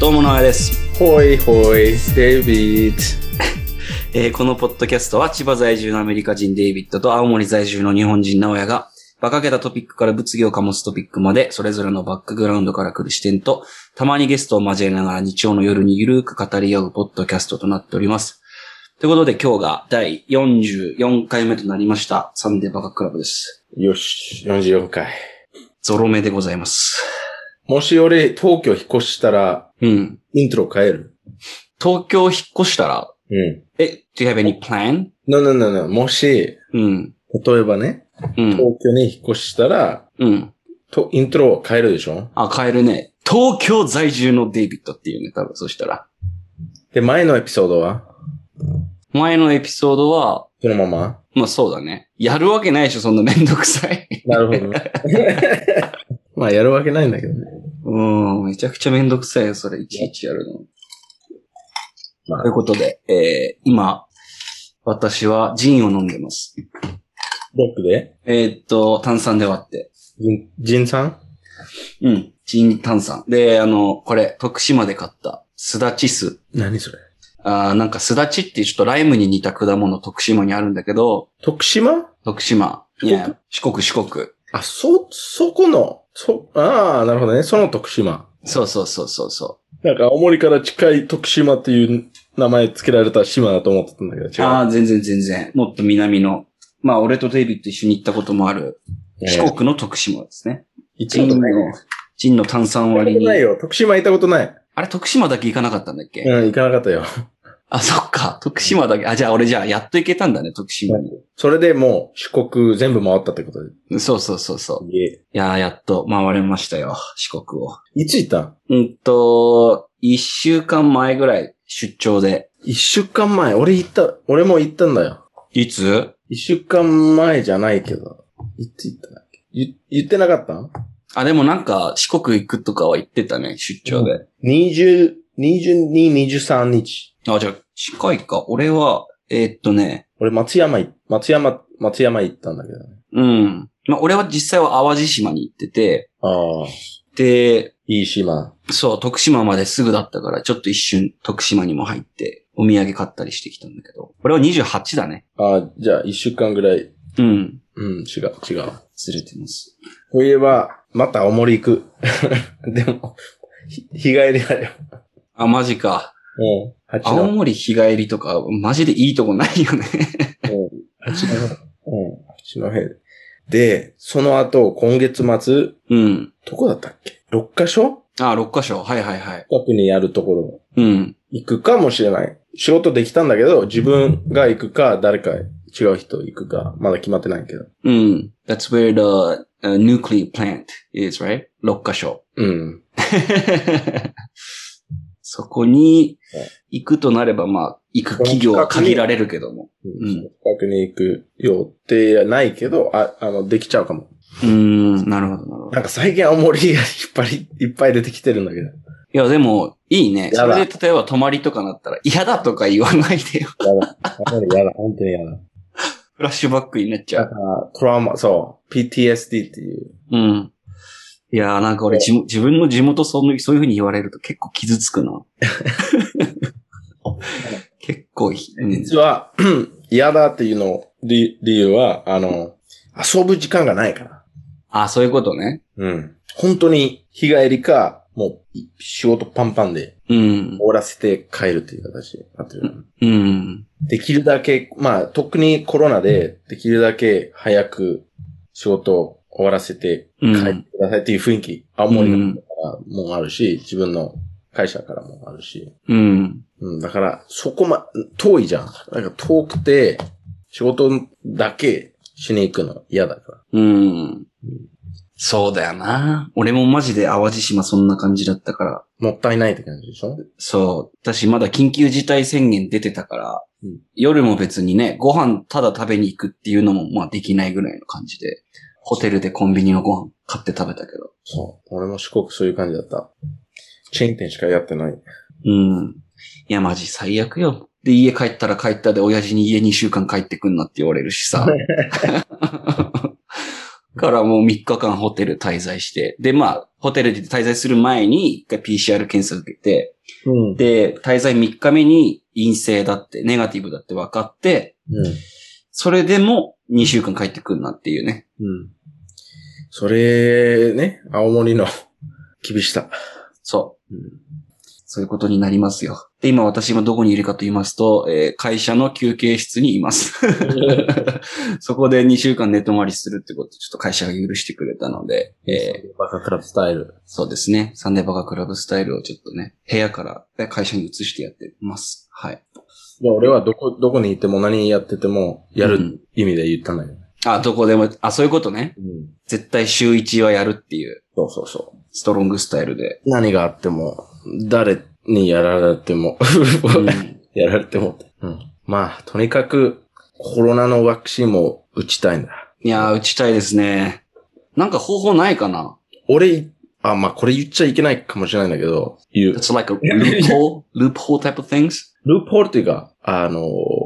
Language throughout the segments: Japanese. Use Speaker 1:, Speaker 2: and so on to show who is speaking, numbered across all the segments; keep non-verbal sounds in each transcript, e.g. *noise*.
Speaker 1: どうも、なやです、
Speaker 2: ほいほい、デイビッ
Speaker 1: えーこのポッドキャストは千葉在住のアメリカ人デイビッドと青森在住の日本人直哉が、馬鹿げたトピックから物議を醸すトピックまで、それぞれのバックグラウンドから来る視点と、たまにゲストを交えながら日曜の夜にゆるく語り合うポッドキャストとなっております。ということで今日が第44回目となりました、サンデーバカクラブです。
Speaker 2: ド。よし、44回。
Speaker 1: ゾロ目でございます。
Speaker 2: もし俺、東京引っ越したら、
Speaker 1: うん。
Speaker 2: イントロ変える
Speaker 1: 東京引っ越したら、
Speaker 2: うん。
Speaker 1: え、do you have any plan?
Speaker 2: No, no, no, no. もし、
Speaker 1: うん。
Speaker 2: 例えばね、
Speaker 1: うん。
Speaker 2: 東京に引っ越したら、
Speaker 1: うん。
Speaker 2: とイントロを変えるでしょ
Speaker 1: あ、変えるね。東京在住のデイビッドっていうね、多分そしたら。
Speaker 2: で、前のエピソードは
Speaker 1: 前のエピソードは、
Speaker 2: そのまま
Speaker 1: まあそうだね。やるわけないでしょ、そんなめんどくさい。 *laughs*
Speaker 2: なるほどね。 *laughs* まあ、やるわけないんだけどね。
Speaker 1: うん、めちゃくちゃめんどくさいよ、それ、いちいちやるの。という
Speaker 2: まあ、
Speaker 1: ことで、えー、今、私はジンを飲んでます。
Speaker 2: ロックで
Speaker 1: えーっと、炭酸で割って。
Speaker 2: ジン、ジンさん
Speaker 1: うん、ジン炭酸。で、あの、これ、徳島で買った、すだち酢。
Speaker 2: 何それ
Speaker 1: あーなんかすだちっていうちょっとライムに似た果物、徳島にあるんだけど、
Speaker 2: 徳島
Speaker 1: 徳島、い
Speaker 2: 国
Speaker 1: や、四国四国。
Speaker 2: あ、そ、そこの、そ、ああ、なるほどね。その徳島。
Speaker 1: そうそうそうそうそ
Speaker 2: なんか、青森から近い徳島っていう名前付けられた島だと思ってたんだけど、
Speaker 1: う。
Speaker 2: 違う。
Speaker 1: ああ、全然全然。もっと南の。まあ、俺とデイビッド一緒に行ったこともある、
Speaker 2: ね
Speaker 1: 四国の徳島ですね。
Speaker 2: 行った
Speaker 1: ジ
Speaker 2: こ
Speaker 1: ン
Speaker 2: と
Speaker 1: の
Speaker 2: ないね。、
Speaker 1: ジンの炭酸
Speaker 2: 行った
Speaker 1: 割
Speaker 2: こと
Speaker 1: に
Speaker 2: な。いよ。徳島行ったことない。
Speaker 1: あれ、徳島だけ行かなかったんだっけ、
Speaker 2: うん、行かなかったよ。
Speaker 1: あ、そっか。徳島だけ。あ、じゃあ俺じゃあ、やっと行けたんだね、徳島に。
Speaker 2: それでもう、四国全部回ったってことで。
Speaker 1: そうそうそうそう。
Speaker 2: いえ
Speaker 1: いやー、やっと回れましたよ、四国を。
Speaker 2: いつ行ったん
Speaker 1: うんと、一週間前ぐらい出張で。
Speaker 2: 一週間前。俺行った、俺も行ったんだよ。
Speaker 1: いつ
Speaker 2: 一週間前じゃないけど。いつ行ったんだっけ言言ってなかったん
Speaker 1: あ、でもなんか、四国行くとかは言ってたね、出張で。
Speaker 2: ?20、22、23日。
Speaker 1: あ、じゃあ、近いか。俺は、えーっとね、
Speaker 2: 俺、松山い、松山、松山行ったんだけどね。
Speaker 1: うん。まあ、俺は実際は淡路島に行ってて、
Speaker 2: ああ、
Speaker 1: で、
Speaker 2: いい島。
Speaker 1: そう、徳島まですぐだったから、ちょっと一瞬徳島にも入って、お土産買ったりしてきたんだけど。俺は28だね。
Speaker 2: ああ、じゃあ、一週間ぐらい。
Speaker 1: うん。
Speaker 2: うん、違う、違う。
Speaker 1: ずれてます。
Speaker 2: そういえば、また青森行 *laughs* く。でも、ひ日帰りだよ。
Speaker 1: あ、マジか。
Speaker 2: もうん。八
Speaker 1: 青
Speaker 2: の。
Speaker 1: 森日帰りとか、マジでいいとこないよね。 *laughs*
Speaker 2: 八の。うん。八の辺。で、その後、今月末、
Speaker 1: うん。
Speaker 2: どこだったっけ ?6 カ所
Speaker 1: あ、6カ所。はいはいはい。
Speaker 2: 近くにやるところ、
Speaker 1: うん。
Speaker 2: 行くかもしれない。仕事できたんだけど、自分が行くか、誰か違う人行くか、まだ決まってないけど。
Speaker 1: うん。That's where the、uh, nuclear plant is, right? 6カ所。
Speaker 2: うん。
Speaker 1: そこに
Speaker 2: はい
Speaker 1: 行くとなれば、まあ、行く企業は限られるけども。ん
Speaker 2: 近くに行く予定はないけど、あ、あの、できちゃうかも。
Speaker 1: うーん、なるほど、なるほど。
Speaker 2: なんか最近青森がいっぱい、いっぱい出てきてるんだけど。
Speaker 1: いや、でも、いいね。そ
Speaker 2: やだ
Speaker 1: れで、例えば泊まりとかなったら、嫌だとか言わないでよ。 *laughs*
Speaker 2: やだ。やだ、やだ、本当にやだ。
Speaker 1: フラッシュバックになっちゃ
Speaker 2: だ
Speaker 1: う
Speaker 2: か。ら、トラウマ、そう、PTSD っていう。
Speaker 1: うん。いやーなんか俺、じ自分の地元その、そういう風に言われると結構傷つく
Speaker 2: *laughs*
Speaker 1: な。結構、うん
Speaker 2: 実は、 *clears throat* 嫌だっていうの、理理由は、あの、遊ぶ時間がないから。
Speaker 1: あ、そういうことね。
Speaker 2: うん。本当に、日帰りか、もう、仕事パンパンで
Speaker 1: うん。
Speaker 2: 終わらせて帰るっていう形になってる。
Speaker 1: うん。
Speaker 2: できるだけ、まあ、特にコロナで、できるだけ早く仕事を終わらせて
Speaker 1: う
Speaker 2: 帰っ
Speaker 1: ん。
Speaker 2: てくださいっていう雰囲気、青森の方からもあるし、自分の会社からもあるし。
Speaker 1: うん。
Speaker 2: うん、だから、そこま、遠いじゃん。なんか遠くて、仕事だけしに行くの嫌だから。
Speaker 1: うん。そうだよな。俺もマジで淡路島そんな感じだったから。
Speaker 2: もったいないって感じでしょ
Speaker 1: そう。私まだ緊急事態宣言出てたから、
Speaker 2: うん
Speaker 1: 夜も別にね、ご飯ただ食べに行くっていうのもまあできないぐらいの感じで、ホテルでコンビニのご飯買って食べたけど。
Speaker 2: そう。俺も四国そういう感じだった。チェーン店しかやってない。
Speaker 1: うん。いや、マジ最悪よ。で、家帰ったら帰ったで、親父に家2週間帰ってくんなって言われるしさ。からもう3日間ホテル滞在して、で、まあ、ホテルで滞在する前に、一回 PCR 検査受けて、
Speaker 2: うん。
Speaker 1: で、滞在3日目に陰性だって、ネガティブだって分かって、
Speaker 2: うん。
Speaker 1: それでも2週間帰ってくるなっていうね。
Speaker 2: うん。それ、ね、青森の厳しさ。
Speaker 1: そう。
Speaker 2: うん。
Speaker 1: そういうことになりますよ。で、今私今どこにいるかと言いますと、えー会社の休憩室にい
Speaker 2: *laughs*
Speaker 1: ます。そこで2週間寝泊まりするってこと、ちょっと会社が許してくれたので、えー
Speaker 2: バカクラブスタイル。
Speaker 1: そうですね。サンデーバカクラブスタイルをちょっとね、部屋からね会社に移してやってます。はい。
Speaker 2: いや、俺はどこ、どこにいても何やってても、や
Speaker 1: う
Speaker 2: る
Speaker 1: ん
Speaker 2: 意味で言ったんだけど。
Speaker 1: あ、どこでも、あ、そういうことね。
Speaker 2: うん。
Speaker 1: 絶対週1はやるっていう、
Speaker 2: そうそうそ
Speaker 1: ストロングスタイルで。
Speaker 2: う。何があっても、誰にやられても、
Speaker 1: うん
Speaker 2: *laughs* やられても。うん。まあ、とにかく、コロナのワクチンも打ちたいんだ。
Speaker 1: いやー、打ちたいですね。なんか方法ないかな
Speaker 2: 俺、あ、まあ、これ言っちゃいけないかもしれないんだけど、言う。
Speaker 1: ?It's like a loophole, loophole type of *laughs* things?
Speaker 2: ループホールっていうか、あのー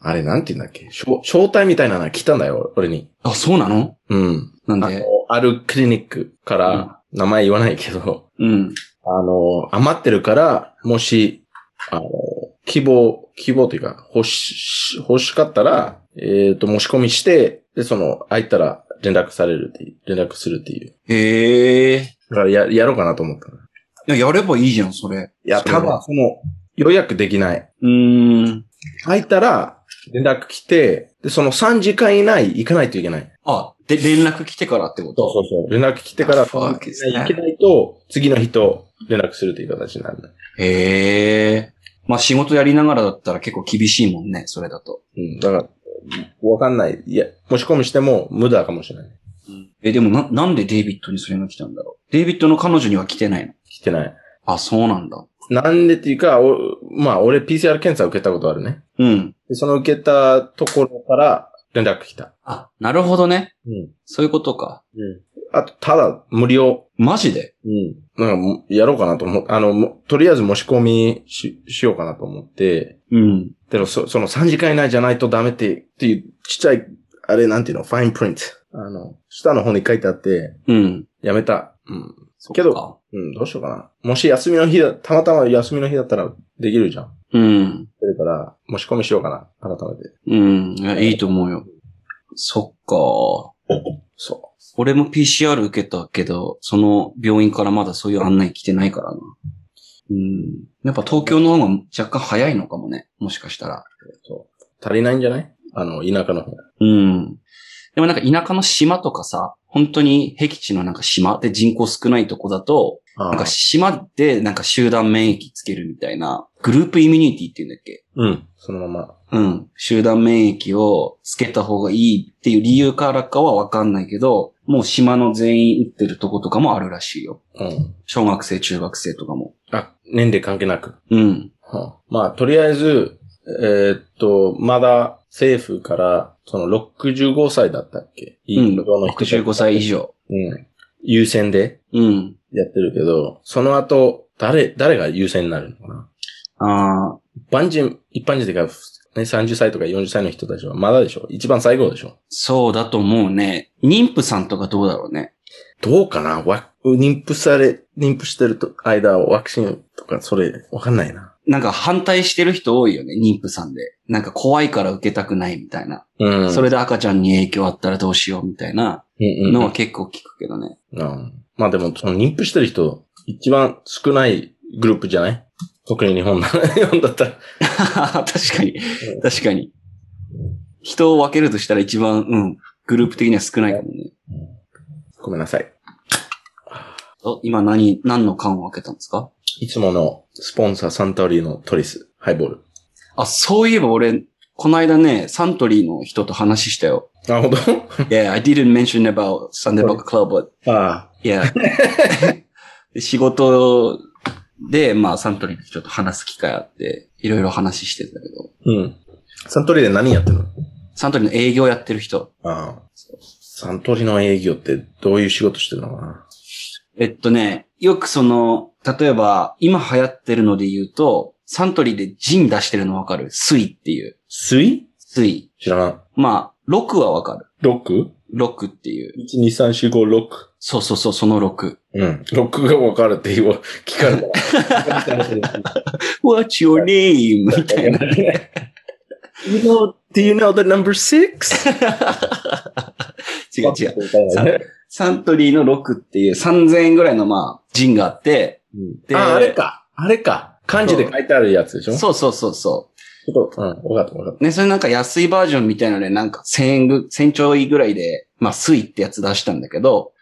Speaker 2: あれなんて言うんだっけ招招待みたいなのが来たんだよ、俺に。
Speaker 1: あ、そうなの
Speaker 2: うん。
Speaker 1: なん
Speaker 2: あの
Speaker 1: で、
Speaker 2: あるクリニックから、名前言わないけど、
Speaker 1: うん。
Speaker 2: あのー余ってるから、もし、あのー希望、希望というか、欲し、欲しかったら、えっ、と、申し込みして、で、その、空いたら連絡されるっていう、連絡するっていう。
Speaker 1: へえ。
Speaker 2: だからや、やろうかなと思ったの。
Speaker 1: い
Speaker 2: い
Speaker 1: や、やればいいじゃん、それ。
Speaker 2: や、
Speaker 1: それは
Speaker 2: ただ、その、予約できない。
Speaker 1: うーん。
Speaker 2: 入ったら、連絡来て、で、その3時間以内行かないといけない。
Speaker 1: あ、で、連絡来てからってこと
Speaker 2: そうそう。連絡来てから、
Speaker 1: そう
Speaker 2: 行
Speaker 1: なんですね
Speaker 2: けないと、次の日と連絡するという形になるんだ。
Speaker 1: へえ。まあ、仕事やりながらだったら結構厳しいもんね、それだと。
Speaker 2: うん。だから、わかんない。いや、申し込みしても無駄かもしれない。
Speaker 1: え、でもな、なんでデイビッドにそれが来たんだろう。デイビッドの彼女には来てないの。
Speaker 2: 来てない。
Speaker 1: あ、そうなんだ。
Speaker 2: なんでっていうか、おまあ、俺 PCR 検査受けたことあるね。
Speaker 1: うん。
Speaker 2: で、その受けたところから連絡来た。
Speaker 1: あ、なるほどね。
Speaker 2: うん。
Speaker 1: そういうことか。
Speaker 2: うん。あと、ただ、無料。
Speaker 1: マジで
Speaker 2: うん。なんかもう、やろうかなと思う。あの、もうとりあえず申し込みし、しようかなと思って、
Speaker 1: うん。
Speaker 2: でもそ、その3時間以内じゃないとダメって、っていうちっちゃい、あれなんていうの、ファインプリント。あの、下の方に書いてあって、
Speaker 1: うん。
Speaker 2: やめた。うん。
Speaker 1: そっか
Speaker 2: けど、うん、どうしようかな。もし休みの日だ、たまたま休みの日だったらできるじゃん。
Speaker 1: うん。
Speaker 2: それから、申し込みしようかな。改めて。
Speaker 1: うん。いやいいと思うよ。そっか。
Speaker 2: そ
Speaker 1: 俺も PCR 受けたけど、その病院からまだそういう案内来てないからな。うん。やっぱ東京の方が若干早いのかもね。もしかしたら。
Speaker 2: う。そう。足りないんじゃないあの、田舎の方。
Speaker 1: うん。でもなんか田舎の島とかさ、本当に僻地のなんか島で人口少ないとこだと、
Speaker 2: あ
Speaker 1: なんか島でなんか集団免疫つけるみたいな、グループイミュニティって言うんだっけ
Speaker 2: うん。そのまま。
Speaker 1: うん。集団免疫をつけた方がいいっていう理由からかはわかんないけど、もう島の全員打ってるとことかもあるらしいよ。
Speaker 2: うん。
Speaker 1: 小学生、中学生とかも。
Speaker 2: あ、年齢関係なく。
Speaker 1: うん。
Speaker 2: はあまあ、とりあえず、えーっと、まだ政府から、その65歳だったっけ
Speaker 1: うん。
Speaker 2: 医療の人たち
Speaker 1: 65歳以上。
Speaker 2: うん。優先で
Speaker 1: うん。
Speaker 2: やってるけど、その後、誰、誰が優先になるのかな
Speaker 1: ああ、
Speaker 2: 一般人、一般人っていうか、ね、30歳とか40歳の人たちはまだでしょ一番最後でしょ
Speaker 1: そうだと思うね。妊婦さんとかどうだろうね。
Speaker 2: どうかなわ、妊婦され、妊婦してると間、ワクチンとか、それ、わかんないな。
Speaker 1: なんか反対してる人多いよね、妊婦さんで。なんか怖いから受けたくないみたいな。
Speaker 2: うん。
Speaker 1: それで赤ちゃんに影響あったらどうしようみたいな
Speaker 2: うん、うん
Speaker 1: のは結構聞くけどね。
Speaker 2: うん。まあでも、その妊婦してる人、一番少ないグループじゃない特に日本だ、日本だったら。 *laughs*
Speaker 1: *laughs* 確かに。確かに。人を分けるとしたら一番、うん、グループ的には少ないかもね。
Speaker 2: ごめんなさい。
Speaker 1: お今何、何の缶を開けたんですか
Speaker 2: いつものスポンサーサントリーのトリス、ハイボール。
Speaker 1: あ、そういえば俺、この間ね、サントリーの人と話したよ。
Speaker 2: なるほど。
Speaker 1: Yeah, I didn't mention about Sunday Book Club, but
Speaker 2: ああ。
Speaker 1: yeah. で仕事で、まあ、サントリーの人と話す機会あって、いろいろ話してたけど、
Speaker 2: うん。サントリーで何やってるの
Speaker 1: サントリーの営業やってる人。
Speaker 2: ああ。サントリーの営業ってどういう仕事してるのかな
Speaker 1: えっとね、よくその、例えば、今流行ってるので言うと、サントリーでジン出してるのわかる水っていう。
Speaker 2: 水
Speaker 1: 水。
Speaker 2: 知らない。
Speaker 1: まあ、6はわかる。
Speaker 2: ロック
Speaker 1: 6っていう。
Speaker 2: 1、2、3、4、5、6。
Speaker 1: そうそうそう、その6。
Speaker 2: うん。6が分かるって言わ、聞かれ
Speaker 1: *laughs*
Speaker 2: たら。
Speaker 1: What's your name? みたいな。
Speaker 2: you know, do you know the number six?
Speaker 1: 違う違う。サントリーの6っていう3000円ぐらいのまあ、ジンがあって、で
Speaker 2: あ、あれか。あれか。漢字で書いてあるやつでしょ
Speaker 1: そうそうそうそ
Speaker 2: ちょっと、うん、分かった分かっ
Speaker 1: う。ね、それなんか安いバージョンみたいので、なんか1000円ぐ、1000ちょいぐらいで、まあ、スイってやつ出したんだけど、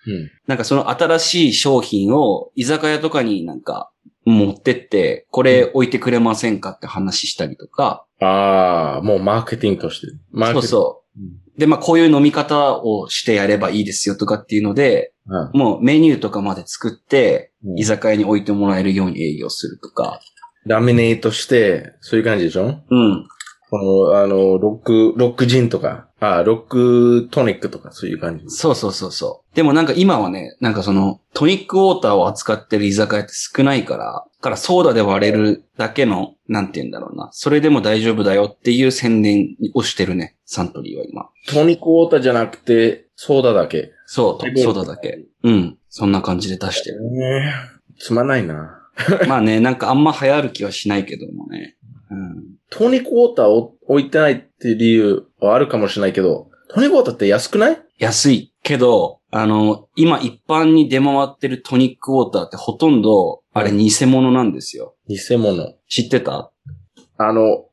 Speaker 1: なんかその新しい商品を居酒屋とかになんか持ってって、これ置いてくれませんかって話したりとか、
Speaker 2: た。うん。ああ、もうマーケティングとして。マーケテ
Speaker 1: そ
Speaker 2: ィン
Speaker 1: うそ
Speaker 2: グ。
Speaker 1: う
Speaker 2: うん。
Speaker 1: で、まあこういう飲み方をしてやればいいですよとかっていうので、
Speaker 2: うん
Speaker 1: もうメニューとかまで作って、
Speaker 2: うん
Speaker 1: 居酒屋に置いてもらえるように営業するとか。
Speaker 2: ラミネートして、そういう感じでしょ
Speaker 1: うん。
Speaker 2: この、あの、ロック、ロックジンとか、あロックトニックとか、そういう感じ。
Speaker 1: そうそうそうそう。でもなんか今はね、なんかそのトニックウォーターを扱ってる居酒屋って少ないから、だからソーダで割れるだけの、なんて言うんだろうな。それでも大丈夫だよっていう宣伝をしてるね、サントリーは今。
Speaker 2: トニックウォーターじゃなくて、ソーダだけ。
Speaker 1: そう、
Speaker 2: ハイ
Speaker 1: と
Speaker 2: ボー
Speaker 1: ソ
Speaker 2: ル
Speaker 1: ーダだけ。うん。そんな感じで出して
Speaker 2: *laughs*
Speaker 1: る。
Speaker 2: つまんないな。
Speaker 1: まあね、なんかあんま流行る気はしないけどもね。うん。
Speaker 2: トニックウォーターを置いてないっていう理由はあるかもしれないけど、トニックウォーターって安くない
Speaker 1: 安いけど、あの、今一般に出回ってるトニックウォーターってほとんど、あれ偽物なんですよ。
Speaker 2: 偽物。
Speaker 1: 知ってた
Speaker 2: あの、ん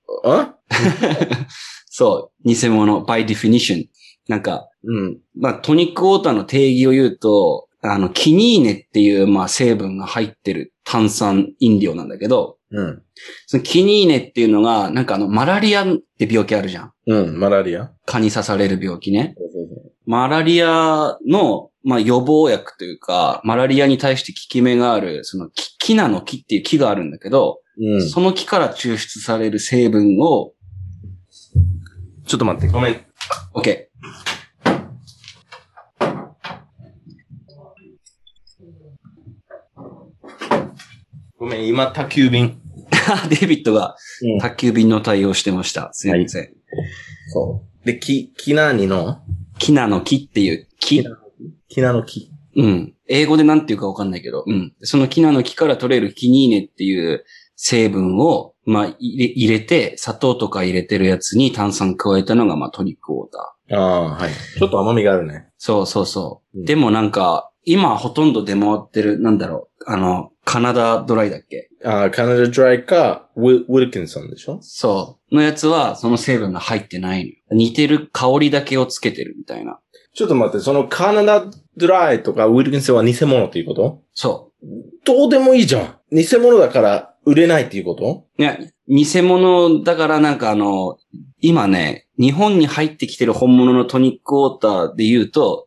Speaker 1: *laughs* そう、偽物、by definition。なんか、
Speaker 2: うん。
Speaker 1: まあ、トニックウォーターの定義を言うと、あの、キニーネっていう、まあ、成分が入ってる炭酸飲料なんだけど、
Speaker 2: うん。
Speaker 1: そのキニーネっていうのが、なんかあの、マラリアって病気あるじゃん。
Speaker 2: うん、マラリア。
Speaker 1: 蚊に刺される病気ね。マラリアの、まあ、予防薬というか、マラリアに対して効き目がある、その、キキナの木っていう木があるんだけど、
Speaker 2: うん。ち
Speaker 1: その木から抽出される成分を、
Speaker 2: ょっと待って、ごめん。
Speaker 1: OK。 *laughs*
Speaker 2: ごめん、今、宅急便。
Speaker 1: デイビッドが
Speaker 2: うん
Speaker 1: 宅急便の対応してました。すいません。
Speaker 2: そう。で、き、きなにの、
Speaker 1: キナの木っていう木。
Speaker 2: きなの木。
Speaker 1: うん。英語でなんていうかわかんないけど、うん。そのキナの木から取れるキニーネっていう成分を、まあ、入れ入れて、砂糖とか入れてるやつに炭酸加えたのが、まあ、トニックウォーター。
Speaker 2: ああ、はい。ちょっと甘みがあるね。
Speaker 1: そうそうそう。
Speaker 2: うん
Speaker 1: でもなんか、今ほとんど出回ってる、なんだろう、あの、カナダドライだっけ
Speaker 2: ああ、カナダドライか、ウィウィルキンソンでしょ
Speaker 1: そう。のやつは、その成分が入ってないの。似てる香りだけをつけてるみたいな。
Speaker 2: ちょっと待って、そのカナダドライとかウィルキンソンは偽物っていうこと
Speaker 1: そ
Speaker 2: どうでもいいじゃん。偽物だから売れないっていうこと
Speaker 1: う。いや、偽物だからなんかあの、今ね、日本に入ってきてる本物のトニックウォーターで言うと、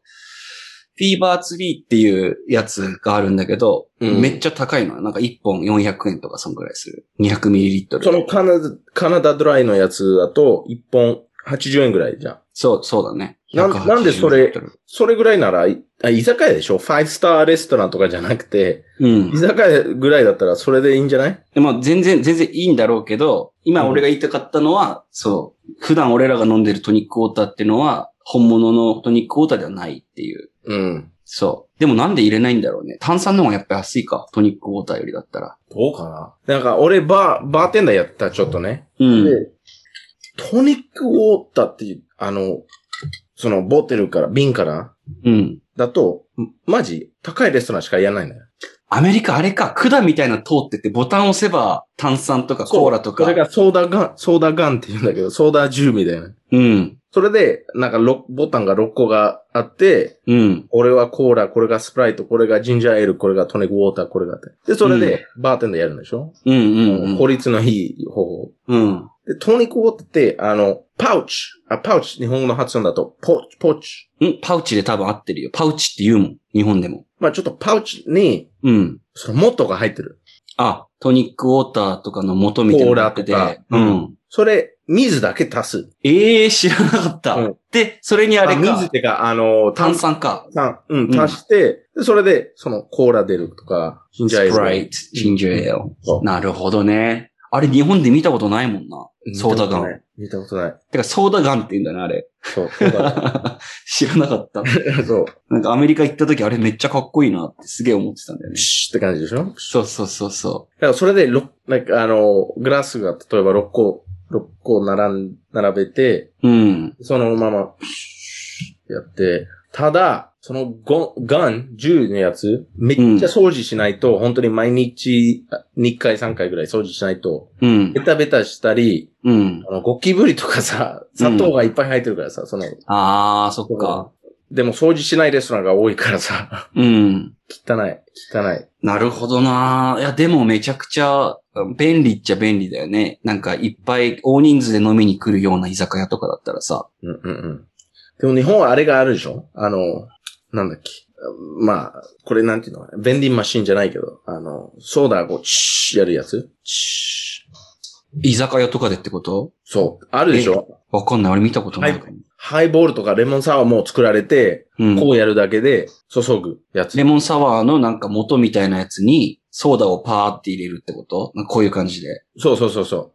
Speaker 1: フィーバーツリーっていうやつがあるんだけど、
Speaker 2: うん
Speaker 1: めっちゃ高いのよ。なんか1本400円とかそんぐらいする。200ml。
Speaker 2: そのカナダ、カナダドライのやつだと1本80円ぐらいじゃん。
Speaker 1: そう、そうだね。
Speaker 2: なん
Speaker 1: 180
Speaker 2: なんでそれ
Speaker 1: リットル
Speaker 2: それぐらいなら、いあ居酒屋でしょ ?5 スターレストランとかじゃなくて、
Speaker 1: うん
Speaker 2: 居。酒屋ぐらいだったらそれでいいんじゃない
Speaker 1: でも全然、全然いいんだろうけど、今
Speaker 2: うん
Speaker 1: 俺が言いたかったのは、そう、普段俺らが飲んでるトニックウォーターっていうのは、本物のトニックウォーターではないっていう。
Speaker 2: うん。
Speaker 1: そう。でもなんで入れないんだろうね。炭酸の方がやっぱ安いか。トニックウォーターよりだったら。
Speaker 2: どうかななんか俺バー、バーテンダーやってた、ちょっとね。
Speaker 1: うん。
Speaker 2: で、トニックウォーターっていう、あの、そのボテルから、瓶から、
Speaker 1: うん。
Speaker 2: だと、マジ、高いレストランしかやらないのよ。
Speaker 1: アメリカあれか、管みたいなの通ってて、ボタン押せば炭酸とかコーラとか。
Speaker 2: それがソーダガン、ソーダガンって言うんだけど、ソーダ銃みたいな。
Speaker 1: うん。
Speaker 2: それで、なんかろボタンが6個があって、
Speaker 1: うん。
Speaker 2: 俺はコーラ、これがスプライト、これがジンジャーエール、これがトニックウォーター、これがって。で、それで、バーテンでやるんでしょ、
Speaker 1: うんう
Speaker 2: もうん効率のいい方法。
Speaker 1: うん。うん。
Speaker 2: で、トニックウォーターって、あの、パウチ。あ、パウチ。日本語の発音だと、ポッチ、ポッチ。
Speaker 1: うん。パウチで多分合ってるよ。パウチって言うもん。日本でも。
Speaker 2: まあちょっとパウチに、
Speaker 1: うん。
Speaker 2: そのモットーが入ってる。
Speaker 1: あ、トニックウォーターとかの元みたいなのがあってて
Speaker 2: コーラとか
Speaker 1: うん。
Speaker 2: それ、水だけ足す。
Speaker 1: ええ知らなかった。
Speaker 2: うん
Speaker 1: で、それにあれ
Speaker 2: 水っ
Speaker 1: か、
Speaker 2: てか、あの、
Speaker 1: 炭。酸か。
Speaker 2: 炭、うん、
Speaker 1: うん
Speaker 2: 足して、でそれで、その、コーラ出るとか、ジンジャーエ
Speaker 1: ス
Speaker 2: ール。
Speaker 1: プライト、ジンジャーエール。
Speaker 2: そう
Speaker 1: なるほどね。あれ日本で見たことないもんな。ソーダガン。
Speaker 2: 見たことない。
Speaker 1: てか、ソーダガンって言うんだね、あれ。 *laughs*
Speaker 2: そう、ソーダ
Speaker 1: 知らなかった。
Speaker 2: ガン。そう。
Speaker 1: なんかアメリカ行った時あれめっちゃかっこいいなってすげえ思ってたんだよ
Speaker 2: プ
Speaker 1: ね。
Speaker 2: シュって感じでしょだか
Speaker 1: そうそうそうそ
Speaker 2: らそれで、ろなんかあの、グラスが例えば6個、6個並ん、並べて、
Speaker 1: う。うん。
Speaker 2: そのまま、プシュってやって、ただ、そのゴン、ガン、銃のやつ、めっちゃ掃除しないと、本当に毎日、2回3回ぐらい掃除しないと、
Speaker 1: うん
Speaker 2: ベ。タベタしたり、
Speaker 1: うん。
Speaker 2: あの、ゴキブリとかさ、砂糖がいっぱい入ってるからさ、その、
Speaker 1: あー、そっか。
Speaker 2: でも掃除しないレストランが多いからさ、 *laughs*
Speaker 1: うん。
Speaker 2: 汚い、汚い。
Speaker 1: なるほどなーいや、でもめちゃくちゃ便利っちゃ便利だよね。なんかいっぱい大人数で飲みに来るような居酒屋とかだったらさ。
Speaker 2: うんうんうん。でも日本はあれがあるでしょあの、なんだっけ。まあ、これなんていうのベンディングマシンじゃないけど、あの、ソーダをチーやるやつチー
Speaker 1: 居酒屋とかでってこと
Speaker 2: そう。あるでしょ
Speaker 1: わかんない。俺見たことないかも。
Speaker 2: ハイボールとかレモンサワーも作られて、
Speaker 1: うん。
Speaker 2: こうやるだけで注ぐやつ。
Speaker 1: レモンサワーのなんか元みたいなやつにソーダをパーって入れるってことなんかこういう感じで。
Speaker 2: そうそうそうそ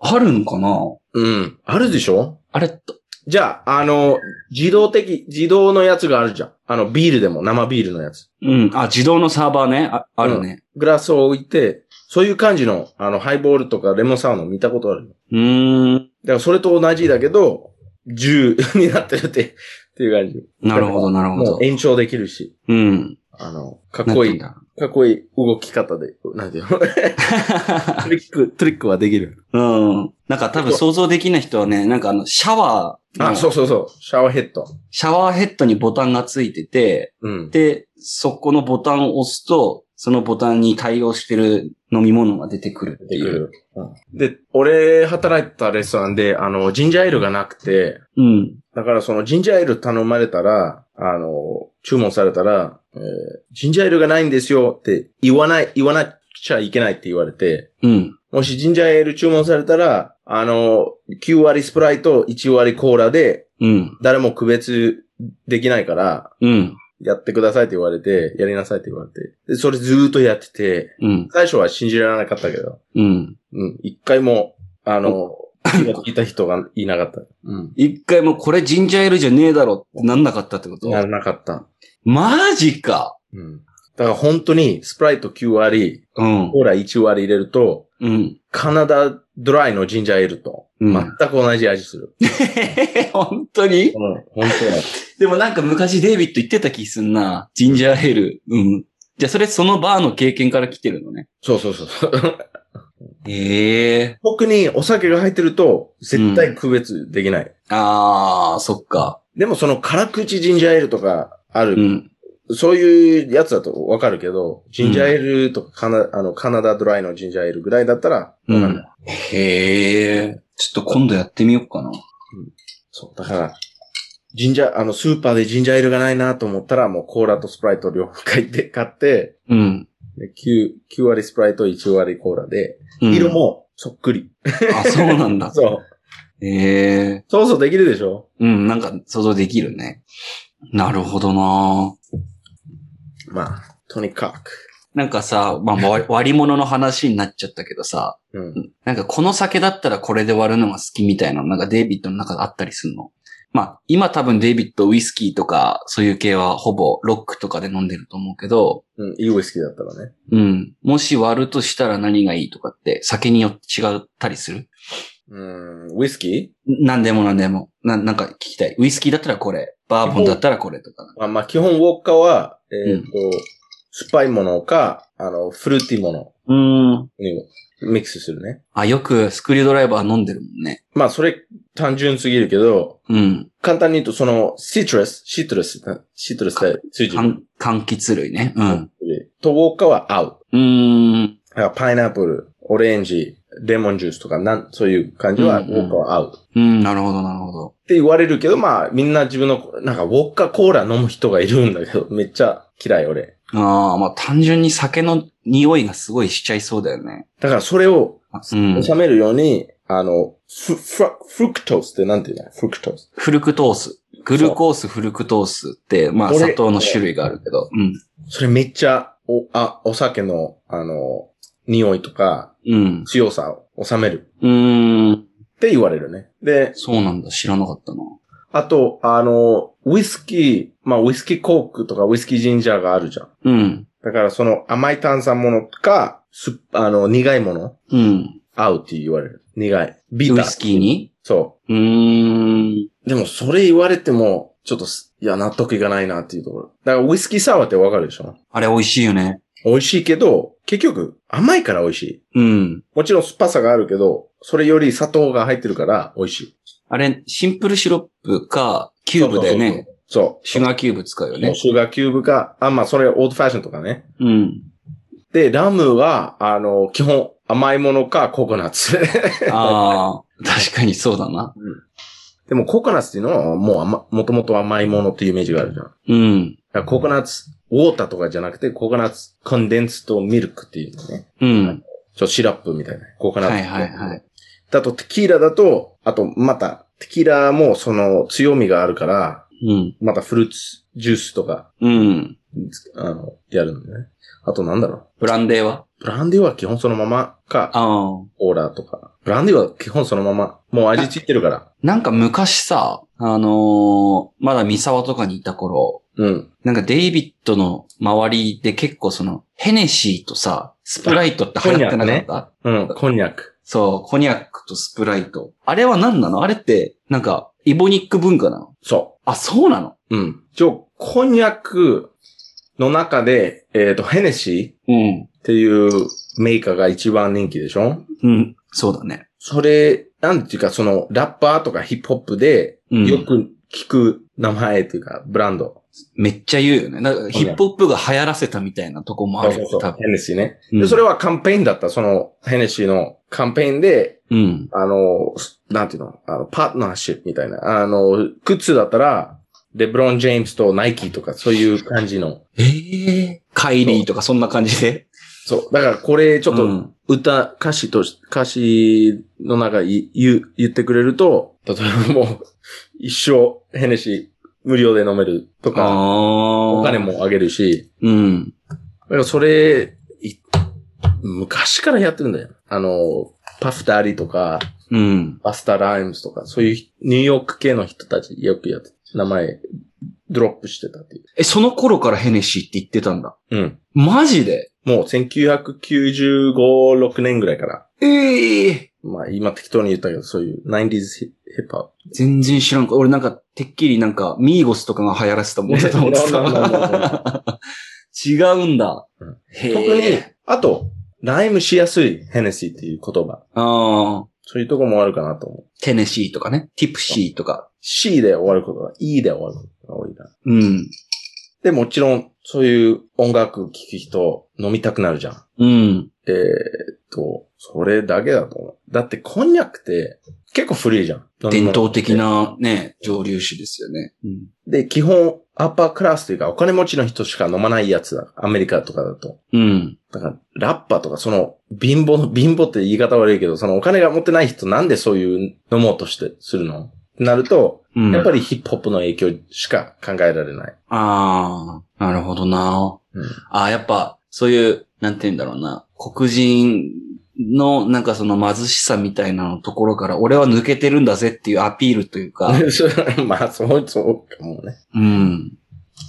Speaker 1: あるのかな
Speaker 2: う。うん。あるでしょ
Speaker 1: あれ、
Speaker 2: じゃあ、あの、自動的、自動のやつがあるじゃん。あの、ビールでも、生ビールのやつ。
Speaker 1: うん。あ、自動のサーバーね。ああるね。
Speaker 2: グラスを置いて、そういう感じの、あの、ハイボールとかレモンサワーの見たことある。
Speaker 1: うーん。
Speaker 2: だからそれと同じだけど、10になってるって、 *laughs* っていう感じ。
Speaker 1: なるほど、なるほ
Speaker 2: も
Speaker 1: ど
Speaker 2: う。延長できるし、
Speaker 1: うん。
Speaker 2: あの、かっこい
Speaker 1: なんて言うん
Speaker 2: い、
Speaker 1: だろ
Speaker 2: かっこいい動き方で、なんていうのトリック、トリックはできる。
Speaker 1: *laughs* う。うん。なんか多分想像できない人はね、なんかあの、シャワーの
Speaker 2: あ、そうそうそう、シャワーヘッド。
Speaker 1: シャワーヘッドにボタンがついてて、
Speaker 2: うん。
Speaker 1: で、そこのボタンを押すと、そのボタンに対応してる飲み物が出てくるって
Speaker 2: でき
Speaker 1: いう。
Speaker 2: る。うんで、俺、働いてたレストランで、あの、ジンジャーエールがなくて、
Speaker 1: うん。
Speaker 2: だからそのジンジャーエール頼まれたら、あの、注文されたら、えージンジャーエールがないんですよって言わない、言わなくちゃいけないって言われて、
Speaker 1: うん。
Speaker 2: もしジンジャーエール注文されたら、あの、9割スプライト、1割コーラで、
Speaker 1: うん。
Speaker 2: 誰も区別できないから、
Speaker 1: うん。
Speaker 2: やってくださいって言われて、やりなさいって言われて。で、それずーっとやってて、
Speaker 1: うん。
Speaker 2: 最初は信じられなかったけど、
Speaker 1: うん。
Speaker 2: *laughs* うん、一回も、あの、気が利いた人がいなかった。うん。
Speaker 1: 一回もこれジンジャーエールじゃねえだろってなんなかったってこと
Speaker 2: ならなかった。
Speaker 1: マジか
Speaker 2: うん。だから本当に、スプライト9割、
Speaker 1: うん。
Speaker 2: コーラ1割入れると、
Speaker 1: うん。
Speaker 2: カナダドライのジンジャーエールと、
Speaker 1: うん
Speaker 2: 全く同じ味する。
Speaker 1: *laughs* 本当に
Speaker 2: うん、本当だ。
Speaker 1: でもなんか昔デイビッド言ってた気すんな。ジンジャーヘール。うん。じゃあそれそのバーの経験から来てるのね。
Speaker 2: そうそうそう。
Speaker 1: ええ
Speaker 2: 特にお酒が入ってると、絶対区別できない。
Speaker 1: あー、そっか。
Speaker 2: でもその辛口ジンジャーエールとかあ
Speaker 1: う
Speaker 2: る、
Speaker 1: ん。
Speaker 2: そういうやつだとわかるけど、ジンジャーエールとかカナ,、あのカナダドライのジンジャーエールぐらいだったら、わかんない。
Speaker 1: うんへえ。ちょっと今度やってみようかな。
Speaker 2: そう、だから、ジンジャー、あの、スーパーでジンジャーエールがないなと思ったら、もうコーラとスプライト両方買って、買って、
Speaker 1: うん。
Speaker 2: で 9, 9割スプライト、1割コーラで、
Speaker 1: うん
Speaker 2: 色。もそっくり。
Speaker 1: あ、そうなんだ。
Speaker 2: *laughs* そう。
Speaker 1: ええ。
Speaker 2: そうそうできるでしょ
Speaker 1: うん、なんか想像できるね。なるほどな
Speaker 2: まあ、とにかく。
Speaker 1: なんかさ、まあ、割 *laughs* 割り物の話になっちゃったけどさ、
Speaker 2: うん。
Speaker 1: なんかこの酒だったらこれで割るのが好きみたいなのなんかデイビッドの中であったりするのまあ、今多分デイビッドウイスキーとかそういう系はほぼロックとかで飲んでると思うけど、
Speaker 2: うん、いいウイスキーだったらね。
Speaker 1: うん。もし割るとしたら何がいいとかって酒によって違ったりする
Speaker 2: うん、ウイスキ
Speaker 1: ん何でも何でも。な、なんか聞きたい。ウイスキーだったらこれ。バーボンだったらこれとか。
Speaker 2: ーまあ、まあ、基本ウォッカは、えっ、
Speaker 1: うん
Speaker 2: と、酸っぱいものか、あの、フルーティーもの
Speaker 1: うん。
Speaker 2: にミックスするね。
Speaker 1: あ、よくスクリュードライバー飲んでるもんね。
Speaker 2: まあ、それ単純すぎるけど、
Speaker 1: うん。
Speaker 2: 簡単に言うと、その、シトラス、シトラス、シトラスで通じ
Speaker 1: かん柑橘類ね。うん。
Speaker 2: る。と、ウォッカは合う。
Speaker 1: うーん。
Speaker 2: だからパイナップル、オレンジ、レモンジュースとか、なん、そういう感じは、ウ
Speaker 1: うん
Speaker 2: ォ
Speaker 1: うん
Speaker 2: ッカは合う。
Speaker 1: うん、なるほど、なるほど。
Speaker 2: って言われるけど、まあ、みんな自分の、なんか、ウォッカコーラ飲む人がいるんだけど、 *laughs* めっちゃ嫌い、俺。
Speaker 1: ああ、まあ単純に酒の匂いがすごいしちゃいそうだよね。
Speaker 2: だから、それを
Speaker 1: うん。
Speaker 2: 収めるように、あの、フ、フラ、フルクトースってなんて言うのフルクトース。
Speaker 1: フルクトース。グルコース、フルクトースって、まあ
Speaker 2: 俺
Speaker 1: 砂糖の種類があるけど。うん。
Speaker 2: それめっちゃ、お、あ、お酒の、あの、匂いとか、
Speaker 1: うん。
Speaker 2: 強さ収める
Speaker 1: うーん。
Speaker 2: って言われるね。で、
Speaker 1: そうなんだ。知らなかったな。
Speaker 2: あと、あの、ウイスキー、まあ、ウイスキーコークとかウイスキージンジャーがあるじゃん。
Speaker 1: うん。
Speaker 2: だから、その甘い炭酸ものか、すっ、あの、苦いもの、
Speaker 1: うん。
Speaker 2: 合うって言われる。苦い。ビター。
Speaker 1: ウイスキーに
Speaker 2: そう
Speaker 1: ーん。
Speaker 2: う。でも、それ言われても、ちょっとす、いや、納得いかないなっていうところ。だから、ウイスキーサワーってわかるでしょ
Speaker 1: あれ美味しいよね。
Speaker 2: 美味しいけど、結局、甘いから美味しい。
Speaker 1: うん。
Speaker 2: もちろん酸っぱさがあるけど、それより砂糖が入ってるから美味しい。
Speaker 1: あれ、シンプルシロップか、キューブだよね。
Speaker 2: そう。
Speaker 1: シュガーキューブ使うよ
Speaker 2: もう
Speaker 1: ね。
Speaker 2: シュガーキューブか、あ、まあ、それオールドファッションとかね。
Speaker 1: うん。
Speaker 2: で、ラムは、あの、基本、甘いものかココナッツ。
Speaker 1: ああ、確かにそうだな。
Speaker 2: でもココナッツっていうのは、もう甘、もともと甘いものっていうイメージがあるじゃん。だか
Speaker 1: うん。
Speaker 2: らココナッツ、ウォーターとかじゃなくて、ココナッツ、コンデンスとミルクっていうのね。
Speaker 1: うん。
Speaker 2: ちょ、シラップみたいな。ココナッツ。
Speaker 1: はいはいはい。
Speaker 2: だと、テキーラだと、あと、また、テキーラもその強みがあるから、
Speaker 1: うん。
Speaker 2: またフルーツ、ジュースとか、
Speaker 1: うん。
Speaker 2: あの、やるんだね。あとなんだろう。
Speaker 1: ブランデーは
Speaker 2: ブランディは基本そのままか、
Speaker 1: ああ。
Speaker 2: オーラとか。ブランディは基本そのまま。もう味ついてるから。
Speaker 1: なんか昔さ、あのーまだ三沢とかにいた頃、
Speaker 2: うん。
Speaker 1: なんかデイビッドの周りで結構その、ヘネシーとさ、スプライトって流行ってなかった、
Speaker 2: うん。こんにゃく。
Speaker 1: そう、コニャックとスプライト。あれは何なのあれって、なんか、イボニック文化なの
Speaker 2: そ
Speaker 1: あ、そうなの
Speaker 2: う。うん。一応、こんにゃくの中で、えっ、と、ヘネシ
Speaker 1: うん
Speaker 2: ー。っていうメーカーが一番人気でしょ
Speaker 1: うん。そうだね。
Speaker 2: それ、なんていうか、その、ラッパーとかヒップホップで、
Speaker 1: うん。
Speaker 2: よく聞く名前っていうか、ブランド。
Speaker 1: めっちゃ言うよね。なんかヒップホップが流行らせたみたいなとこもあ
Speaker 2: そう
Speaker 1: る
Speaker 2: そ
Speaker 1: よ
Speaker 2: うそう
Speaker 1: 多分。
Speaker 2: ヘネシーね。
Speaker 1: う
Speaker 2: で、
Speaker 1: ん
Speaker 2: それはカンペインだった。その、ヘネシーのカンペインで、
Speaker 1: うん。
Speaker 2: あの、すなんていうのあの、パートナーシップみたいな。あの、靴だったら、レブロン・ジェームスとナイキとか、そういう感じの。
Speaker 1: ええカイリーとかそんな感じで。
Speaker 2: そう。だから、これ、ちょっ
Speaker 1: う
Speaker 2: と、
Speaker 1: ん
Speaker 2: 歌、歌詞とし、歌詞の中い言う、言ってくれると、例えばもう、 *laughs* 一生、ヘネシー、無料で飲めると
Speaker 1: あ
Speaker 2: か、
Speaker 1: あ。
Speaker 2: お金。もあげるし、
Speaker 1: うん。
Speaker 2: だからそれ、い昔からやってるんだよ。あの、パフダリとか、
Speaker 1: うん。
Speaker 2: バスターライムズとか、そういうニューヨーク系の人たちよくやって、名前、ドロップしてたっていう。
Speaker 1: え、その頃からヘネシーって言ってたんだ。
Speaker 2: うん。
Speaker 1: マジで
Speaker 2: もう1995、6年ぐらいから。
Speaker 1: ええ
Speaker 2: まあ今適当に言ったけど、そういう 90s ヒヒップホップ。
Speaker 1: 全然知らんか。俺なんか、てっきりなんか、ミーゴスとかが流行らせたもんだと思って *laughs*
Speaker 2: いやいやいやいやい
Speaker 1: た。違うんだ
Speaker 2: うん。
Speaker 1: へ
Speaker 2: 特に、あと、ライムしやすいヘネシーっていう言葉。
Speaker 1: ああ。
Speaker 2: そういうとこもあるかなと思う。
Speaker 1: テネシーとかね。ティプシーとか。
Speaker 2: C で終わることが E で終わることが多いな。
Speaker 1: うん。
Speaker 2: で、もちろん、そういう音楽聴く人、飲みたくなるじゃん。
Speaker 1: うん。
Speaker 2: えーっと、それだけだと思う。だって、こんにゃくって、結構古いじゃん。
Speaker 1: 伝統的。なね、蒸留酒ですよね。うん。
Speaker 2: で、基本、アッパークラスというか、お金持ちの人しか飲まないやつだ。アメリカとかだと。
Speaker 1: うん。
Speaker 2: だから、ラッパーとか、その、 *laughs* 貧乏、貧乏って言い方悪いけど、そのお金が持ってない人、なんでそういう飲もうとして、するのってなると、
Speaker 1: うん。
Speaker 2: やっぱ
Speaker 1: り。
Speaker 2: りヒップホップの影響しか考えられない。
Speaker 1: ああ、なるほどな。
Speaker 2: うん *laughs*
Speaker 1: ああ、やっぱ、そういう、なんて言うんだろうな。黒人の、なんかその貧しさみたいなところから、俺は抜けてるんだぜっていうアピールという
Speaker 2: *laughs*
Speaker 1: か。
Speaker 2: まあ、そう、そうかもね。
Speaker 1: うん。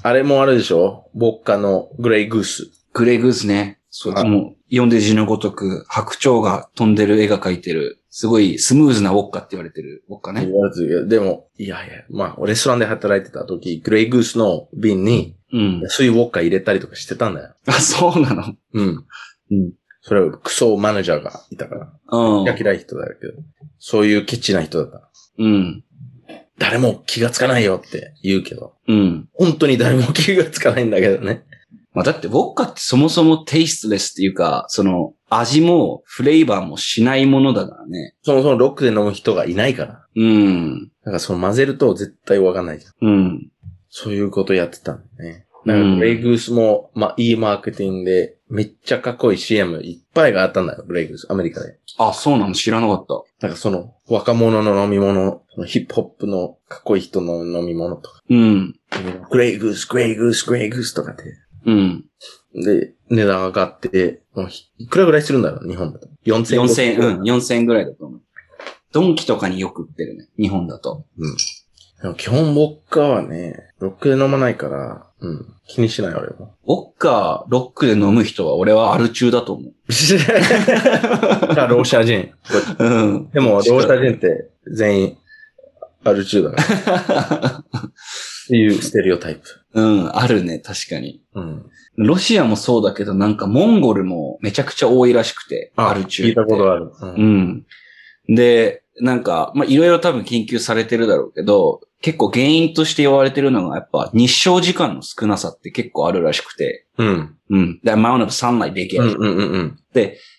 Speaker 2: あれもあるでしょボッカのグレイグース。
Speaker 1: グレイグースね。そう、
Speaker 2: はい
Speaker 1: もう、読んで字のごとく、白鳥が飛んでる絵が描いてる、すごいスムーズなウォッカって言われてるウォッカね
Speaker 2: 言。われてるけどでも、いやいや、まあ、レストランで働いてた時、グレイグースの瓶に、
Speaker 1: うん。
Speaker 2: 安いウォッカ入れたりとかしてたんだよ。
Speaker 1: あ、そうなの。
Speaker 2: うん。
Speaker 1: うん。
Speaker 2: それをクソマネージャーがいたから。
Speaker 1: うん。
Speaker 2: 嫌い人だけど。そういうケチな人だった。
Speaker 1: うん。
Speaker 2: 誰も気がつかないよって言うけど。
Speaker 1: うん。
Speaker 2: 本当に誰も気がつかないんだけどね。
Speaker 1: まあ、だって、ウォッカってそもそもテイストレスっていうか、その、味もフレーバーもしないものだからね。
Speaker 2: そもそもロックで飲む人がいないから。だ
Speaker 1: うん。
Speaker 2: からその混ぜると絶対わかんないじゃん。
Speaker 1: うん。
Speaker 2: そういうことやってたんだよね。
Speaker 1: う
Speaker 2: だから
Speaker 1: ん
Speaker 2: グレイグースも、まあ、いいマーケティングで、めっちゃかっこいい CM いっぱいがあったんだよ、グレイグース、アメリカで。
Speaker 1: あ、そうなの知らなかった。
Speaker 2: なんかその、若者の飲み物、そのヒップホップのかっこいい人の飲み物とか、
Speaker 1: うん。
Speaker 2: グレイグース、グレイグース、グレイグースとかって、
Speaker 1: うん。
Speaker 2: で、値段上がって、もうひいくらぐらいするんだろう、日本だと。4000
Speaker 1: 4000円、うん、4000円ぐらいだと思う。ドンキとかによく売ってるね。日本だと。
Speaker 2: でも基本僕はね、ロックで飲まないから、うん、気にしない俺
Speaker 1: *laughs*
Speaker 2: も。
Speaker 1: ウォッカー、ロックで飲む人は俺はアル中だと思う。
Speaker 2: じゃあ、ローシャジン。
Speaker 1: うん。
Speaker 2: でも、ローシャジンって全員、アル中だから。っていうステレオタイプ。
Speaker 1: うん、あるね、確かに。
Speaker 2: うん。
Speaker 1: ロシアもそうだけど、なんかモンゴルもめちゃくちゃ多いらしくて、アル中っ
Speaker 2: 聞
Speaker 1: て。
Speaker 2: いたことある。うん
Speaker 1: うん。で、なんか、まあ、いろいろ多分研究されてるだろうけど、結構原因として言われてるのが、やっぱ日照時間の少なさって結構あるらしくて、
Speaker 2: うん。
Speaker 1: うん。The amount of sunlight they get.
Speaker 2: うんうんうんうん。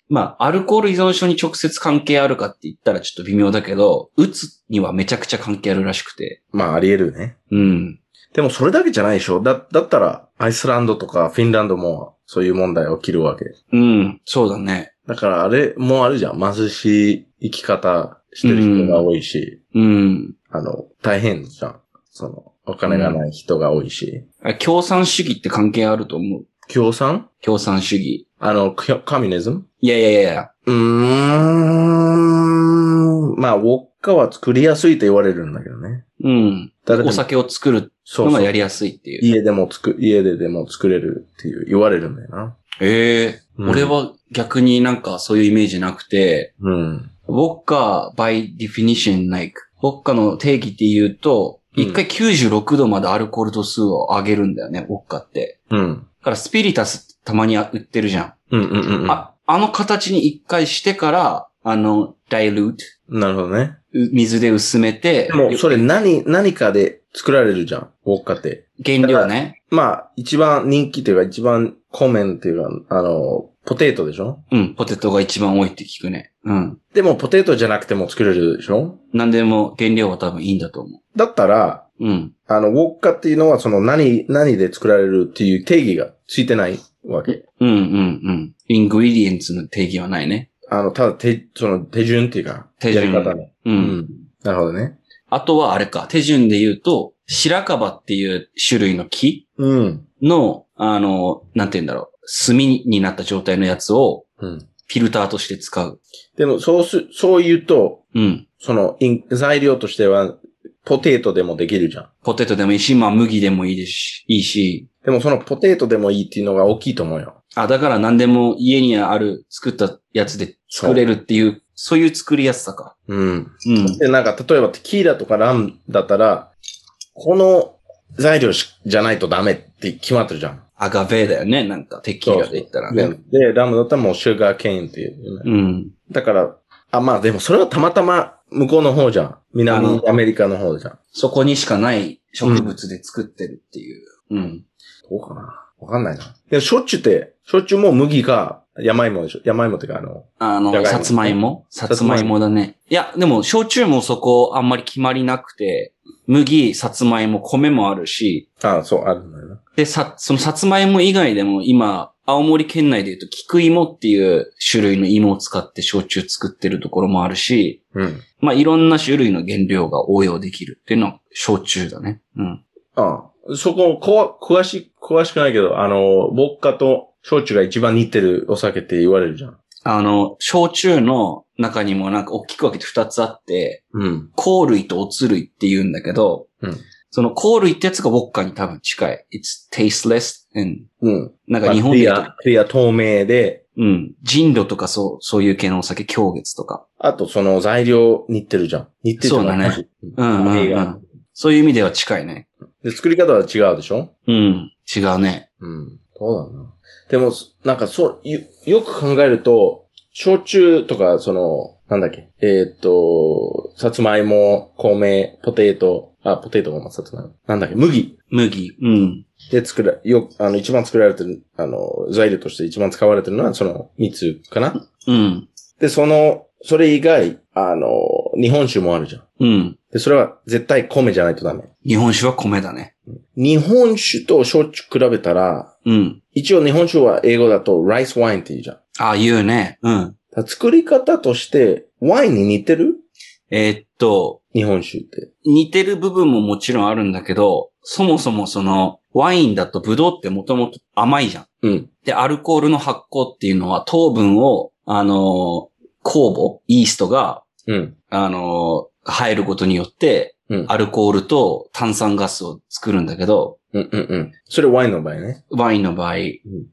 Speaker 1: まあ、アルコール依存症に直接関係あるかって言ったらちょっと微妙だけど、うつにはめちゃくちゃ関係あるらしくて、
Speaker 2: まあ、あり得るね。
Speaker 1: うん。
Speaker 2: でも、それだけじゃないでしょだ、だったら、アイスランドとかフィンランドも、そういう問題起きるわけ。
Speaker 1: うん、そうだね。
Speaker 2: だから、あれもあるじゃん。貧しい生き方してる人が多いし、
Speaker 1: うん。
Speaker 2: あの、大変じゃん。その、お金がない人が多いし。
Speaker 1: あ共産主義って関係あると思う。
Speaker 2: 共産
Speaker 1: 共産主義。
Speaker 2: あの、キョカミュニズム
Speaker 1: いやいやいやいや。
Speaker 2: うーん。まあ、ウォッカは作りやすいと言われるんだけどね。
Speaker 1: うん。
Speaker 2: 誰で
Speaker 1: お
Speaker 2: も
Speaker 1: 酒を作る
Speaker 2: そ
Speaker 1: の
Speaker 2: うそ
Speaker 1: が
Speaker 2: う
Speaker 1: やりやすいっていう。
Speaker 2: 家でも作、家ででも作れるっていう、言われるんだよな。
Speaker 1: ええ
Speaker 2: うん
Speaker 1: 俺、は逆になんかそういうイメージなくて、
Speaker 2: うん。
Speaker 1: ウォッカ by definition like、ウォッカの定義って言うと、
Speaker 2: うん
Speaker 1: 一回96度までアルコール度数を上げるんだよね、ウォッカって。
Speaker 2: うん。
Speaker 1: だからスピリタスたまに売ってるじゃん。
Speaker 2: うんうんうんうん。
Speaker 1: あ、あの形に一回してから、あの、dilute、
Speaker 2: なるほどね。
Speaker 1: う水で薄めて
Speaker 2: で、も、それ何、何かで作られるじゃん。ウォッカって。
Speaker 1: 原料ね。
Speaker 2: まあ、一番人気というか、一番コメンというか、あの、ポテトでしょ
Speaker 1: うん、ポテトが一番多いって聞くね。うん。
Speaker 2: でも、ポテトじゃなくても作れるでしょ
Speaker 1: なんでも原料は多分いいんだと思
Speaker 2: だったら、
Speaker 1: う。うん。
Speaker 2: あの、ウォッカっていうのは、その何、何で作られるっていう定義がついてないわけ。
Speaker 1: うんうんうん。イングリディエンツの定義はないね。
Speaker 2: あの、ただ手、その手順っていうか、
Speaker 1: 手順
Speaker 2: やり方の。
Speaker 1: う。
Speaker 2: うんん。なるほどね。
Speaker 1: あとはあれか、手順で言うと、白樺っていう種類の木
Speaker 2: うん。
Speaker 1: の、あの、なんて言うんだろう、炭になった状態のやつを
Speaker 2: うん。
Speaker 1: フィルターとして使う。
Speaker 2: でも、そうす、そう言うと、
Speaker 1: うん。
Speaker 2: その、イン材料としては、ポテトでもできるじゃん。
Speaker 1: ポテトでもいいし、まあ麦でもいいですし、いいし。
Speaker 2: でも、そのポテトでもいいっていうのが大きいと思うよ。
Speaker 1: あ、だから何でも家にある作ったやつで作れるっていう、そういう作りやすさか。
Speaker 2: うん。
Speaker 1: うん。
Speaker 2: で、なんか、例えばテキーラとかラムだったら、この材料しじゃないとダメって決まってるじゃん。
Speaker 1: アガベーだよね、なんか、テキーラで言ったらね。
Speaker 2: で、でラムだったらもうシュガーケインっていう、ね
Speaker 1: うん。
Speaker 2: だから、あ、まあでもそれはたまたま向こうの方じゃん。
Speaker 1: あ
Speaker 2: 南
Speaker 1: の
Speaker 2: アメリカの方じゃん。
Speaker 1: そこにしかない植物で作ってるっていう。うん。
Speaker 2: どうかなわかんないな。で、しょっちゅうって、しょっちゅうもう麦が山芋でしょ山芋っていうかあの、
Speaker 1: あ
Speaker 2: じ
Speaker 1: の、
Speaker 2: ゃがいも
Speaker 1: さつまいもさつまいもだね。いや、でも、焼酎もそこあんまり決まりなくて、麦、さつまいも、米もあるし、
Speaker 2: あそう、あるんだよな。
Speaker 1: で、さ、そのさつまいも以外でも今、青森県内で言うと、菊芋っていう種類の芋を使って焼酎作ってるところもあるし、
Speaker 2: うん。
Speaker 1: まあ、いろんな種類の原料が応用できるっていうのは焼酎だね。うん。
Speaker 2: ああそこ、こわ、詳し、詳しくないけど、あの、ボッカと焼酎が一番似てるお酒って言われるじゃん。
Speaker 1: あの、焼酎の中にもなんか大きく分けて二つあって、
Speaker 2: うん。
Speaker 1: 香類とおつ類って言うんだけど、
Speaker 2: うん
Speaker 1: その香類ってやつがウォッカに多分近い。It's tasteless and
Speaker 2: うん。
Speaker 1: なんか日本で
Speaker 2: クリ
Speaker 1: 言うと
Speaker 2: ア、、クリア透明で、
Speaker 1: うん、人魚とかそう、そういう系のお酒、狂月とか。
Speaker 2: あとその材料似てるじゃん。似てるじゃん
Speaker 1: そうだね。う
Speaker 2: うん
Speaker 1: うん、
Speaker 2: いいうが
Speaker 1: ん。そういう意味では近いね。
Speaker 2: で、作り方は違うでしょ
Speaker 1: うん、違うね。
Speaker 2: うん。そうだな。でも、なんかそう、よ、よく考えると、焼酎とか、その、なんだっけ、えーっと、さつまいも、米、ポテト、あ、ポテトもさつまいも、なんだっけ、麦
Speaker 1: 麦、うん、
Speaker 2: で作ら、よ、あの、一番作られてる、あの、材料として一番使われてるのは、その、蜜かな
Speaker 1: うん、
Speaker 2: で、その、それ以外、あの、日本酒もあるじゃん。
Speaker 1: うん。
Speaker 2: で、それは絶対米じゃないとダメ。
Speaker 1: 日本酒は米だね。
Speaker 2: 日本酒と焼酎比べたら、
Speaker 1: うん。
Speaker 2: 一応日本酒は英語だとライスワインって言うじゃん。
Speaker 1: ああ、言うね。うん。
Speaker 2: だから作り方として、ワインに似てる
Speaker 1: えーっと、
Speaker 2: 日本酒って。
Speaker 1: 似てる部分ももちろんあるんだけど、そもそもその、ワインだとブドウってもともと甘いじゃん。
Speaker 2: うん。
Speaker 1: で、アルコールの発酵っていうのは糖分を、あのー酵母、イーストが、
Speaker 2: うん。
Speaker 1: あのー入ることによって、
Speaker 2: うん。
Speaker 1: アルコールと炭酸ガスを作るんだけど、
Speaker 2: うんうんうん。それワインの場合ね。
Speaker 1: ワインの場合、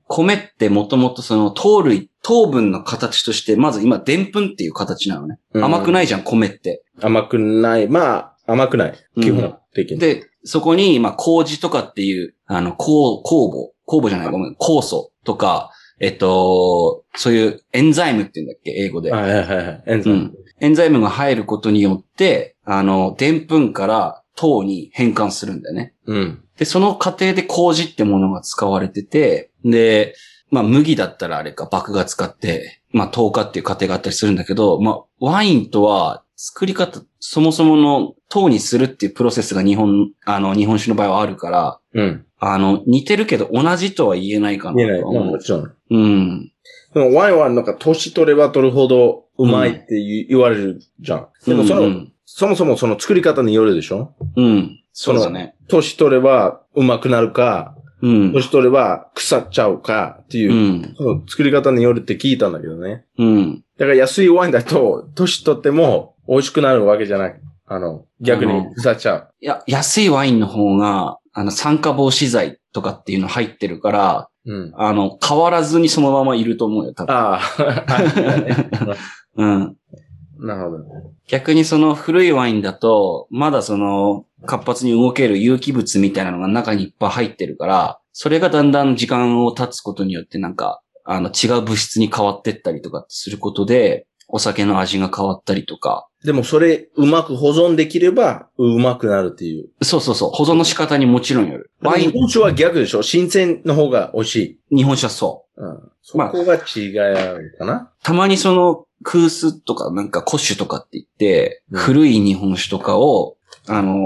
Speaker 1: 米ってもともとその糖類、糖分の形として、まず今、でんぷんっていう形なのね。
Speaker 2: うん
Speaker 1: 甘くないじゃん、米って。
Speaker 2: 甘くない。まあ、甘くない。
Speaker 1: うん
Speaker 2: 基本的に。
Speaker 1: で、そこに、まあ、麹とかっていう、あの、酵酵母、酵母じゃない、ごめん、酵素とか、えっと、そういうエンザイムって言うんだっけ、英語で。
Speaker 2: はいはいはいはい。エン
Speaker 1: う
Speaker 2: ザイム
Speaker 1: ん。エンザイムが入ることによって、あの、でんぷんから糖に変換するんだよね。
Speaker 2: うん。
Speaker 1: で、その過程で麹ってものが使われてて、で、まあ麦だったらあれか、麦芽使って、まあ糖化っていう過程があったりするんだけど、まあワインとは作り方、そもそもの糖にするっていうプロセスが日本、あの、日本酒の場合はあるから、
Speaker 2: うん。
Speaker 1: あの、似てるけど同じとは言えないか
Speaker 2: 見え
Speaker 1: な
Speaker 2: ない。
Speaker 1: とは
Speaker 2: まあ
Speaker 1: 思
Speaker 2: も
Speaker 1: う。
Speaker 2: ちろん。
Speaker 1: うん。
Speaker 2: でもワインはなんか年取れば取るほどうまいって言,、言われるじゃん。でもその、
Speaker 1: うん
Speaker 2: そもそもその作り方によるでしょ
Speaker 1: うん、うん。そうだね。
Speaker 2: 年取ればうまくなるか、
Speaker 1: うん。
Speaker 2: 年取れば腐っちゃうかっていうう、
Speaker 1: ん。
Speaker 2: その作り方によるって聞いたんだけどね。
Speaker 1: うん。
Speaker 2: だから安いワインだと、年取っても美味しくなるわけじゃない。あの、逆に腐っちゃう。
Speaker 1: いや、安いワインの方が、あの、酸化防止剤とかっていうの入ってるから、
Speaker 2: うん。
Speaker 1: あの、変わらずにそのままいると思うよ、多分。
Speaker 2: ああ。
Speaker 1: うん。
Speaker 2: *laughs* なるほど。
Speaker 1: 逆にその古いワインだと、まだその、活発に動ける有機物みたいなのが中にいっぱい入ってるから、それがだんだん時間を経つことによってなんか、あの、違う物質に変わってったりとかすることで、お酒の味が変わったりとか、
Speaker 2: でもそれうまく保存できればうまくなるっていう。
Speaker 1: そうそうそう、保存の仕方にもちろんよる。ワイ
Speaker 2: 日
Speaker 1: ン、
Speaker 2: 本酒は逆でしょ新鮮の方が美味しい。
Speaker 1: 日本酒はそう。
Speaker 2: うん。そこが違うかな、
Speaker 1: たまにその、空ースとかなんか古酒とかって言って、
Speaker 2: うん
Speaker 1: 古い日本酒とかを、あのー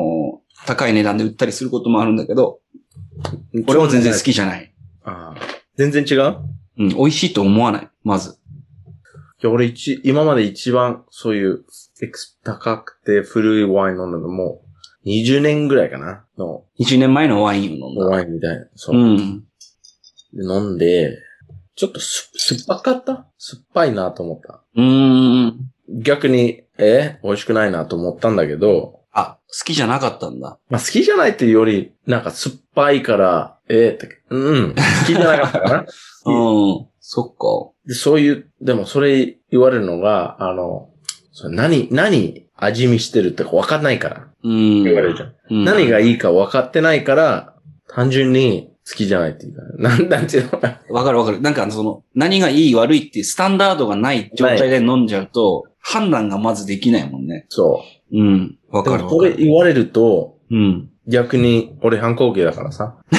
Speaker 1: 高い値段で売ったりすることもあるんだけど、俺は全然好きじゃない。
Speaker 2: ああ。全然違う
Speaker 1: う
Speaker 2: い
Speaker 1: ん、美味しいと思わない、まず。
Speaker 2: や、俺一、今まで一番そういう、エクス高くて古いワイン飲んだのも、20年ぐらいかなの
Speaker 1: 20年前のワインを飲んだ。
Speaker 2: ワインみたいな。そうう。
Speaker 1: ん。
Speaker 2: で飲んで、ちょっとす酸っぱかった酸っぱいなと思った。
Speaker 1: うーん。
Speaker 2: 逆に、え美味しくないなと思ったんだけど、
Speaker 1: あ、好きじゃなかったんだ。
Speaker 2: まあ、好きじゃないっていうより、なんか酸っぱいから、ええって、うん、好きじゃなかったかな。 *laughs*
Speaker 1: うん。そっか。
Speaker 2: でそういう、でもそれ言われるのが、あの、それ何、何味見してるって分かんないから。
Speaker 1: うん。
Speaker 2: 言われるじゃん。
Speaker 1: うん
Speaker 2: 何がいいか分かってないから、単純に好きじゃないっていうか、なんなんていうのかな。
Speaker 1: わかるわかる。なんかその、何がいい悪いっていうスタンダードがない状態で飲んじゃうと、判断がまずできないもんね。
Speaker 2: そ
Speaker 1: うん。わ
Speaker 2: う。で
Speaker 1: かる
Speaker 2: も
Speaker 1: わ
Speaker 2: そ
Speaker 1: か
Speaker 2: れ
Speaker 1: る。
Speaker 2: 言われると、
Speaker 1: うん。
Speaker 2: 逆に、俺反抗期だからさ。
Speaker 1: *laughs*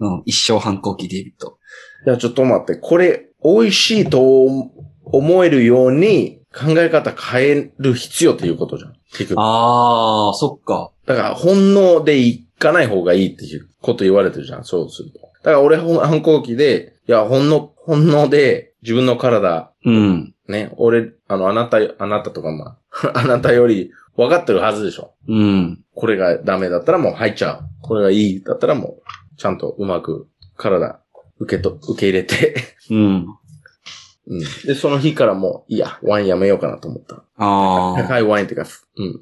Speaker 1: うん、一生反抗期デイビッド。
Speaker 2: いや、ちょっと待って、これ、美味しいと思えるように、考え方変える必要っていうことじゃん。結局。
Speaker 1: ああ、そっか。
Speaker 2: だから、本能で行かない方がいいっていうこと言われてるじゃん、そうすると。だから俺、ほん反抗期で、いや、本能、本能で、自分の体、
Speaker 1: うん。
Speaker 2: ね、俺、あの、あなた、あなたとか、まあ、あ *laughs* なたより分かってるはずでしょ。
Speaker 1: うん。
Speaker 2: これがダメだったらもう入っちゃう。これがいいだったらもう、ちゃんとうまく体、受けと、受け入れて、 *laughs*
Speaker 1: うん。
Speaker 2: うん。で、その日からもう、いや、ワインやめようかなと思った。
Speaker 1: ああ。い
Speaker 2: 高いワインっていうか、うん。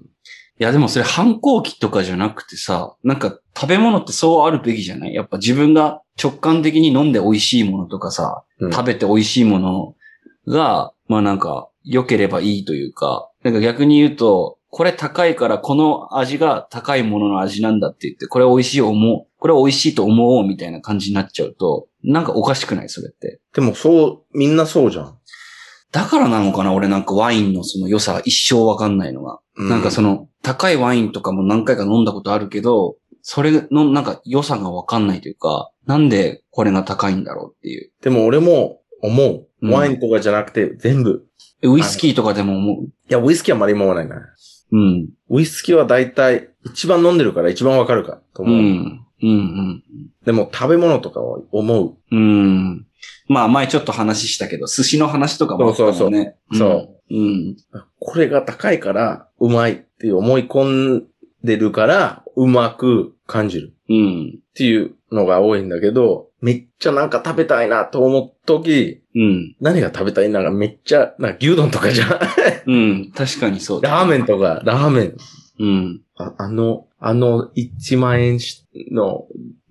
Speaker 1: や、でもそれ反抗期とかじゃなくてさ、なんか食べ物ってそうあるべきじゃないやっぱ自分が直感的に飲んで美味しいものとかさ、
Speaker 2: うん
Speaker 1: 食べて美味しいものが、まあなんか、良ければいいというか、なんか逆に言うと、これ高いからこの味が高いものの味なんだって言って、これ美味しい思う、これ美味しいと思おうみたいな感じになっちゃうと、なんかおかしくないそれって。
Speaker 2: でもそう、みんなそうじゃん。
Speaker 1: だからなのかな俺なんかワインのその良さが一生わかんないのが。
Speaker 2: う
Speaker 1: なんかその、高いワインとかも何回か飲んだことあるけど、それのなんか良さがわかんないというか、なんでこれが高いんだろうっていう。
Speaker 2: でも俺も思
Speaker 1: うん
Speaker 2: う。ワインとかじゃなくて、全部。
Speaker 1: えウイスキーとかでも思
Speaker 2: いや、ウイスキーはあまり思わないな。
Speaker 1: う。うん。
Speaker 2: ウイスキーは大体、一番飲んでるから一番わかるかと
Speaker 1: う
Speaker 2: 思う。
Speaker 1: ん。うん。うん。
Speaker 2: でも食べ物とかは思
Speaker 1: うん。まあ前ちょっと話したけど、寿司の話とかもあったもんね。。
Speaker 2: そうそうう。そう
Speaker 1: うん。
Speaker 2: う。これが高いから、うまいって思い込んでるから、うまく感じる。
Speaker 1: うん。
Speaker 2: っていうのが多いんだけど、めっちゃなんか食べたいなと思うとき、
Speaker 1: うん。
Speaker 2: 何が食べたいなんかめっちゃ、なんか牛丼とか
Speaker 1: *laughs*
Speaker 2: じゃん。
Speaker 1: うん。確かにそうだ。
Speaker 2: ラーメンとか、ラーメン。
Speaker 1: うん。
Speaker 2: ああの、あの1万円しの、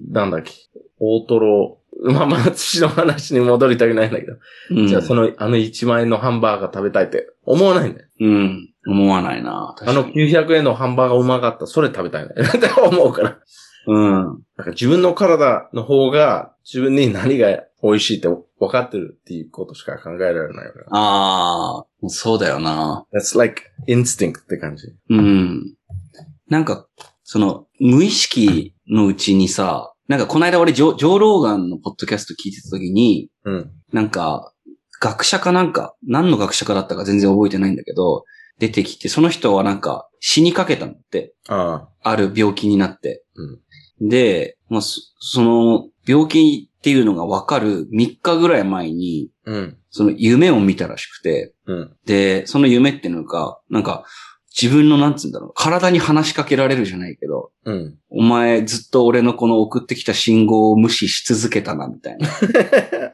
Speaker 2: なんだっけ、大トロ。まあまあ、寿司の話に戻りたくないんだけど。
Speaker 1: うん。
Speaker 2: じゃあその、あの1万円のハンバーガー食べたいって思わないんだよ。
Speaker 1: うん。思わないな。
Speaker 2: あ
Speaker 1: 確
Speaker 2: の
Speaker 1: かに。
Speaker 2: 900円のハンバーガーうまかった。それ食べた *laughs* いね。って思うから。
Speaker 1: うん。
Speaker 2: なんか自分の体の方が自分に何が美味しいって分かってるっていうことしか考えられないから。
Speaker 1: ああ、もうそうだよな。
Speaker 2: That's like instinct って感じ。
Speaker 1: うん。なんか、その、無意識のうちにさ、なんかこの間俺ジョ、ジョーローガンのポッドキャスト聞いてた時に、
Speaker 2: うん。
Speaker 1: なんか、学者かなんか、何の学者かだったか全然覚えてないんだけど、出てきて、その人はなんか死にかけたんだって。
Speaker 2: ああ。
Speaker 1: ある病気になって。で、まあ、そその、病気っていうのがわかる3日ぐらい前に、
Speaker 2: うん。
Speaker 1: その夢を見たらしくて、
Speaker 2: うん。
Speaker 1: で、その夢っていうのが、なんか、自分のなんつうんだろう、体に話しかけられるじゃないけど、
Speaker 2: うん。 *laughs*
Speaker 1: お前ずっと俺のこの送ってきた信号を無視し続けたな、みたいな。っ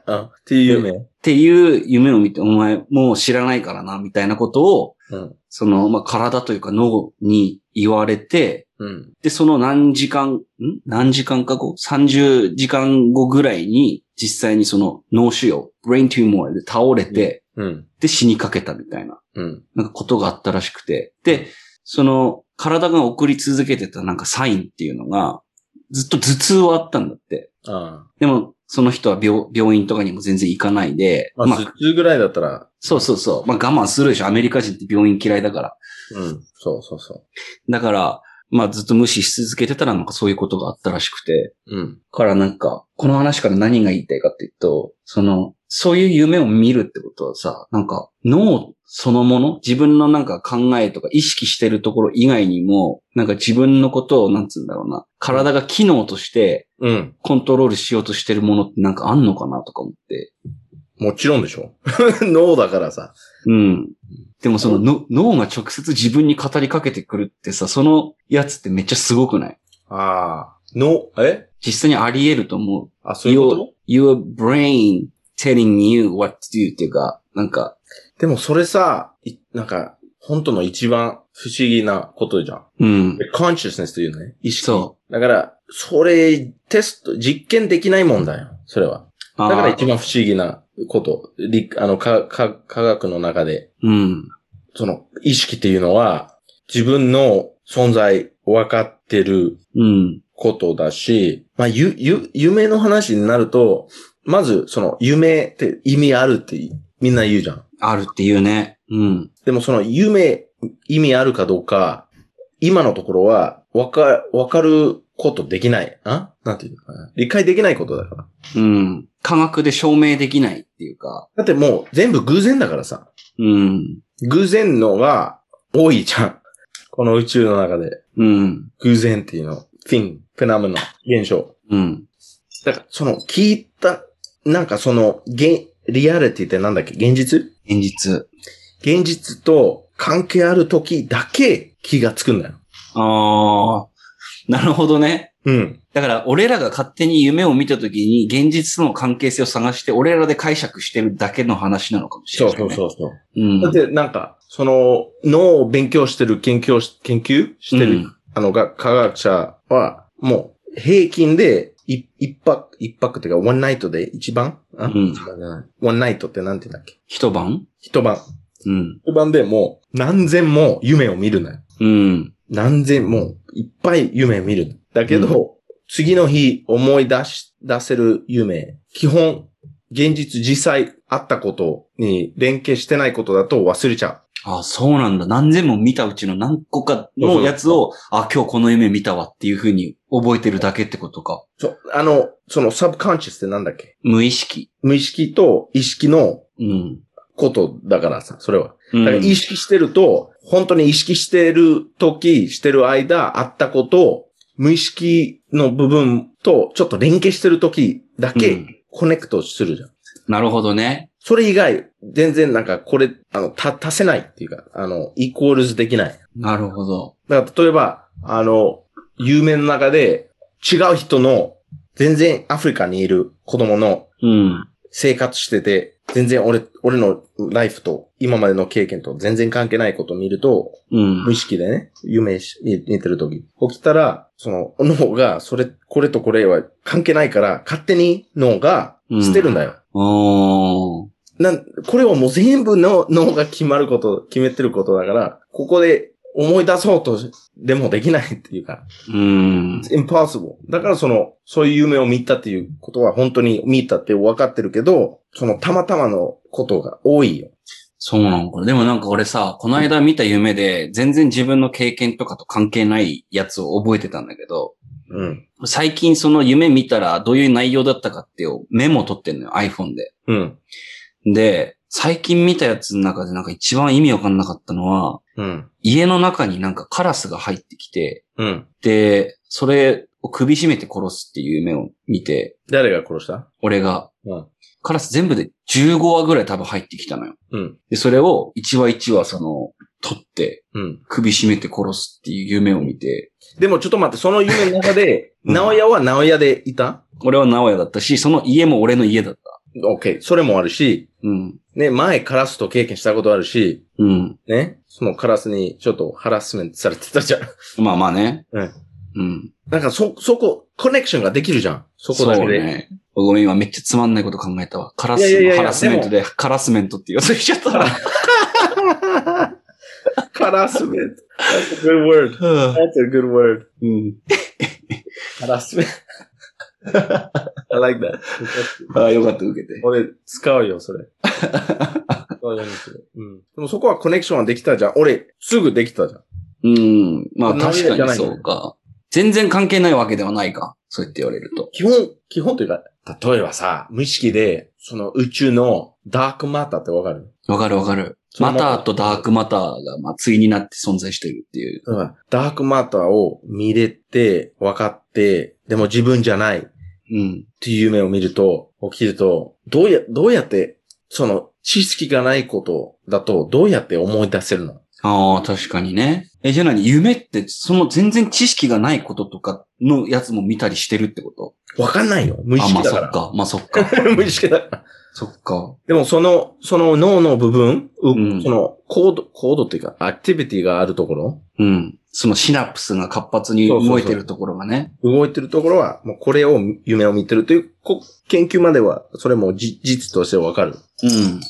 Speaker 2: あ、っていう夢。
Speaker 1: ていう夢を見て、お前もう知らないからな、みたいなことを、
Speaker 2: うん。
Speaker 1: その、まあ、体というか脳に言われて、
Speaker 2: うん。
Speaker 1: で、その何時間、ん何時間か後 ?30 時間後ぐらいに、実際にその脳腫瘍、ブレイン n ューモ r で倒れて、
Speaker 2: うん。
Speaker 1: で、死にかけたみたいな、
Speaker 2: うん。
Speaker 1: なんかことがあったらしくて。で、その、体が送り続けてたなんかサインっていうのが、ずっと頭痛はあったんだって。
Speaker 2: あ
Speaker 1: でも、その人は病病院とかにも全然行かないで、
Speaker 2: あ。
Speaker 1: ま
Speaker 2: まあ、
Speaker 1: あ、
Speaker 2: 頭痛ぐらいだったら、
Speaker 1: そうそうそう、まあ我慢するでしょ。アメリカ人って病院嫌いだから。
Speaker 2: うん。そうそうそ
Speaker 1: だから、まあずっと無視し続けてたらなんかそういうことがあったらしくて。
Speaker 2: う。うん。
Speaker 1: からなんか、この話から何が言いたいかっていうと、その、そういう夢を見るってことはさ、なんか脳そのもの、自分のなんか考えとか意識してるところ以外にも、なんか自分のことを、なんつうんだろうな、体が機能として
Speaker 2: うん。
Speaker 1: コントロールしようとしてるものってなんかあんのかなとか思って。
Speaker 2: もちろんでしょ。 *laughs* 脳だからさ。
Speaker 1: うん。でもそのの脳が直接自分に語りかけてくるってさ、そのやつってめっちゃすごくない
Speaker 2: ああ。脳、え
Speaker 1: 実際にあり得ると思う。
Speaker 2: あ、そういうこと
Speaker 1: Your brain telling you what to do っていうか、なんか、
Speaker 2: でもそれさ、いなんか、本当の一番不思議なことじゃん。
Speaker 1: うん。
Speaker 2: consciousness というね。意識。
Speaker 1: そ
Speaker 2: だから、それ、テスト、実験できないもんだよ。それは。
Speaker 1: う。だ
Speaker 2: だから一番不思議なこと。理あの、か、か、科学の中で、
Speaker 1: うん。
Speaker 2: その、意識っていうのは、自分の存在、分かってる
Speaker 1: うん。
Speaker 2: ことだし、まあ、ゆ、ゆ、夢の話になると、まず、その、夢って意味あるってみんな言うじゃん。
Speaker 1: あるっていうね。うん。
Speaker 2: でもその夢、意味あるかどうか、今のところは、わか、わかることできない。あなんていうのかな。理解できないことだから。
Speaker 1: うん。科学で証明できないっていうか。
Speaker 2: だってもう全部偶然だからさ。
Speaker 1: うん。
Speaker 2: 偶然のが多いじゃん。この宇宙の中で。
Speaker 1: うん。
Speaker 2: 偶然っていうの。thing, phenomenon, 現象。
Speaker 1: うん。
Speaker 2: だから、その聞いた、なんかその、げ、リアリティってなんだっけ現実
Speaker 1: 現実。
Speaker 2: 現実と関係ある時だけ気がつくんだよ。
Speaker 1: ああ。なるほどね。
Speaker 2: うん。
Speaker 1: だから、俺らが勝手に夢を見たときに、現実との関係性を探して、俺らで解釈してるだけの話なのかもしれ
Speaker 2: そう
Speaker 1: ない、ね。
Speaker 2: そうそうそう。
Speaker 1: う。うん。
Speaker 2: だってなんか、その、脳を勉強してる、研究し、研究してる、
Speaker 1: うん
Speaker 2: あの、が、科学者は、もう、平均で、い一泊、一泊っていうか、ワンナイトで一晩あ、
Speaker 1: うん
Speaker 2: 一晩じゃない。ワンナイトってなんて言うんだっけ
Speaker 1: 一晩
Speaker 2: 一晩。
Speaker 1: うん。
Speaker 2: 一晩でもう、何千も夢を見るのよ。
Speaker 1: うん。
Speaker 2: 何千も、いっぱい夢を見るの。だけど、次の日思い出し、出せる夢、基本、現実実際あったことに連携してないことだと忘れちゃう。
Speaker 1: ああ、そうなんだ。何千も見たうちの何個か
Speaker 2: そうそ
Speaker 1: の
Speaker 2: う
Speaker 1: やつを、あ、今日この夢見たわっていうふうに覚えてるだけってことか。
Speaker 2: そう、あの、そのサブカンチ s ってなんだっけ
Speaker 1: 無意識。
Speaker 2: 無意識と意識の
Speaker 1: うん。
Speaker 2: ことだからさ、それは。
Speaker 1: うん
Speaker 2: だから意識してると、本当に意識してる時、してる間、あったことを、無意識の部分とちょっと連携してる時だ
Speaker 1: う
Speaker 2: け
Speaker 1: ん
Speaker 2: コネクトするじゃん。
Speaker 1: なるほどね。
Speaker 2: それ以外、全然なんかこれ、あの、た、足せないっていうか、あの、イコールズできない。
Speaker 1: なるほど。
Speaker 2: だから例えば、あの、有名の中で、違う人の、全然アフリカにいる子供の
Speaker 1: うん。
Speaker 2: 生活してて、全然俺、俺のライフと、今までの経験と全然関係ないことを見ると、
Speaker 1: うん
Speaker 2: 無。意識でね、夢し、寝てる時。起きたら、その、脳が、それ、これとこれは関係ないから、勝手に脳が
Speaker 1: うん
Speaker 2: 捨てるんだよ。
Speaker 1: おー。
Speaker 2: なん、これはもう全部の脳が決まること、決めてることだから、ここで思い出そうとでもできないっていうか、
Speaker 1: うん。
Speaker 2: impossible。だからその、そういう夢を見たっていうことは本当に見たって分かってるけど、そのたまたまのことが多いよ。
Speaker 1: そうなのかな。でもなんか俺さ、この間見た夢で、全然自分の経験とかと関係ないやつを覚えてたんだけど、
Speaker 2: うん。
Speaker 1: 最近その夢見たらどういう内容だったかっていうメモ取ってんのよ、iPhone で。
Speaker 2: うん。
Speaker 1: で、最近見たやつの中でなんか一番意味わかんなかったのは、
Speaker 2: うん。
Speaker 1: 家の中になんかカラスが入ってきて、
Speaker 2: うん。
Speaker 1: で、それを首絞めて殺すっていう夢を見て、
Speaker 2: 誰が殺した
Speaker 1: 俺が、
Speaker 2: うん
Speaker 1: カラス全部で15話ぐらい多分入ってきたのよ。
Speaker 2: うん。
Speaker 1: で、それを1話1話その、取って、
Speaker 2: うん。
Speaker 1: 首絞めて殺すっていう夢を見て、
Speaker 2: でもちょっと待って、その夢の中で、
Speaker 1: うん
Speaker 2: 直屋は直屋でいた
Speaker 1: 俺は直屋だったし、その家も俺の家だった。
Speaker 2: ?OK。それもあるし、
Speaker 1: うん。
Speaker 2: ね、前カラスと経験したことあるし、
Speaker 1: うん。
Speaker 2: ね、そのカラスにちょっとハラスメントされてたじゃん。 *laughs*
Speaker 1: まあまあね。
Speaker 2: うん。
Speaker 1: うん。
Speaker 2: なんかそ、そこ、コネクションができるじゃん。そこだけ
Speaker 1: そう
Speaker 2: で。
Speaker 1: ね。ごめん、今めっちゃつまんないこと考えたわ。カラ
Speaker 2: いや
Speaker 1: ス
Speaker 2: いやいや
Speaker 1: のハラスメントで、カラスメントって言わせちゃったな。
Speaker 2: *laughs* *laughs* カラスメント。That's
Speaker 1: *laughs*
Speaker 2: a good word. That's a good word. *laughs*
Speaker 1: うん。
Speaker 2: ハラスメント。I like that.
Speaker 1: ああ、よかった、受けて。
Speaker 2: 俺、使うよ、それ。使うようにする。うん。でもそこはコネクションはできたじゃん。俺、すぐできたじゃん。
Speaker 1: うん。まあ
Speaker 2: こんな
Speaker 1: 確
Speaker 2: 夢じ
Speaker 1: か
Speaker 2: ゃな
Speaker 1: に
Speaker 2: いよ
Speaker 1: そうか。全然関係ないわけではないか。そうやって言われると。
Speaker 2: 基本、基本というか、例えばさ、無意識で、その宇宙のダークマターってわかる
Speaker 1: わかるわかる。
Speaker 2: その
Speaker 1: マターとダークマターが、まあ、対になって存在してるっていう。
Speaker 2: うんダークマターを見れて、分かって、でも自分じゃないっ
Speaker 1: うん。
Speaker 2: ていう夢を見ると、起きると、どうや、どうやって、その知識がないことだと、どうやって思い出せるの
Speaker 1: ああ、確かにね。え、じゃあ何夢って、その全然知識がないこととかのやつも見たりしてるってこと
Speaker 2: わかんないよ。無意
Speaker 1: あ、ま
Speaker 2: 識
Speaker 1: あ
Speaker 2: だ
Speaker 1: そ
Speaker 2: か
Speaker 1: っ
Speaker 2: ら。
Speaker 1: か。まあそっか。
Speaker 2: *laughs* 無意識だから。
Speaker 1: そっか。
Speaker 2: でもその、その脳の部分、う
Speaker 1: うん
Speaker 2: そのコード、コードっていうか、アクティビティがあるところ、
Speaker 1: うん。そのシナプスが活発に動いてるところがね。
Speaker 2: 動いてるところは、もうこれを、夢を見てるという、こ研究までは、それもじ事実としてわかる。
Speaker 1: うん。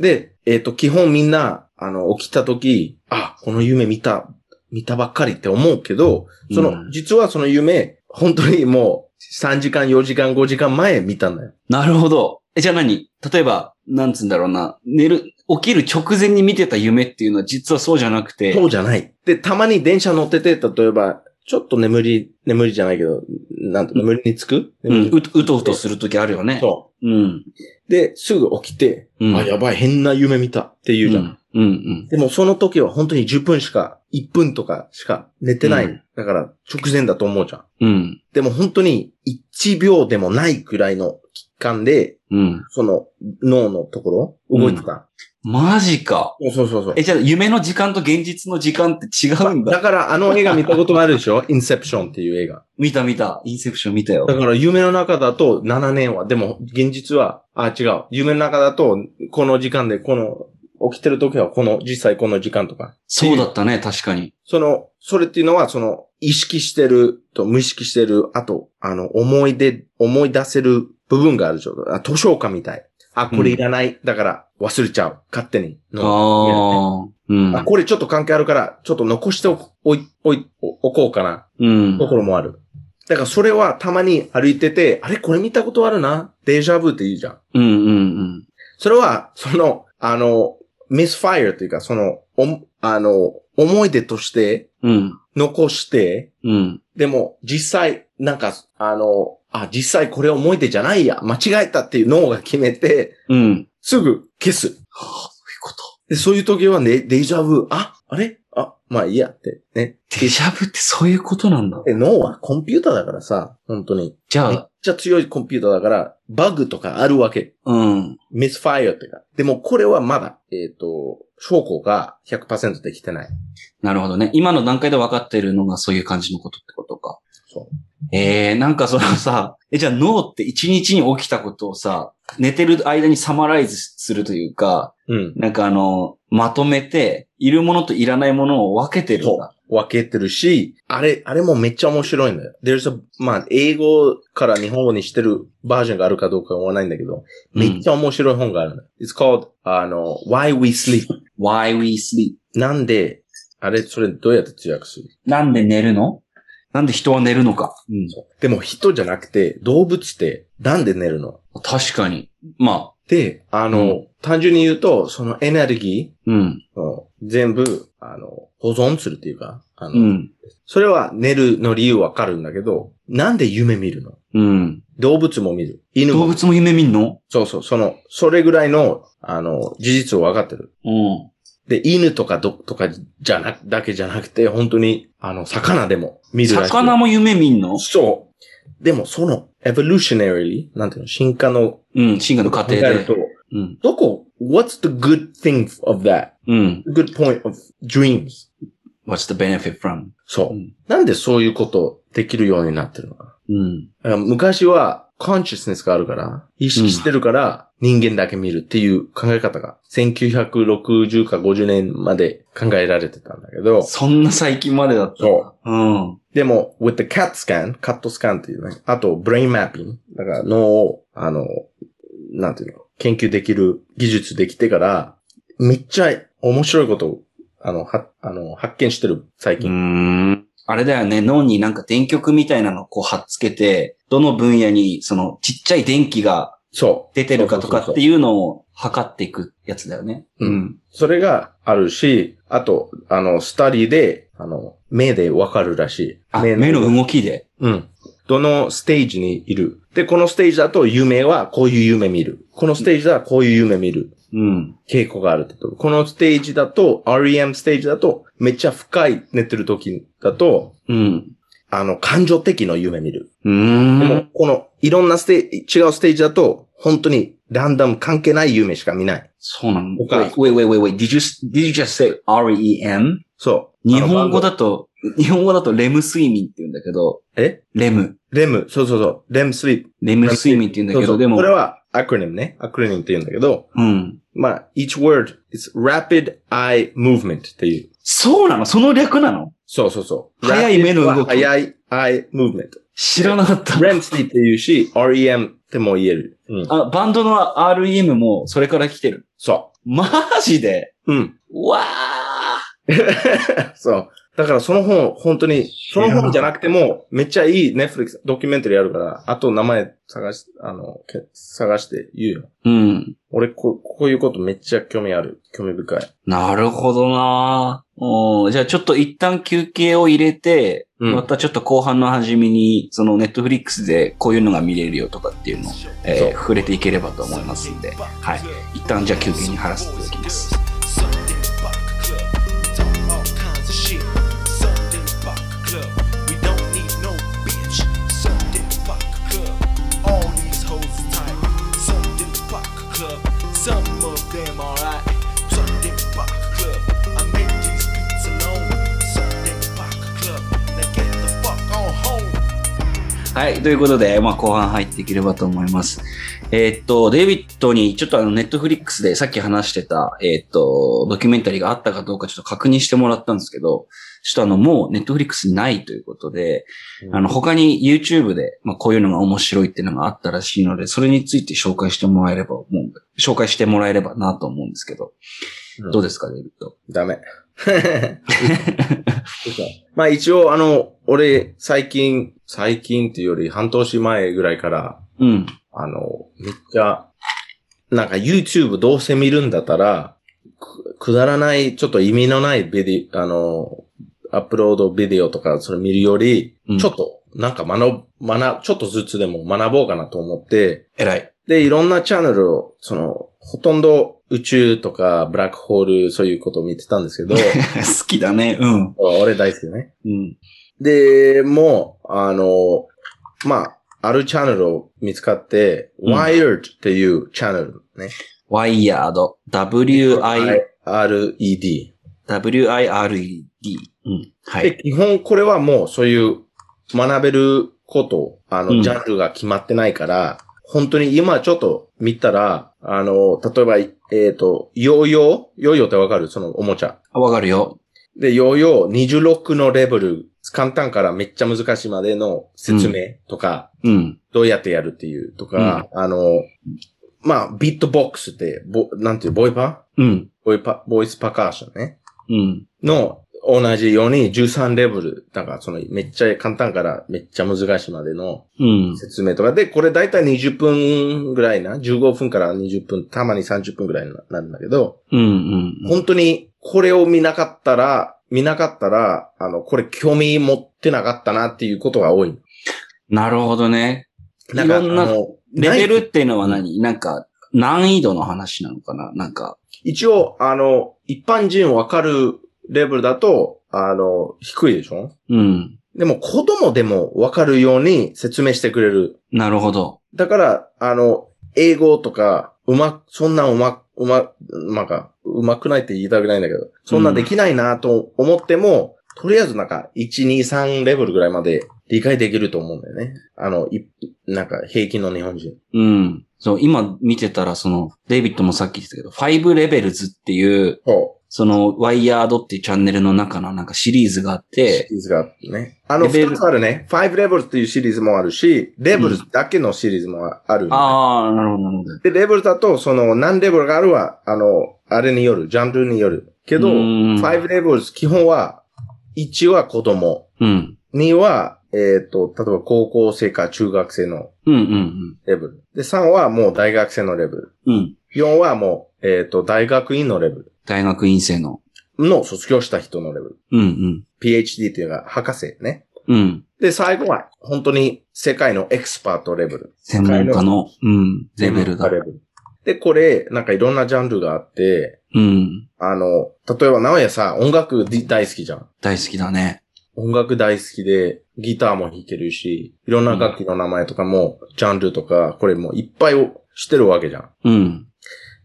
Speaker 2: で、えっ、と、基本みんな、あの、起きた時、あ、この夢見た、見たばっかりって思うけど、その、
Speaker 1: うん
Speaker 2: 実はその夢、本当にもう、3時間、4時間、5時間前見たんだよ。
Speaker 1: なるほど。え、じゃあ何例えば、なんつうんだろうな。寝る、起きる直前に見てた夢っていうのは実はそうじゃなくて。
Speaker 2: そうじゃない。で、たまに電車乗ってて、例えば、ちょっと眠り、眠りじゃないけど、なんと、
Speaker 1: うん
Speaker 2: 眠りにつく、
Speaker 1: うん、
Speaker 2: 眠
Speaker 1: ううとうとするときあるよ
Speaker 2: り
Speaker 1: ね。。
Speaker 2: そう
Speaker 1: うん。
Speaker 2: う。で、すぐ起きて、
Speaker 1: うん。
Speaker 2: あ、やばい、変な夢見たって言うじゃん。
Speaker 1: うん。うんうん。
Speaker 2: でもその時は本当に10分しか、1分とかしか寝てない。
Speaker 1: うん
Speaker 2: だから、直前だと思うじゃん。
Speaker 1: うん。
Speaker 2: でも本当に1秒でもないくらいの期間で、
Speaker 1: うん。
Speaker 2: その脳のところ、動いてた。
Speaker 1: マジか。
Speaker 2: そうそうそう。
Speaker 1: え、じゃあ、夢の時間と現実の時間って違うんだ。
Speaker 2: だからあの映画見たこともあるでしょ *laughs* インセプションっていう映画。
Speaker 1: 見た見た。インセプション見たよ
Speaker 2: だ。から夢の中だと7年は、でも現実は、あ、違う。夢の中だと、この時間で、この、起きてる時はこの、実際この時間とか。
Speaker 1: そうだったね、確かに。
Speaker 2: その、それっていうのは、その、意識してると無意識してる、あと、あの、思い出、思い出せる部分があるでしょ。あ図書館みたい。あ、これいらない。だから、忘れちゃう。勝手に。
Speaker 1: ああ。うん
Speaker 2: あ。これちょっと関係あるから、ちょっと残しておくおい、おい、おおこうかな。
Speaker 1: うん
Speaker 2: と。ころもある。だからそれはたまに歩いてて、あれこれ見たことあるな。デジャブって言うじゃん。
Speaker 1: うんうん
Speaker 2: それは、その、あの、ミスファイアというか、その、お、あの、思い出として
Speaker 1: うん。うん。
Speaker 2: 残して、
Speaker 1: うん。
Speaker 2: でも、実際、なんか、あの、あ、実際これ思い出じゃないや、間違えたっていう脳が決めて、
Speaker 1: うん。
Speaker 2: すぐ消す。
Speaker 1: はあ、そういうこと。
Speaker 2: でそういう時はね、デジャブ、あ、あれあ、まあいいやって、ね。
Speaker 1: デジャブってそういうことなんだ。
Speaker 2: で脳はコンピューターだからさ、本当に。
Speaker 1: じゃ
Speaker 2: めっ
Speaker 1: あ、
Speaker 2: ちゃ強いコンピューターだから、バグとかあるわけ。
Speaker 1: うん。
Speaker 2: ミスファイアってか。でもこれはまだ、えっ、と、証拠が100%できてない。
Speaker 1: なるほどね。今の段階で分かっているのがそういう感じのことってことか。
Speaker 2: そ
Speaker 1: ええなんかそのさ、え、じゃあ脳って一日に起きたことをさ、寝てる間にサマライズするというか、
Speaker 2: う。うん。
Speaker 1: なんかあの、まとめて、いるものといらないものを分けてるんだ。
Speaker 2: 分けてるし、あれ、あれもめっちゃ面白いんだよ。There's a, まあ、英語から日本語にしてるバージョンがあるかどうかは言わないんだけど、めっちゃ面白い本があるんだよ。It's called, あの、Why We Sleep.
Speaker 1: Why we sleep.
Speaker 2: なんで、あれ、それどうやって通訳する
Speaker 1: なんで寝るのなんで人は寝るのか。うん。
Speaker 2: でも人じゃなくて、動物って、なんで寝るの
Speaker 1: 確かに。まあ、
Speaker 2: で、あの、
Speaker 1: う
Speaker 2: 単純に言うと、そのエネルギ
Speaker 1: うん。
Speaker 2: ーを全部、あの、保存するっていうか、あの、
Speaker 1: うん。
Speaker 2: それは寝るの理由わかるんだけど、なんで夢見るの
Speaker 1: うん。
Speaker 2: 動物も見る。犬も
Speaker 1: 動物も夢見んの
Speaker 2: そうそう、その、それぐらいの、あの、事実を分かってる。
Speaker 1: うん。
Speaker 2: で、犬とかど、とかじゃな、だけじゃなくて、本当に、あの、魚でも見るらしい。
Speaker 1: 魚も夢見んの
Speaker 2: そう。でも、その、evolutionarily, なんていうの、進化の、
Speaker 1: うん。進化の過程
Speaker 2: 考える
Speaker 1: で
Speaker 2: と。、
Speaker 1: うん。
Speaker 2: どこ、what's the good thing of that?
Speaker 1: うん。
Speaker 2: good point of dreams?
Speaker 1: What's the benefit from?
Speaker 2: そう。
Speaker 1: うん
Speaker 2: なんでそういうことできるようになってるのか
Speaker 1: うん。
Speaker 2: なだから昔は、コンシスネスがあるから、意識してるから、人間だけ見るっていう考え方が、1960か50年まで考えられてたんだけど、
Speaker 1: そんな最近までだった。
Speaker 2: そう。
Speaker 1: うん。
Speaker 2: でも、with the cat scan, カットスキャンっていうね、あと、brain mapping、だから脳を、あの、なんていうの、研究できる技術できてから、めっちゃ面白いことを、あの、は、あの、発見してる、最
Speaker 1: うー
Speaker 2: 近。
Speaker 1: ん。あれだよね、脳になんか電極みたいなのをこう貼っつけて、どの分野にそのちっちゃい電気が
Speaker 2: そう。
Speaker 1: 出てるかとかっていうのを測っていくやつだよね。
Speaker 2: うん。それがあるし、あと、あの、スタディで、あの、目でわかるらしい。
Speaker 1: あ、目の動きで。
Speaker 2: うん。どのステージにいる。で、このステージだと夢はこういう夢見る。このステージだとこういう夢見る。
Speaker 1: うん。
Speaker 2: 傾向があるってこと。このステージだと、REM ステージだと、めっちゃ深い寝てる時だと、
Speaker 1: うん。
Speaker 2: あの、感情的の夢見る。
Speaker 1: う
Speaker 2: で
Speaker 1: ー
Speaker 2: も
Speaker 1: ん。、
Speaker 2: この、いろんなステージ、違うステージだと、本当に、ランダム関係ない夢しか見ない。
Speaker 1: そうなの。
Speaker 2: 他
Speaker 1: Wait, wait, wait, wait, wait. Did you, did you just say REM?
Speaker 2: そう。
Speaker 1: 日本語
Speaker 2: だ。
Speaker 1: だと、日本語だとレム睡眠って言うんだけど、
Speaker 2: え
Speaker 1: レム。
Speaker 2: レム、そうそうそう。レムスリープ。
Speaker 1: レム睡眠って言うんだ
Speaker 2: そう
Speaker 1: け
Speaker 2: そう
Speaker 1: ど、でも
Speaker 2: これ、は、アクロニムね。アクロニムって言うんだけど、
Speaker 1: うん。
Speaker 2: まあ、each word is rapid eye movement っていう。
Speaker 1: そうなのその略なの
Speaker 2: そうそうそう。
Speaker 1: 早い目の動き
Speaker 2: Rapid は早い eye movement。
Speaker 1: 知らなかった。
Speaker 2: REM sleep って言うし、REM っても言える。うん。
Speaker 1: あ、バンドの REM もそれから来てる。
Speaker 2: そ
Speaker 1: マジで
Speaker 2: う。うん。 *laughs*
Speaker 1: わ
Speaker 2: そう。だからその本、本当に、その本じゃなくても、めっちゃいい Netflix ドキュメンタリーあるから、あと名前探し、あの、け探して言うよ。
Speaker 1: ーうん。
Speaker 2: 俺こ、こういうことめっちゃ興味ある。興味深い。
Speaker 1: なるほどなおーじゃあちょっと一旦休憩を入れて、
Speaker 2: うん
Speaker 1: またちょっと後半の初めに、そのネットフリックスでこういうのが見れるよとかっていうのを、えー
Speaker 2: そう
Speaker 1: 触れていければと思いますんで、はい。一旦じゃあ休憩に入らせていただきます。
Speaker 3: Sunday Buck Club. Talk all kinds of shit. Sunday Buck Club. We don't need no bitch. Sunday Buck Club. All these hoes is tight. Sunday Buck Club. Some of them alright. Sunday Buck Club. I made these beats alone. Sunday Buck Club. Now get the fuck on home.
Speaker 1: はい。ということで、まあ、後半入っていければと思います。えーっと、デイビッドに、ちょっとあの、ネットフリックスでさっき話してた、えーっと、ドキュメンタリーがあったかどうかちょっと確認してもらったんですけど、ちょっとあの、もうネットフリックスにないということで、あの、他に YouTube で、まあ、こういうのが面白いっていうのがあったらしいので、それについて紹介してもらえれば、もう、紹介してもらえればなと思うんですけど、
Speaker 2: うん
Speaker 1: どうですか、デイビッド。
Speaker 2: ダメ。 *laughs* まあ一応、あの、俺、最近、最近っていうより半年前ぐらいから、
Speaker 1: うん。
Speaker 2: あの、めっちゃ、なんか YouTube どうせ見るんだったら、くくだらない、ちょっと意味のないビデオ、あの、アップロードビデオとか、それ見るより、
Speaker 1: うん
Speaker 2: ちょっと、なんか学ぶ、学ぶ、ちょっとずつでも学ぼうかなと思って、
Speaker 1: 偉い。 *laughs*
Speaker 2: で、いろんなチャンネルを、その、ほとんど宇宙とかブラックホール、そういうことを見てたんですけ
Speaker 1: *laughs*
Speaker 2: ど、
Speaker 1: 好きだね。うん。
Speaker 2: 俺大好きね。
Speaker 1: うん。
Speaker 2: で、もう、あの、まあ、あるチャンネルを見つかって、
Speaker 1: うん
Speaker 2: Wired っていうチャンネルね。
Speaker 1: ワイヤード、WI、
Speaker 2: R-E-D。
Speaker 1: WIRED。うん。は
Speaker 2: で、
Speaker 1: い。
Speaker 2: 基本これはもうそういう学べること、あ
Speaker 1: う
Speaker 2: の、
Speaker 1: ん
Speaker 2: ジャンルが決まってないから、本当に今ちょっと見たら、あの、例えば、えっ、と、ヨーヨーヨーヨーってわかるそのおもちゃ。
Speaker 1: あわかるよ。
Speaker 2: で、ヨーヨー26のレベル、簡単からめっちゃ難しいまでの説明とか、
Speaker 1: うん。
Speaker 2: どうやってやるっていうとか、あの、まあ、ビットボックスって、ぼなんていう、ボイパ
Speaker 1: うん。
Speaker 2: ボイパ、ボイスパカーションね。
Speaker 1: うん。
Speaker 2: の、同じように13レベル、なんかそのめっちゃ簡単からめっちゃ難しいまでの
Speaker 1: うん。
Speaker 2: 説明とかで、これだいたい20分ぐらいな、15分から20分、たまに30分ぐらいになるんだけど、
Speaker 1: うん。うん。
Speaker 2: 本当にこれを見なかったら、見なかったら、あの、これ興味持ってなかったなっていうことが多い。
Speaker 1: なるほどね。
Speaker 2: なんか、
Speaker 1: いろんな
Speaker 2: あの
Speaker 1: レベル
Speaker 2: な
Speaker 1: っ
Speaker 2: い
Speaker 1: ていうのは何なんか、難易度の話なのかななんか。
Speaker 2: 一応、あの、一般人わかるレベルだと、あの、低いでしょ
Speaker 1: うん。
Speaker 2: でも子供でもわかるように説明してくれる
Speaker 1: なるほど。
Speaker 2: だから、あの、英語とか、うま、そんなうま、うま、なんか、うまくないって言いたくないんだけど、そんなできないなと思っても、とりあえずなんか、1、2、3レベルぐらいまで理解できると思うんだよね。あの、い、なんか、平均の日本人。
Speaker 1: うん。そう、今見てたら、その、デイビッドもさっき言ってたけど、5レベルズっていう、
Speaker 2: そ
Speaker 1: その、ワイヤードっていうチャンネルの中のなんかシリーズがあっ
Speaker 2: う。
Speaker 1: て
Speaker 2: シ、リーズがあってね。あの、
Speaker 1: レベル
Speaker 2: 二つあるね。5レベルっていうシリーズもあるし、レベルだけのシリーズもある、
Speaker 1: ああ、なるほど、なるほど。
Speaker 2: で、レベルだと、その、何レベルがあるは、あの、あれによる、ジャンルによる。けど、
Speaker 1: うーん
Speaker 2: 5レベル、基本は、1は子供、
Speaker 1: うん。
Speaker 2: 2は、えっ、と、例えば高校生か中学生の
Speaker 1: うん、うん、
Speaker 2: レベル。で、3はもう大学生のレベル。
Speaker 1: うん。うん。
Speaker 2: 4はもう、えっ、と、大学院のレベル。
Speaker 1: 大学院生の。
Speaker 2: の卒業した人のレベル。
Speaker 1: うん、
Speaker 2: PhD っていうのが博士ね。
Speaker 1: うん。うん。
Speaker 2: で、最後は、本当に世界のエクスパートレベル。
Speaker 1: 専門家の、うん、レベルだ。
Speaker 2: レベル。で、これ、なんかいろんなジャンルがあって、
Speaker 1: うん。
Speaker 2: あの、例えば、直哉さ、音楽で大好きじゃん。
Speaker 1: 大好きだね。
Speaker 2: 音楽大好きで、ギターも弾けるし、いろんな楽器の名前とかも、ジャンルとか、これもういっぱいを知ってるわけじゃん。
Speaker 1: うん。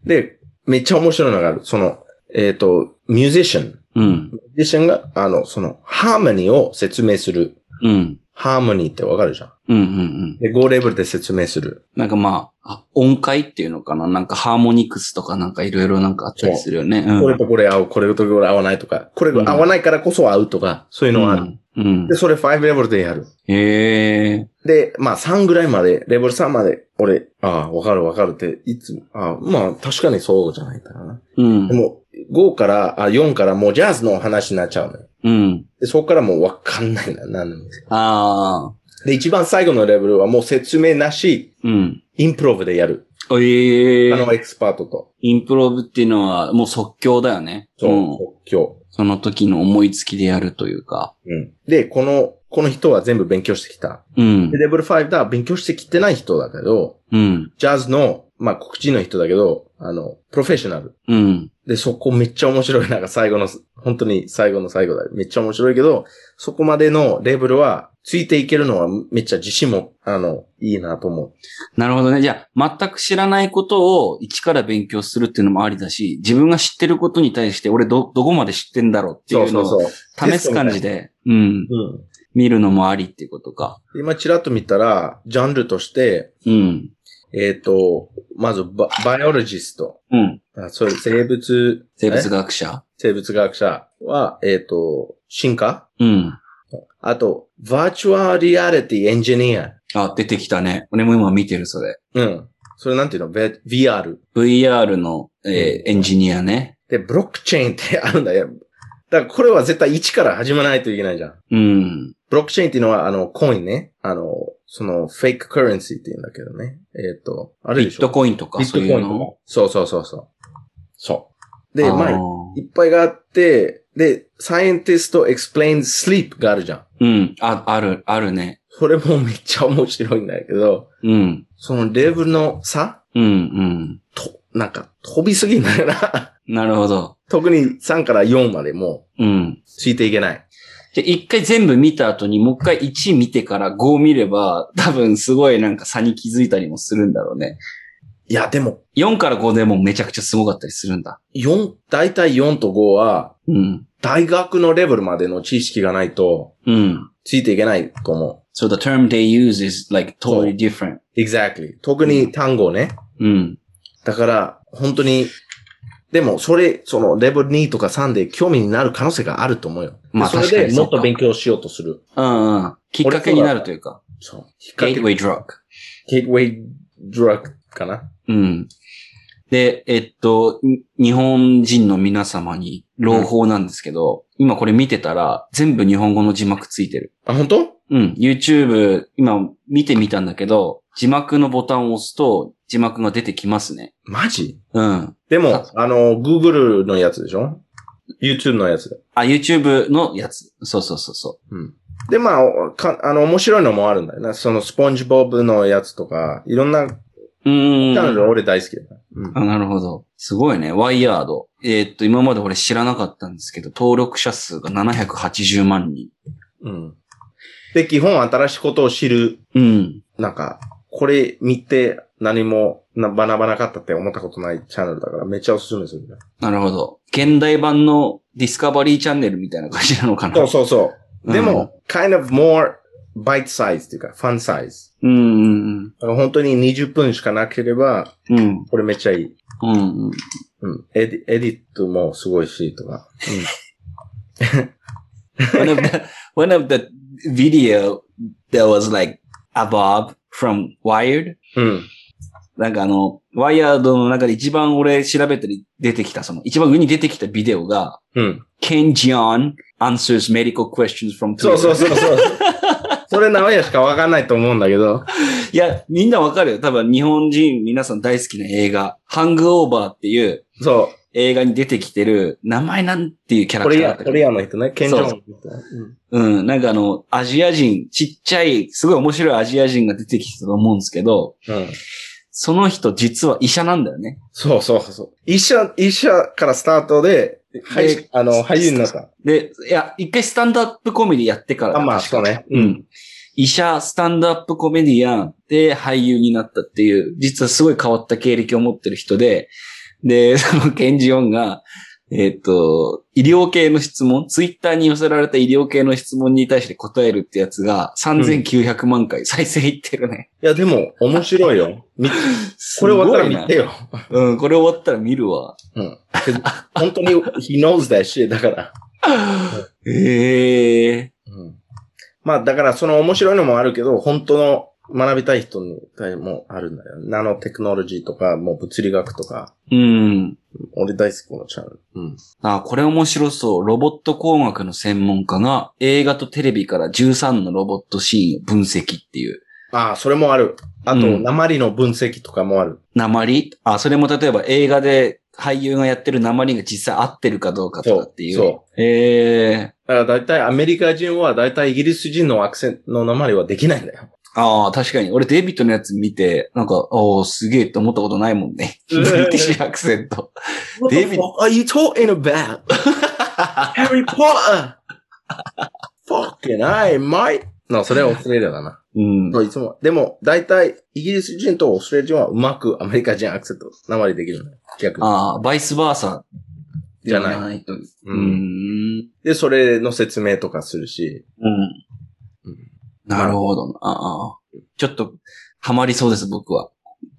Speaker 2: で、めっちゃ面白いのがある。その、えっ、と、ミュージシャン。ミュ
Speaker 1: うん。
Speaker 2: ージシャンが、あの、その、ハーモニーを説明する。
Speaker 1: うん。
Speaker 2: ハーモニーってわかるじゃん。
Speaker 1: うん、うん、うん。
Speaker 2: で、5レベルで説明する。
Speaker 1: なんかまあ、あ音階っていうのかななんかハーモニクスとかなんかいろいろなんかあったりするよね。うん。
Speaker 2: これとこれ合う、これとこれ合わないとか、これが合わないからこそ合うとか、そういうのはある。
Speaker 1: うん。うん
Speaker 2: で、。それ5レベルでやる。
Speaker 1: へえ。
Speaker 2: で、まあ3ぐらいまで、レベル3まで、俺、ああ、わかるわかるって、いつも、ああ、まあ確かにそうじゃないかな。
Speaker 1: うん
Speaker 2: で。も、5から、あ4からもうジャズの話になっちゃうね。
Speaker 1: うん。
Speaker 2: で、そこからもうわかんないな、なんでも
Speaker 1: ああ。
Speaker 2: で、一番最後のレベルはもう説明なし、
Speaker 1: うん。
Speaker 2: インプロブでやる。
Speaker 1: ええ
Speaker 2: あのエキスパートと。
Speaker 1: インプロブっていうのはもう即興だよね。
Speaker 2: そう、
Speaker 1: ん
Speaker 2: 即興。
Speaker 1: その時の思いつきでやるというか。
Speaker 2: うん。で、この、この人は全部勉強してきた。
Speaker 1: うん
Speaker 2: で、。レベル5だ、勉強してきてない人だけど、
Speaker 1: うん。
Speaker 2: ジャズの、まあ黒人の人だけど、あの、プロフェッショナル。
Speaker 1: うん。
Speaker 2: で、そこめっちゃ面白い。なんか最後の、本当に最後の最後だ。めっちゃ面白いけど、そこまでのレベルは、ついていけるのはめっちゃ自信も、あの、いいなと思
Speaker 1: なるほどね。じゃあ、全く知らないことを一から勉強するっていうのもありだし、自分が知ってることに対して俺ど、どこまで知ってんだろうっ
Speaker 2: う。
Speaker 1: ていうの
Speaker 2: そう
Speaker 1: を
Speaker 2: そうそう。
Speaker 1: 試す感じ
Speaker 2: テスト
Speaker 1: で、うん。
Speaker 2: みたいな。うん。
Speaker 1: 見るのもありっていうことか。
Speaker 2: 今ちらっと見たら、ジャンルとして、
Speaker 1: うん。
Speaker 2: えっ、と、まずバ、バイオロジスト。
Speaker 1: うん。
Speaker 2: あそういう生物、
Speaker 1: 生物
Speaker 2: え
Speaker 1: 学者
Speaker 2: 生物学者は、えっ、と、進化
Speaker 1: うん。
Speaker 2: あと、バーチュアリアリティエンジニア。
Speaker 1: あ、出てきたね。俺も今見てる、それ。
Speaker 2: うん。それなんていうのベ ?VR。
Speaker 1: VR の、えーエンジニアね。
Speaker 2: で、ブロックチェーンってあるんだよ。だからこれは絶対1から始まらないといけないじゃん。
Speaker 1: うん。
Speaker 2: ブロックチェーンっていうのは、あの、コインね。あの、その、フェイクカレンシーって言うんだけどね。えっ、と、あれ
Speaker 1: ビ
Speaker 2: で
Speaker 1: ッ
Speaker 2: しょ
Speaker 1: トコインとか、そういう
Speaker 2: ビット
Speaker 1: の。
Speaker 2: コインとかそうそうそうそう。そう。で、
Speaker 1: ー
Speaker 2: まあ、いっぱいがあって、で、サイエンティスト explain sleep があるじゃん。
Speaker 1: うん。あ、ある、あるね。
Speaker 2: これもめっちゃ面白いんだけど、
Speaker 1: うん。
Speaker 2: そのレベルの差
Speaker 1: うん、うん。
Speaker 2: と、なんか、飛びすぎんだよな。 *laughs*
Speaker 1: なるほど。
Speaker 2: 特に3から4までも
Speaker 1: うん
Speaker 2: う、。ついていけない。
Speaker 1: で、一回全部見た後に、もう一回1見てから5見れば、多分すごいなんか差に気づいたりもするんだろうね。
Speaker 2: いや、でも、
Speaker 1: 4から5でもめちゃくちゃすごかったりするんだ。
Speaker 2: 四、大体4と5は、
Speaker 1: うん。
Speaker 2: 大学のレベルまでの知識がないと、
Speaker 1: うん。
Speaker 2: ついていけない子も。
Speaker 1: So the term they use is like totally different.
Speaker 2: exactly. 特に単語ね。
Speaker 1: うん。
Speaker 2: だから、本当に、でも、それ、その、レベル2とか3で興味になる可能性があると思うよ。
Speaker 1: まあ
Speaker 2: でそ
Speaker 1: 確
Speaker 2: れ
Speaker 1: か
Speaker 2: で
Speaker 1: にそ
Speaker 2: も
Speaker 1: っ
Speaker 2: っ
Speaker 1: か
Speaker 2: と勉強しようとする。
Speaker 1: うんうん。きっかけになるというか。
Speaker 2: そう。きっかけ、
Speaker 1: gateway drug。
Speaker 2: gateway drug かな。
Speaker 1: うん。で、えっと、に日本人の皆様に朗報なんですけど、今これ見てたら全部日本語の字幕ついてる。
Speaker 2: あ、本当
Speaker 1: うん。YouTube、今見てみたんだけど、字幕のボタンを押すと字幕が出てきますね。
Speaker 2: マジ
Speaker 1: うん。
Speaker 2: で
Speaker 1: あ
Speaker 2: も、あの、Google のやつでしょ ?YouTube のやつ。
Speaker 1: あ、YouTube のやつ。そうそうそうそう。
Speaker 2: うん。で、まあ、おか、あの、面白いのもあるんだよな。その、スポンジボブのやつとか、いろんな、
Speaker 1: うーん。
Speaker 2: 彼女俺大好きだな。うん。
Speaker 1: あ、なるほど。すごいね。ワイヤード。えーっと、今まで俺知らなかったんですけど、登録者数が780万人。
Speaker 2: うん。で、基本新しいことを知る
Speaker 1: うん。
Speaker 2: なんか、これ見て何もな学ばなかったって思ったことないチャンネルだからめっちゃおすすめするんだよ。
Speaker 1: なるほど。現代版のディスカバリーチャンネルみたいな感じなのかな。
Speaker 2: そうそうそうう。
Speaker 1: ん
Speaker 2: でも、kind of more bite size っていうか、fun size。
Speaker 1: うんうん
Speaker 2: だから本当に20分しかなければ、
Speaker 1: うん。うん。
Speaker 2: これめっちゃいい。
Speaker 1: うんうん。
Speaker 2: うん。エディエディットもすごいし、とか。
Speaker 1: one of the one of the video that was like a bob from Wired
Speaker 2: うん。
Speaker 1: なんかあの、ワイヤードの中で一番俺調べたり出てきた、その、一番上に出てきたビデオが、
Speaker 2: うん。
Speaker 1: Ken Jeon answers medical questions from
Speaker 2: そうそう
Speaker 1: Twitter.
Speaker 2: そうそう。それ名古屋しかわかんないと思うんだけど。
Speaker 1: いや、みんなわかるよ。多分日本人皆さん大好きな映画、ハングオーバーっていう
Speaker 2: そ
Speaker 1: 映画に出てきてる、名前なんていうキャ
Speaker 2: う。
Speaker 1: ラ
Speaker 2: コ
Speaker 1: クター
Speaker 2: リ
Speaker 1: だっ
Speaker 2: ア、
Speaker 1: た
Speaker 2: コリアの人ね。ケンジョンの人。うん
Speaker 1: うん、なんかあの、アジア人、ちっちゃい、すごい面白いアジア人が出てきてたと思うんですけど、
Speaker 2: うん。
Speaker 1: その人実は医者なんだよね。
Speaker 2: そうそうそう。医者、医者からスタートで、はい、あの、俳優になった。
Speaker 1: で、いや、一回スタンドアップコメディやってからだ。
Speaker 2: あ、まあ、
Speaker 1: 確か
Speaker 2: そうね。
Speaker 1: う。ん。医者、スタンドアップコメディアンで俳優になったっていう、実はすごい変わった経歴を持ってる人で、で、 *laughs* そのケンジオンが、えっ、と、医療系の質問、ツイッターに寄せられた医療系の質問に対して答えるってやつが3900万回再生いってるね。
Speaker 2: いや、でも、面白いよ。み
Speaker 1: す
Speaker 2: こ
Speaker 1: ご
Speaker 2: れ
Speaker 1: いな
Speaker 2: 終わったら見てよ。
Speaker 1: うん、これ終わったら見るわ。
Speaker 2: うん。けど本当に、he knows that shit だから。
Speaker 1: ええ
Speaker 2: うん。まあ、だから、その面白いのもあるけど、本当の学びたい人に対もあるんだよ。ナノテクノロジーとか、もう物理学とか。
Speaker 1: うん。
Speaker 2: 俺大好きこのチャンネル。うん。
Speaker 1: あ、これ面白そう。ロボット工学の専門家が映画とテレビから13のロボットシーンを分析っていう。
Speaker 2: ああ、それもある。あと、
Speaker 1: うん
Speaker 2: 鉛の分析とかもある。
Speaker 1: 鉛あ、それも例えば映画で俳優がやってる鉛が実際合ってるかどうかとかっていう。。
Speaker 2: そうそう
Speaker 1: ええ
Speaker 2: だから大体アメリカ人は大体イギリス人のアクセントの鉛はできないんだ
Speaker 1: *laughs*
Speaker 2: よ。
Speaker 1: ああ、確かに。俺デイビッドのやつ見て、なんか、おーすげえって思ったことないもんね。 *laughs* ブ
Speaker 2: うん
Speaker 1: リティッシュアクセント。
Speaker 2: デビッ
Speaker 1: What
Speaker 2: What are you talking
Speaker 1: *laughs*
Speaker 2: about? Harry Potter! Fucking I, mate! の、それはオーストラリアだな。
Speaker 1: うん。
Speaker 2: そういつも。でも、大体、イギリス人とオーストラリア人はうまくアメリカ人アクセント、鉛できるんだよ。逆に。
Speaker 1: ああ、バイスバーサ
Speaker 2: じゃない
Speaker 1: ではと。う
Speaker 2: う
Speaker 1: ー
Speaker 2: ん。
Speaker 1: ん。
Speaker 2: で、それの説明とかするし。
Speaker 1: うん
Speaker 2: うん。
Speaker 1: なるほどな。ああ。ちょっと、ハマりそうです、僕は。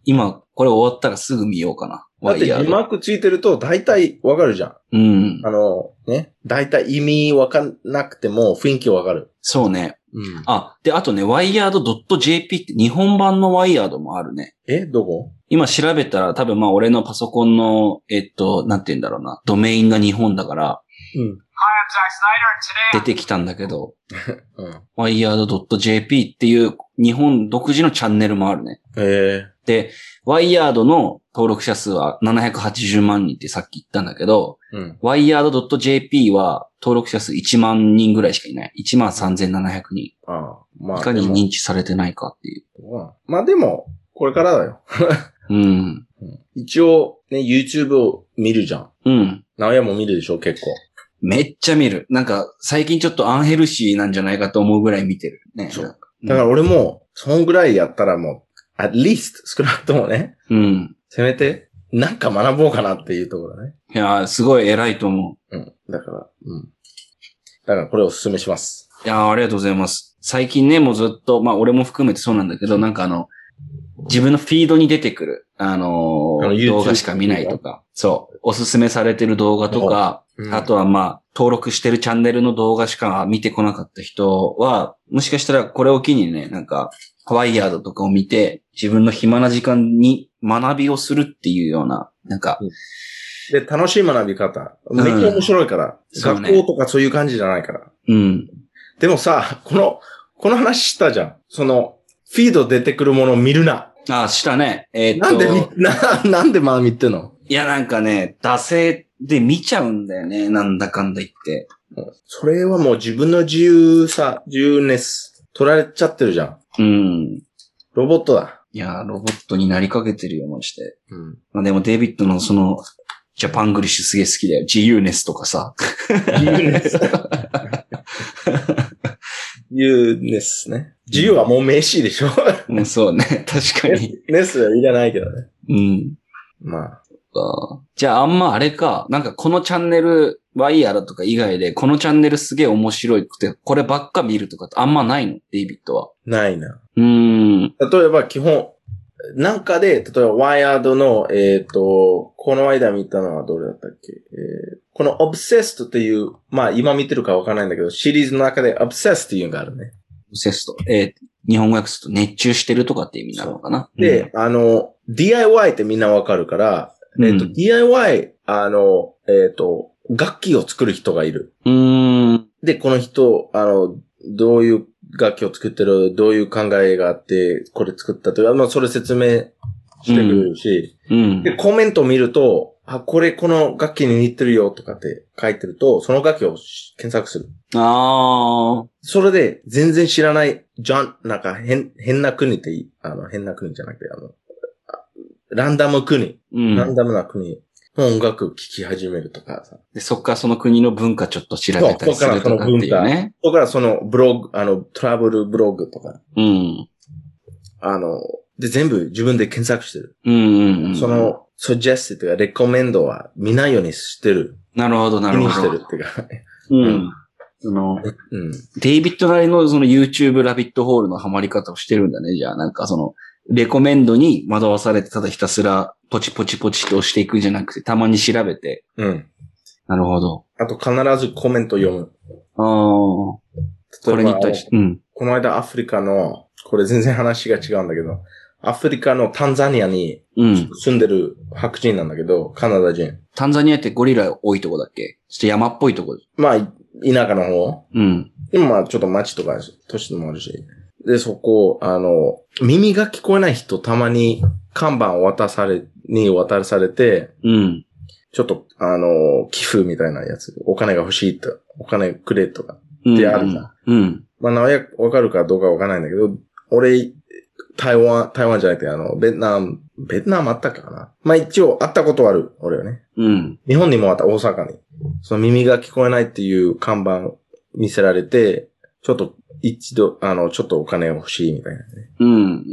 Speaker 1: 今、これ終わったらすぐ見ようかな。
Speaker 2: だ
Speaker 1: ワイ
Speaker 2: って、字
Speaker 1: ヤード
Speaker 2: 幕ついてると、大体わかるじゃん。
Speaker 1: うん。
Speaker 2: あの、ね。大体意味わかんなくても、雰囲気わかる。
Speaker 1: そうね。
Speaker 2: うん。
Speaker 1: あ、で、あとね、wired.jp って日本版のワイヤードもあるね。
Speaker 2: えどこ
Speaker 1: 今調べたら多分まあ俺のパソコンの、えっと、なんて言うんだろうな、ドメインが日本だから
Speaker 2: うん。
Speaker 1: 出てきたんだけど、
Speaker 2: うん。
Speaker 1: wired.jp っていう日本独自のチャンネルもあるね。
Speaker 2: え
Speaker 1: で、ワイヤードの登録者数は780万人ってさっき言ったんだけど、
Speaker 2: えうん。
Speaker 1: wired.jp は登録者数1万人ぐらいしかいない。1万3700人。い
Speaker 2: ああ、まあ。
Speaker 1: かに
Speaker 2: でも
Speaker 1: 認知されてないかっていう。
Speaker 2: うんまあでも、これからだよ。
Speaker 1: うん。
Speaker 2: 一応、ね、YouTube を見るじゃん。
Speaker 1: うん。
Speaker 2: 直屋も見るでしょ、結構。
Speaker 1: めっちゃ見る。なんか、最近ちょっとアンヘルシーなんじゃないかと思うぐらい見てる。ね。
Speaker 2: そう
Speaker 1: うん
Speaker 2: だから俺も、そんぐらいやったらもう、at least 少なくともね、
Speaker 1: うん。
Speaker 2: せめて、なんか学ぼうかなっていうところだね。
Speaker 1: いやー、すごい偉いと思
Speaker 2: うん。だから、うん。だからこれおすすめします。
Speaker 1: いやー、ありがとうございます。最近ね、もうずっと、まあ俺も含めてそうなんだけど、なんかあの、自分のフィードに出てくる、あのー
Speaker 2: あの YouTube
Speaker 1: 動画しか見ないとか、そう、おすすめされてる動画とか、
Speaker 2: うん
Speaker 1: あとはまあ、登録してるチャンネルの動画しか見てこなかった人は、もしかしたらこれを機にね、なんか、ワイヤードとかを見て、自分の暇な時間に学びをするっていうような、なんか、
Speaker 2: で、楽しい学び方。めっちゃ面白いから。
Speaker 1: そうね
Speaker 2: 学校とかそういう感じじゃないから。
Speaker 1: うん、
Speaker 2: でもさ、この、この話したじゃん。その、フィード出てくるものを見るな。
Speaker 1: あ、したね。えーっと。
Speaker 2: なんで見、な、なんでまあ見てんの
Speaker 1: いや、なんかね、惰性で見ちゃうんだよね。なんだかんだ言って。
Speaker 2: それはもう自分の自由さ、自由ネス、取られちゃってるじゃん。
Speaker 1: うん。
Speaker 2: ロボットだ。
Speaker 1: いや、ロボットになりかけてるよ、まして。
Speaker 2: うん。
Speaker 1: まあでも、デイビッドのその、ジャパングリッシュすげえ好きだよ。自由ネスとかさ。 *laughs*
Speaker 2: 自由ネス。自由ネスね。自由はもう名詞でしょ *laughs*
Speaker 1: うん、そうね。確かに。
Speaker 2: ネスはいらないけどね。
Speaker 1: うん。
Speaker 2: まあ。
Speaker 1: かじゃあ、あんまあれか。なんか、このチャンネル、ワイヤーだとか以外で、このチャンネルすげえ面白くて、こればっか見るとかってあんまないの、デイビッドは。
Speaker 2: ないな。
Speaker 1: うーん。
Speaker 2: 例えば基本、なんかで、例えばワイヤードの、えっ、と、この間見たのはどれだったっけ、えーこのオブセストっていう、まあ今見てるかわからないんだけど、シリーズの中でオブセスっていうのがあるね。
Speaker 1: セスト。えー日本語訳すると熱中してるとかって意味なのかな。
Speaker 2: で、あの、DIY ってみんなわかるから、
Speaker 1: うん、
Speaker 2: えっと、DIY、あの、えっ、と、楽器を作る人がいる。
Speaker 1: うん。うーん
Speaker 2: で、この人、あの、どういう楽器を作ってる、どういう考えがあって、これ作ったという、まあ、それ説明してくれるし、
Speaker 1: うん。
Speaker 2: で、コメントを見ると、あ、これこの楽器に似てるよとかって書いてると、その楽器を検索する。
Speaker 1: ああ。
Speaker 2: それで、全然知らない、ジャン、なんか変、変な国っていい、あの、変な国じゃなくて、あの、あランダム国。
Speaker 1: う
Speaker 2: ラン
Speaker 1: ん。
Speaker 2: ダムな国の音楽聴き始めるとかさ。
Speaker 1: で、そっからその国の文化ちょっと調べたりするとかっていうね。
Speaker 2: そこからそのブログ、あの、トラブルブログとか、
Speaker 1: うん。
Speaker 2: あの、で、全部自分で検索してる。
Speaker 1: うんうんうん。
Speaker 2: そ、の、suggested とか、レコメンドは見ないようにしてる。
Speaker 1: なるほど、な
Speaker 2: 気
Speaker 1: る
Speaker 2: に
Speaker 1: ほ
Speaker 2: してる
Speaker 1: ど。
Speaker 2: っていうか。 *laughs*
Speaker 1: うん。その、
Speaker 2: うん。
Speaker 1: デイビッドなりのその YouTube ラビットホールのハマり方をしてるんだね。じゃあ、なんかその、レコメンドに惑わされて、ただひたすら、ポチポチポチと押していくんじゃなくて、たまに調べて。
Speaker 2: うん。
Speaker 1: なるほど。
Speaker 2: あと必ずコメント読む。
Speaker 1: ああ。こ
Speaker 2: 例えば
Speaker 1: れに対して。うん。
Speaker 2: この間アフリカの、これ全然話が違うんだけど、アフリカのタンザニアに
Speaker 1: うん。
Speaker 2: 住んでる白人なんだけど、カナダ人。
Speaker 1: タンザニアってゴリラ多いとこだっけちょっと山っぽいとこ。
Speaker 2: まあ、い田舎の方
Speaker 1: うん。
Speaker 2: でもまあちょっと街とか都市もあるし。で、そこ、あの、耳が聞こえない人たまに看板を渡され、に渡されて、
Speaker 1: うん。
Speaker 2: ちょっと、あの、寄付みたいなやつ、お金が欲しいと、お金くれとか。
Speaker 1: うん
Speaker 2: であるじゃん。
Speaker 1: うん。
Speaker 2: まあ、名前わかるかどうかわかんないんだけど、俺、台湾、台湾じゃなくて、あの、ベトナム、ベトナムあったかなまあ一応、あったことはある、俺はね。
Speaker 1: うん。
Speaker 2: 日本にもあった、大阪に。その耳が聞こえないっていう看板見せられて、ちょっと一度、あの、ちょっとお金欲しいみたいなね。
Speaker 1: うん。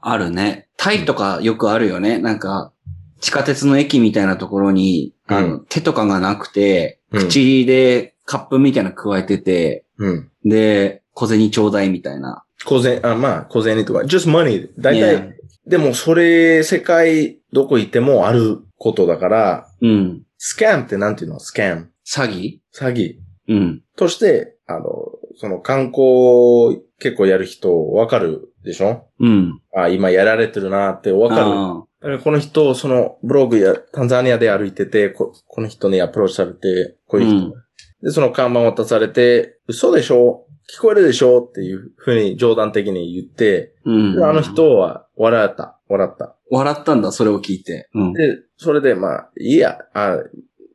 Speaker 1: あるね。タイとかよくあるよね。なんか、地下鉄の駅みたいなところに、あの、手とかがなくて、
Speaker 2: うん
Speaker 1: 口でカップみたいなの加えてて、
Speaker 2: うん。
Speaker 1: で、小銭ちょうだいみたいな。
Speaker 2: 小銭、あ、まあ、小銭とか、just money。大体、
Speaker 1: ね
Speaker 2: でもそれ、世界どこ行ってもあることだから、
Speaker 1: うん。
Speaker 2: スキャンってなんていうのスキャン。
Speaker 1: 詐欺
Speaker 2: 詐欺。
Speaker 1: うん。
Speaker 2: として、あの、その観光結構やる人わかるでしょ
Speaker 1: うん。
Speaker 2: あ、今やられてるなってわかる。
Speaker 1: あー
Speaker 2: だからこの人、そのブログや、タンザニアで歩いてて、ここの人にアプローチされて、こういう人。
Speaker 1: うん
Speaker 2: で、その看板渡されて、嘘でしょ聞こえるでしょっていうふうに冗談的に言って、
Speaker 1: うん。
Speaker 2: であの。人は笑った。笑った。
Speaker 1: 笑ったんだ、それを聞いて。うん。
Speaker 2: で、それでまあ、いいや、あ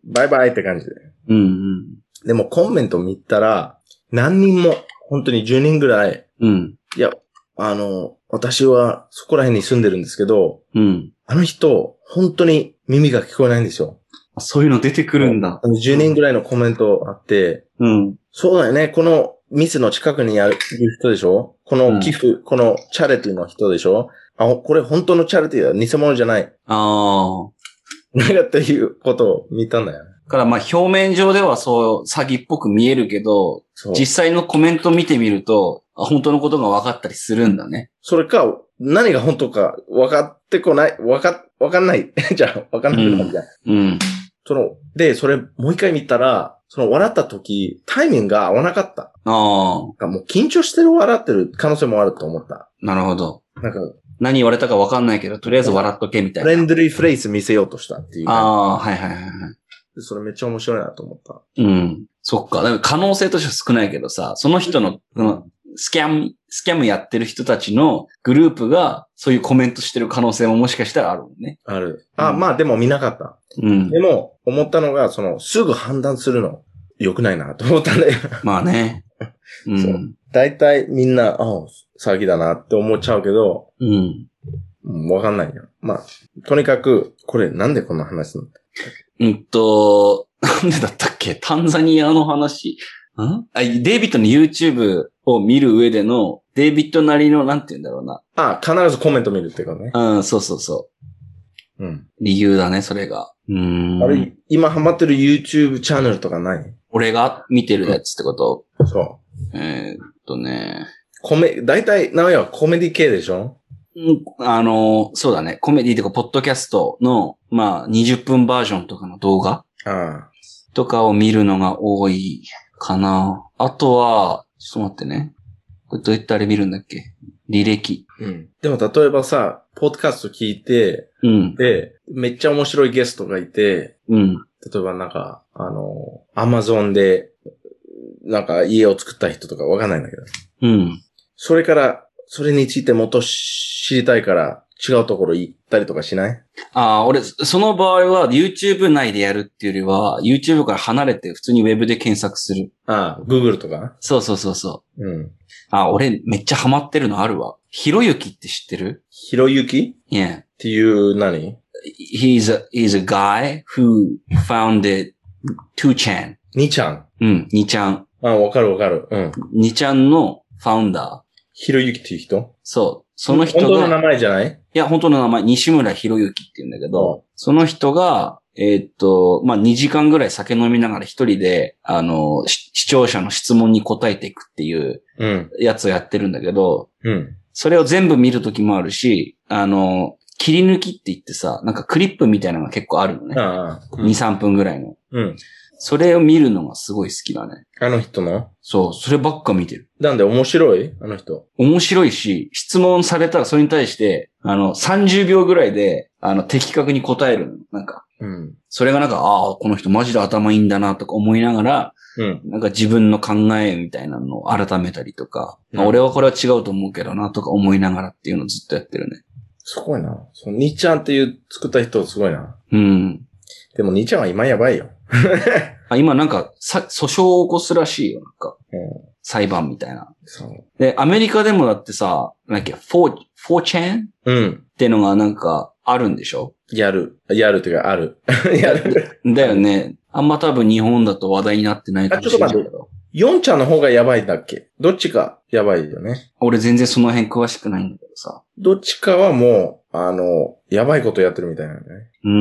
Speaker 2: バイバイって感じで。
Speaker 1: うん。
Speaker 2: でもコメント見たら、何人も、本当に10人ぐらい、
Speaker 1: うん。うん。
Speaker 2: いや、あの、私はそこら辺に住んでるんですけど、
Speaker 1: うん。
Speaker 2: あの人、本当に耳が聞こえないんですよ。
Speaker 1: そういうの出てくるんだ
Speaker 2: あ。の10人ぐらいのコメントあって、
Speaker 1: うん。
Speaker 2: そうだよね、この店の近くにある人でしょ
Speaker 1: う
Speaker 2: こ
Speaker 1: ん
Speaker 2: の寄付、このチャリティの人でしょあ、これ本当のチャリティだ。偽物じゃない。
Speaker 1: ああ。
Speaker 2: なんかっていうことを見たんだよね。
Speaker 1: からまあ表面上ではそう詐欺っぽく見えるけど、
Speaker 2: そう
Speaker 1: 実際のコメント見てみると、あ本当のことが分かったりするんだね。
Speaker 2: それか、何が本当か分かってこない、分か、分かんない。 *laughs* じゃあ、分かんなくなるじゃん。
Speaker 1: うん。
Speaker 2: その、で、それもう一回見たら、その笑った時、タイミングが合わなかった。
Speaker 1: ああ、
Speaker 2: なんかもう緊張してる笑ってる可能性もあると思った。
Speaker 1: なるほど。
Speaker 2: なんか、
Speaker 1: 何言われたか分かんないけど、とりあえず笑っとけみたい
Speaker 2: フレ
Speaker 1: な。
Speaker 2: ンドリーフレーズ見せようとしたっていう。
Speaker 1: ああー、はいはいはいはい。
Speaker 2: でそれめっちゃ面白いなと思った。
Speaker 1: うん。そっか。だから可能性としては少ないけどさ、その人の、この、スキャン、スキャムやってる人たちのグループが、そういうコメントしてる可能性ももしかしたらあるもんね。
Speaker 2: ある。あ、
Speaker 1: うん
Speaker 2: まあでも見なかった。
Speaker 1: うん
Speaker 2: で。も、思ったのが、その、すぐ判断するの、良くないなと思ったんだよ。
Speaker 1: まあね。う
Speaker 2: そ
Speaker 1: ん。
Speaker 2: *laughs* 大体みんな、あ詐欺だなって思っちゃうけど、
Speaker 1: うん。
Speaker 2: うんわかんないよ。まあ、とにかく、これなんでこんな話なの
Speaker 1: うんと、なんでだったっけタンザニアの話。んあ、デイビッドの YouTube を見る上での、デイビッドなりの、なんて言うんだろう
Speaker 2: あ、必ずコメント見るってことね。
Speaker 1: な。うん、そうそうそ
Speaker 2: うん。
Speaker 1: う。理由だね、それが。う
Speaker 2: あ
Speaker 1: ーん。
Speaker 2: れ、今ハマってる YouTube チャンネルとかない
Speaker 1: 俺が見てるやつってこと、
Speaker 2: そう。
Speaker 1: えーっとね。
Speaker 2: コメ、大体、名前はコメディ系でしょ
Speaker 1: うんあの、そうだね。コメディとか、ポッドキャストの、まあ、20分バージョンとかの動画
Speaker 2: ああ。
Speaker 1: とかを見るのが多いかな。あとは、ちょっと待ってね。これどうやってあれ見るんだっけ履歴。
Speaker 2: うん。でも例えばさ、ポッドキャスト聞いて、
Speaker 1: うん、
Speaker 2: で、めっちゃ面白いゲストがいて、
Speaker 1: うん、
Speaker 2: 例えばなんか、あの、アマゾンで、なんか家を作った人とかわかんないんだけど、
Speaker 1: うん。
Speaker 2: それから、それについてもっと知りたいから、違うところ行ったりとかしない
Speaker 1: ああ、俺、その場合は YouTube 内でやるっていうよりは、YouTube から離れて普通に Web で検索する。
Speaker 2: ああ、Google とか
Speaker 1: そうそうそうそう。
Speaker 2: うん。
Speaker 1: ああ、俺めっちゃハマってるのあるわ。ひろゆきって知ってる
Speaker 2: ひろゆき
Speaker 1: ?Yeah.
Speaker 2: っていう何、
Speaker 1: he's a, he's a guy who founded 2chan.
Speaker 2: にちゃん。
Speaker 1: うん、2ちゃん。
Speaker 2: ああ、わかるわかる。うん。
Speaker 1: 2ちゃんのファウンダー。
Speaker 2: ひろゆきっていう人
Speaker 1: そう。その人
Speaker 2: 本当の名
Speaker 1: が、
Speaker 2: 前じゃない
Speaker 1: いや、本当の名前、西村博之って言うんだけど、その人が、えーっと、まあ、2時間ぐらい酒飲みながら一人で、あの、し視聴者の質問に答えていくっていう
Speaker 2: うん。
Speaker 1: やつをやってるんだけど、
Speaker 2: うん。
Speaker 1: それを全部見るときもあるし、あの、切り抜きって言ってさ、なんかクリップみたいなのが結構あるのね。
Speaker 2: ああ。
Speaker 1: 2、3分ぐらいの。
Speaker 2: うん。
Speaker 1: それを見るのがすごい好きだね。
Speaker 2: あの人の
Speaker 1: そう、そればっか見てる。
Speaker 2: なんで面白いあの人。
Speaker 1: 面白いし、質問されたらそれに対して、あの、30秒ぐらいで、あの、的確に答えるの。なんか、
Speaker 2: うん。
Speaker 1: それがなんか、ああ、この人マジで頭いいんだなとか思いながら、
Speaker 2: うん。
Speaker 1: なんか自分の考えみたいなのを改めたりとか、
Speaker 2: うん
Speaker 1: まあ俺はこれは違うと思うけどなとか思いながらっていうのをずっとやってるね。
Speaker 2: すごいな。その、にちゃんっていう作った人すごいな。
Speaker 1: うん。
Speaker 2: でも、にちゃんは今やばいよ。
Speaker 1: あ今なんか、さ、訴訟を起こすらしいよ。なんか、
Speaker 2: うん。
Speaker 1: 裁判みたいな。
Speaker 2: そう。
Speaker 1: で、アメリカでもだってさ、なんだっけ、4、4chan?
Speaker 2: うん。
Speaker 1: ってのがなんかあるんでしょ
Speaker 2: やる。やるっていうか、ある。 *laughs* やる。
Speaker 1: だよね。あんま多分日本だと話題になってないかもしれないけ
Speaker 2: あちょっ
Speaker 1: ど。
Speaker 2: ヨンちゃんの方がやばいんだっけどっちかやばいよね。
Speaker 1: 俺全然その辺詳しくないんだけどさ。
Speaker 2: どっちかはもう、あの、やばいことやってるみたいなんだね。
Speaker 1: うー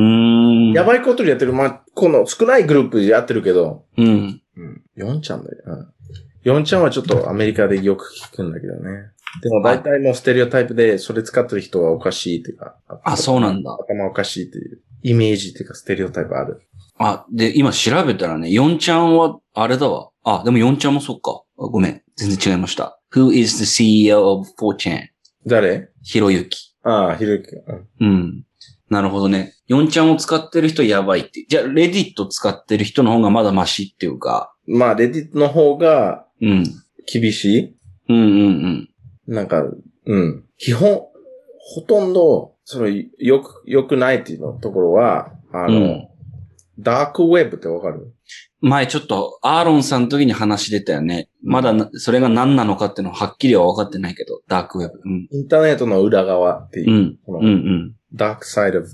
Speaker 1: ん。
Speaker 2: やばいことやってる。まあ、この少ないグループでやってるけど、
Speaker 1: うん。
Speaker 2: うん。ヨンちゃんだよ。うん。ヨンちゃんはちょっとアメリカでよく聞くんだけどね。でも大体もうステレオタイプで、それ使ってる人はおかしいっていうか。
Speaker 1: あ、そうなんだ。
Speaker 2: 頭おかしいっていうイメージっていうかステレオタイプある。
Speaker 1: あ、で、今調べたらね、ヨンちゃんは、あれだわ。あ、でもヨンちゃんもそっか。あごめん。全然違いました。Who is the CEO of 4chan?
Speaker 2: 誰
Speaker 1: ひろゆき。
Speaker 2: ああ、ひろゆき。う
Speaker 1: う
Speaker 2: ん
Speaker 1: ん。なるほどね。ヨンちゃんを使ってる人やばいって。じゃあ、レディット使ってる人の方がまだマシっていうか。
Speaker 2: まあ、レディットの方が
Speaker 1: うん。
Speaker 2: 厳し
Speaker 1: うんうん
Speaker 2: いなんか、うん。基本、ほとんど、その、よく、よくないっていうのところは、あ
Speaker 1: うん。う
Speaker 2: の、
Speaker 1: ん。
Speaker 2: ダークウェブってわかる
Speaker 1: 前ちょっと、アーロンさんの時に話出たよね。まだな、それが何なのかっていうのははっきりは分かってないけど、ダークウェブ。うん。
Speaker 2: インターネットの裏側っていうう、
Speaker 1: ん。
Speaker 2: こ
Speaker 1: う
Speaker 2: の
Speaker 1: んうん。
Speaker 2: ダークサイドウェ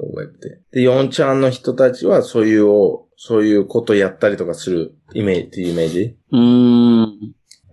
Speaker 2: ブで。で、ヨンちゃんの人たちは、そういうを、そういうことやったりとかするイメージ、っていうイメージ。
Speaker 1: うーん。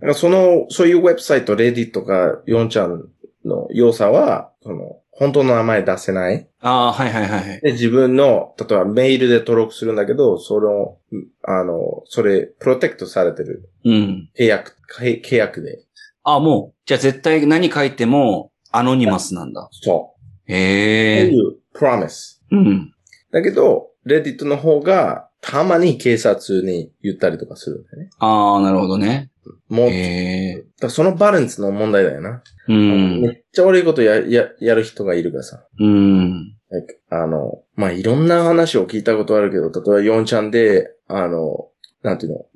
Speaker 2: だからその、そういうウェブサイト、レディとか、ヨンちゃんの良さは、その、本当の名前出せない。
Speaker 1: ああ、はいはいはいはい。
Speaker 2: で、自分の、例えばメールで登録するんだけど、その、あの、それ、プロテクトされてる。
Speaker 1: うん。
Speaker 2: 契約、契契約で。
Speaker 1: ああ、もう、じゃあ絶対何書いても、アノニマスなんだ。
Speaker 2: そ
Speaker 1: へ
Speaker 2: う。
Speaker 1: え
Speaker 2: そうい。う、プラミス。
Speaker 1: うん。
Speaker 2: だけど、レディットの方が、たまに警察に言ったりとかするんだよね。
Speaker 1: ああ、なるほどね。
Speaker 2: もう、だ
Speaker 1: へえ。
Speaker 2: からそのバランスの問題だよな。
Speaker 1: うん
Speaker 2: め。っちゃ悪いことや、や、やる人がいるからさ。
Speaker 1: うん。
Speaker 2: Like あの、まあ、いろんな話を聞いたことあるけど、例えばヨンちゃんで、あの、なんていうの、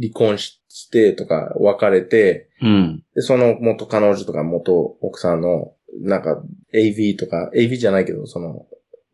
Speaker 2: 離婚ししてとか別れて、
Speaker 1: うん。
Speaker 2: で、その元彼女とか元奥さんの、なんか AV とか、AV じゃないけど、その、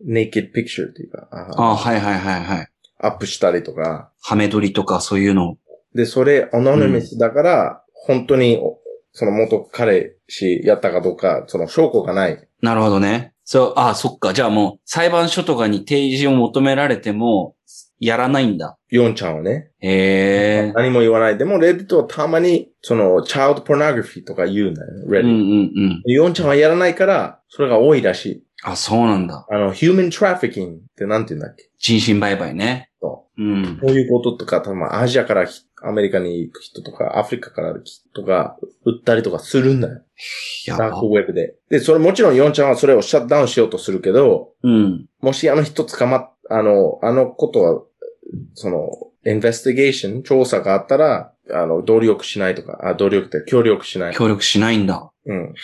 Speaker 2: ネイケッドピクチャーっていうか、
Speaker 1: あ
Speaker 2: あ
Speaker 1: あ、はいはいはいはい。
Speaker 2: アップしたりとか、
Speaker 1: ハメ撮りとかそういうの。
Speaker 2: で、それ、アノニマスだから、本当に、おその元彼氏やったかどうか、その証拠がない。
Speaker 1: なるほどね。そう、ああ、そっか。じゃあもう、裁判所とかに提示を求められても、やらないんだ。
Speaker 2: ヨンちゃんをね、
Speaker 1: へえ。
Speaker 2: 何も言わない。でも、レディットはたまに、その、チャイルドポルナグラフィーとか言うんだよね、レ
Speaker 1: うんう
Speaker 2: ディッ
Speaker 1: んうん。
Speaker 2: ト。ヨンちゃんはやらないから、それが多いらしい。
Speaker 1: あ、そうなんだ。
Speaker 2: あの、ヒューマントラフィキングってなんて言うんだっけ
Speaker 1: 人身売買ね。
Speaker 2: と
Speaker 1: うん。
Speaker 2: こういうこととか、多分アジアからひアメリカに行く人とか、アフリカからとか、売ったりとかするんだよ。
Speaker 1: や
Speaker 2: ダー
Speaker 1: ば
Speaker 2: ク。ウェブで。で、それもちろんヨンちゃんはそれをシャットダウンしようとするけど、
Speaker 1: うん。
Speaker 2: もしあの人捕まっ、あの、あのことは、その、インベスティゲーション、調査があったら、あの、努力しないとか、あ、努力って協力しない。
Speaker 1: 協力しないんだ。
Speaker 2: うん。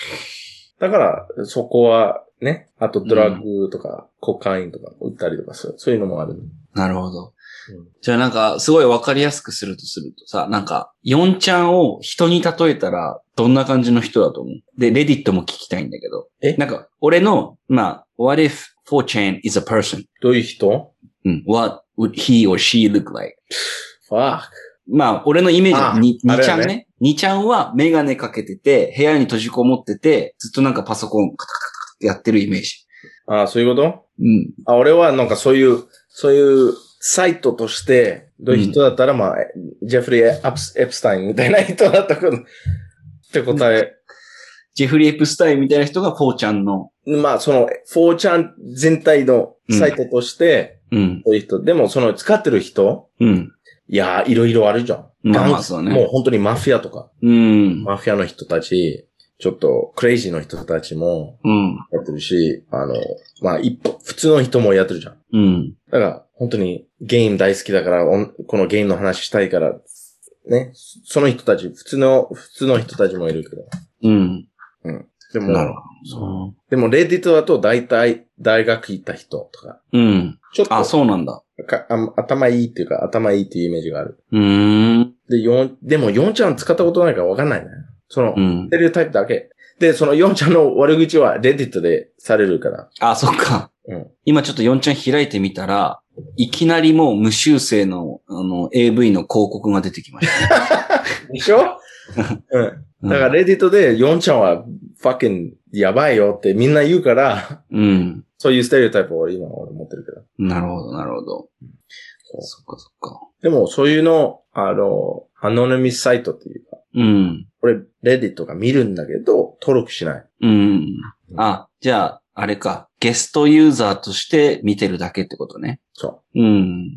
Speaker 2: だから、そこは、ね、あとドラッグとか、コカインとか売ったりとかする。そういうのもある。
Speaker 1: なるほど
Speaker 2: うん。
Speaker 1: じゃあなんか、すごいわかりやすくするとするとさ、なんか、ヨンちゃんを人に例えたら、どんな感じの人だと思うで、レディットも聞きたいんだけど。
Speaker 2: え
Speaker 1: なんか、俺の、まあ、what if 4chan is a person?
Speaker 2: どういう人
Speaker 1: うん。what would he or she look like?
Speaker 2: ?fuck.
Speaker 1: まあ、俺のイメージ
Speaker 2: あ
Speaker 1: は、に、
Speaker 2: あ
Speaker 1: に
Speaker 2: れ
Speaker 1: ち
Speaker 2: だ
Speaker 1: ゃ
Speaker 2: ね
Speaker 1: んね。にちゃんはメガネかけてて、部屋に閉じこもってて、ずっとなんかパソコン、カタカタカタってやってるイメージ。
Speaker 2: あそういうこと
Speaker 1: うん。
Speaker 2: あ、俺はなんかそういう、そういうサイトとして、どういう人だったら、まあ、ジェフリー・アプスエプスタインみたいな人だったこと、って答え。
Speaker 1: ジェフリー・エプスタインみたいな人が4ちゃんの。
Speaker 2: まあ、その、4ちゃん全体のサイトとして、
Speaker 1: うん。
Speaker 2: そういう人、でもその使ってる人、
Speaker 1: うん。
Speaker 2: いやー、いろいろあるじゃん。
Speaker 1: まあまあ
Speaker 2: ガン
Speaker 1: そうね
Speaker 2: もう本当にマフィアとか、
Speaker 1: うん。
Speaker 2: マフィアの人たち、ちょっとクレイジーの人たちも
Speaker 1: うん。
Speaker 2: やってるし、あの、まあ一歩、普通の人もやってるじゃん。
Speaker 1: うん。
Speaker 2: だから、本当にゲーム大好きだから、おんこのゲームの話したいから、ね、その人たち、普通の、普通の人たちもいるけど。
Speaker 1: うん。
Speaker 2: で
Speaker 1: なる
Speaker 2: も、
Speaker 1: そ
Speaker 2: でも、レディットだと大体大学行った人とか、
Speaker 1: う。うん。
Speaker 2: ちょっと
Speaker 1: あ、そうなんだ。
Speaker 2: かあ頭いいっていうか、頭いいっていうイメージがある。
Speaker 1: うーん。
Speaker 2: で、四でも4ちゃん使ったことないからわかんないね。その、
Speaker 1: うん
Speaker 2: ス。テレオタイプだけ。で、その4ちゃんの悪口はレディットでされるから。
Speaker 1: あ、そっか。
Speaker 2: うん。
Speaker 1: 今ちょっと4ちゃん開いてみたら、いきなりもう無修正の、あの、AV の広告が出てきましたね。
Speaker 2: *laughs* でしょうん。だから、レディットで4ちゃんは、ファッキン、やばいよってみんな言うから、 *laughs*
Speaker 1: うん。
Speaker 2: そういうステレオタイプを今俺持ってるけど。
Speaker 1: なるほど、なるほど。
Speaker 2: そう
Speaker 1: そっか、そっか。
Speaker 2: でも、そういうの、あの、アノニミスサイトっていうか、
Speaker 1: うん。
Speaker 2: 俺、レディットが見るんだけど、登録しない。
Speaker 1: うん。あ、じゃあ、あれか。ゲストユーザーとして見てるだけってことね。
Speaker 2: そう。
Speaker 1: うん。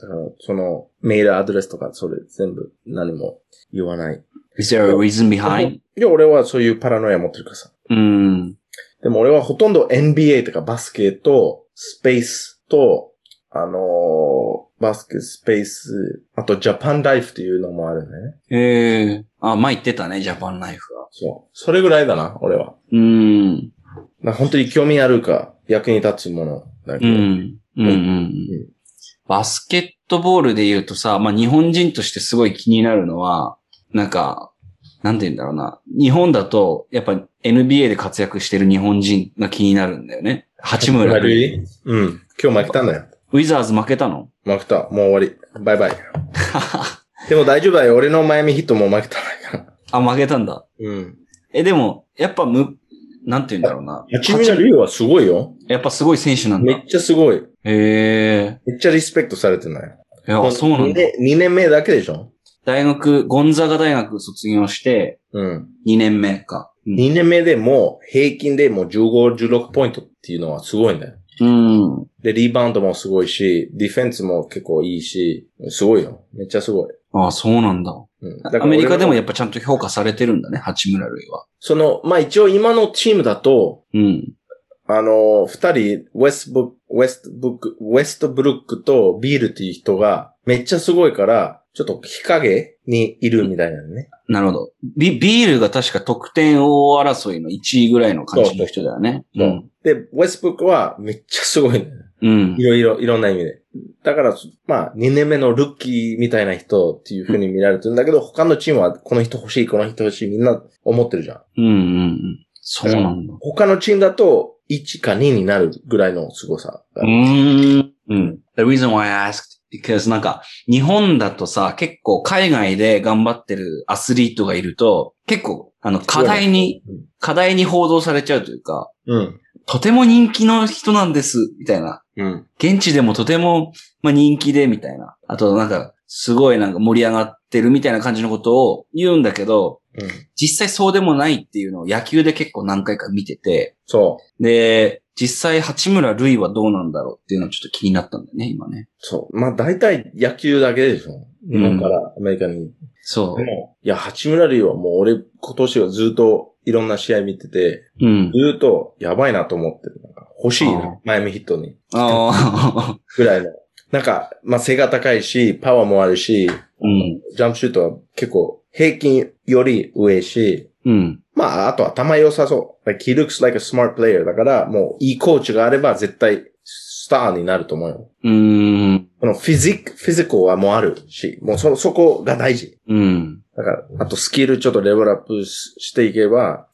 Speaker 2: だから、その、メールアドレスとか、それ全部何も言わない。
Speaker 1: Is there a reason
Speaker 2: い
Speaker 1: behind?
Speaker 2: や、俺はそういうパラノイア持ってるからさ。
Speaker 1: うん。
Speaker 2: でも俺はほとんど NBA とかバスケと、スペースと、あのーバスケ、スペース、あとジャパンライフっていうのもあるね。
Speaker 1: ええあ、前言ってたね、ジャパンライフは。
Speaker 2: そう。それぐらいだな、俺は。
Speaker 1: うん。
Speaker 2: まあ、本当に興味あるか、役に立つものだけ
Speaker 1: う
Speaker 2: ど。
Speaker 1: ん。うんうんうん。バスケットボールで言うとさ、まあ、日本人としてすごい気になるのは、なんか、なんて言うんだろうな。日本だと、やっぱ NBA で活躍してる日本人が気になるんだよね。八村
Speaker 2: 悪
Speaker 1: 塁。
Speaker 2: いうん。今日負けたんだよ。
Speaker 1: ウィザーズ負けたの *laughs*
Speaker 2: 負けた。もう終わり。バイバイ。でも大丈夫だよ。俺のマイアミヒットも負けたから。
Speaker 1: あ、負けたんだ。
Speaker 2: うん。
Speaker 1: え、でも、やっぱむ、なんて言うんだろうな。
Speaker 2: 八村塁はすごいよ。
Speaker 1: やっぱすごい選手なん
Speaker 2: め
Speaker 1: だ
Speaker 2: っ。ちゃすごい。
Speaker 1: へえ
Speaker 2: めっちゃリスペクトされてない。
Speaker 1: いや、そうなんだ。
Speaker 2: 2年目だけでしょ
Speaker 1: 大学、ゴンザガ大学卒業して、
Speaker 2: うん。
Speaker 1: 2年目か。うん。
Speaker 2: 2年目でも平均でもう15、16ポイントっていうのはすごいんだよ。
Speaker 1: うん。
Speaker 2: で、リバウンドもすごいし、ディフェンスも結構いいし、すごいよ。めっちゃすごい。
Speaker 1: ああ、そうなんだ。
Speaker 2: うん、だから
Speaker 1: アメリカでも
Speaker 2: 俺
Speaker 1: やっぱちゃんと評価されてるんだね、八村塁は。
Speaker 2: その、まあ、一応今のチームだと、
Speaker 1: うん。
Speaker 2: あの、二人、ウェストブ、ウェストブック、ウェストブルックとビールっていう人が、めっちゃすごいから、ちょっと日陰にいるみたいなのね。
Speaker 1: なるほど。ビ、ビールが確か得点王争いの1位ぐらいの感じの人だよね。
Speaker 2: そうで、ウェストブルックはめっちゃすごいんだよね。
Speaker 1: うん
Speaker 2: い。ろいろ、いろんな意味で。だから、まあ、2年目のルッキーみたいな人っていう風に見られてるんだけど、他のチームはこの人欲しい、この人欲しい、みんな思ってるじゃん。
Speaker 1: うん。うんうん。そうなんだ。
Speaker 2: 他のチームだと、1か2になるぐらいの凄さが。
Speaker 1: うーん。うん。The reason why I asked because なんか、日本だとさ、結構海外で頑張ってるアスリートがいると、結構、あの、課題に
Speaker 2: うん、
Speaker 1: 課題に報道されちゃうというか、
Speaker 2: うん。
Speaker 1: とても人気の人なんです、みたいな。
Speaker 2: うん。
Speaker 1: 現地でもとても、まあ、人気で、みたいな。あと、なんか、すごいなんか盛り上がってるみたいな感じのことを言うんだけど、
Speaker 2: うん。
Speaker 1: 実際そうでもないっていうのを野球で結構何回か見てて、
Speaker 2: そう。
Speaker 1: で、実際八村塁はどうなんだろうっていうのはちょっと気になったんだよね、今ね。
Speaker 2: そう。まあ、大体野球だけでしょ。日本からアメリカに。
Speaker 1: そ
Speaker 2: でもいや、八村塁はもう俺、今年はずっといろんな試合見てて、
Speaker 1: う。うん。
Speaker 2: ずっとやばいなと思ってる。なんか欲しい
Speaker 1: ああ
Speaker 2: な。マイアミヒットに。 *laughs*
Speaker 1: ああ。
Speaker 2: ぐらいの。なんか、まあ、背が高いし、パワーもあるし、
Speaker 1: うん。
Speaker 2: ジャンプシュートは結構平均より上し、
Speaker 1: うん。
Speaker 2: まあ、あと頭良さそう。Like, he looks like a smart player. だから、もういいコーチがあれば絶対スターになると思うよ。
Speaker 1: うーん。
Speaker 2: このフィジック、フィジコはもうあるし、もうそ、そこが大事。
Speaker 1: うん。
Speaker 2: だから、あとスキルちょっとレベルアップししていけば、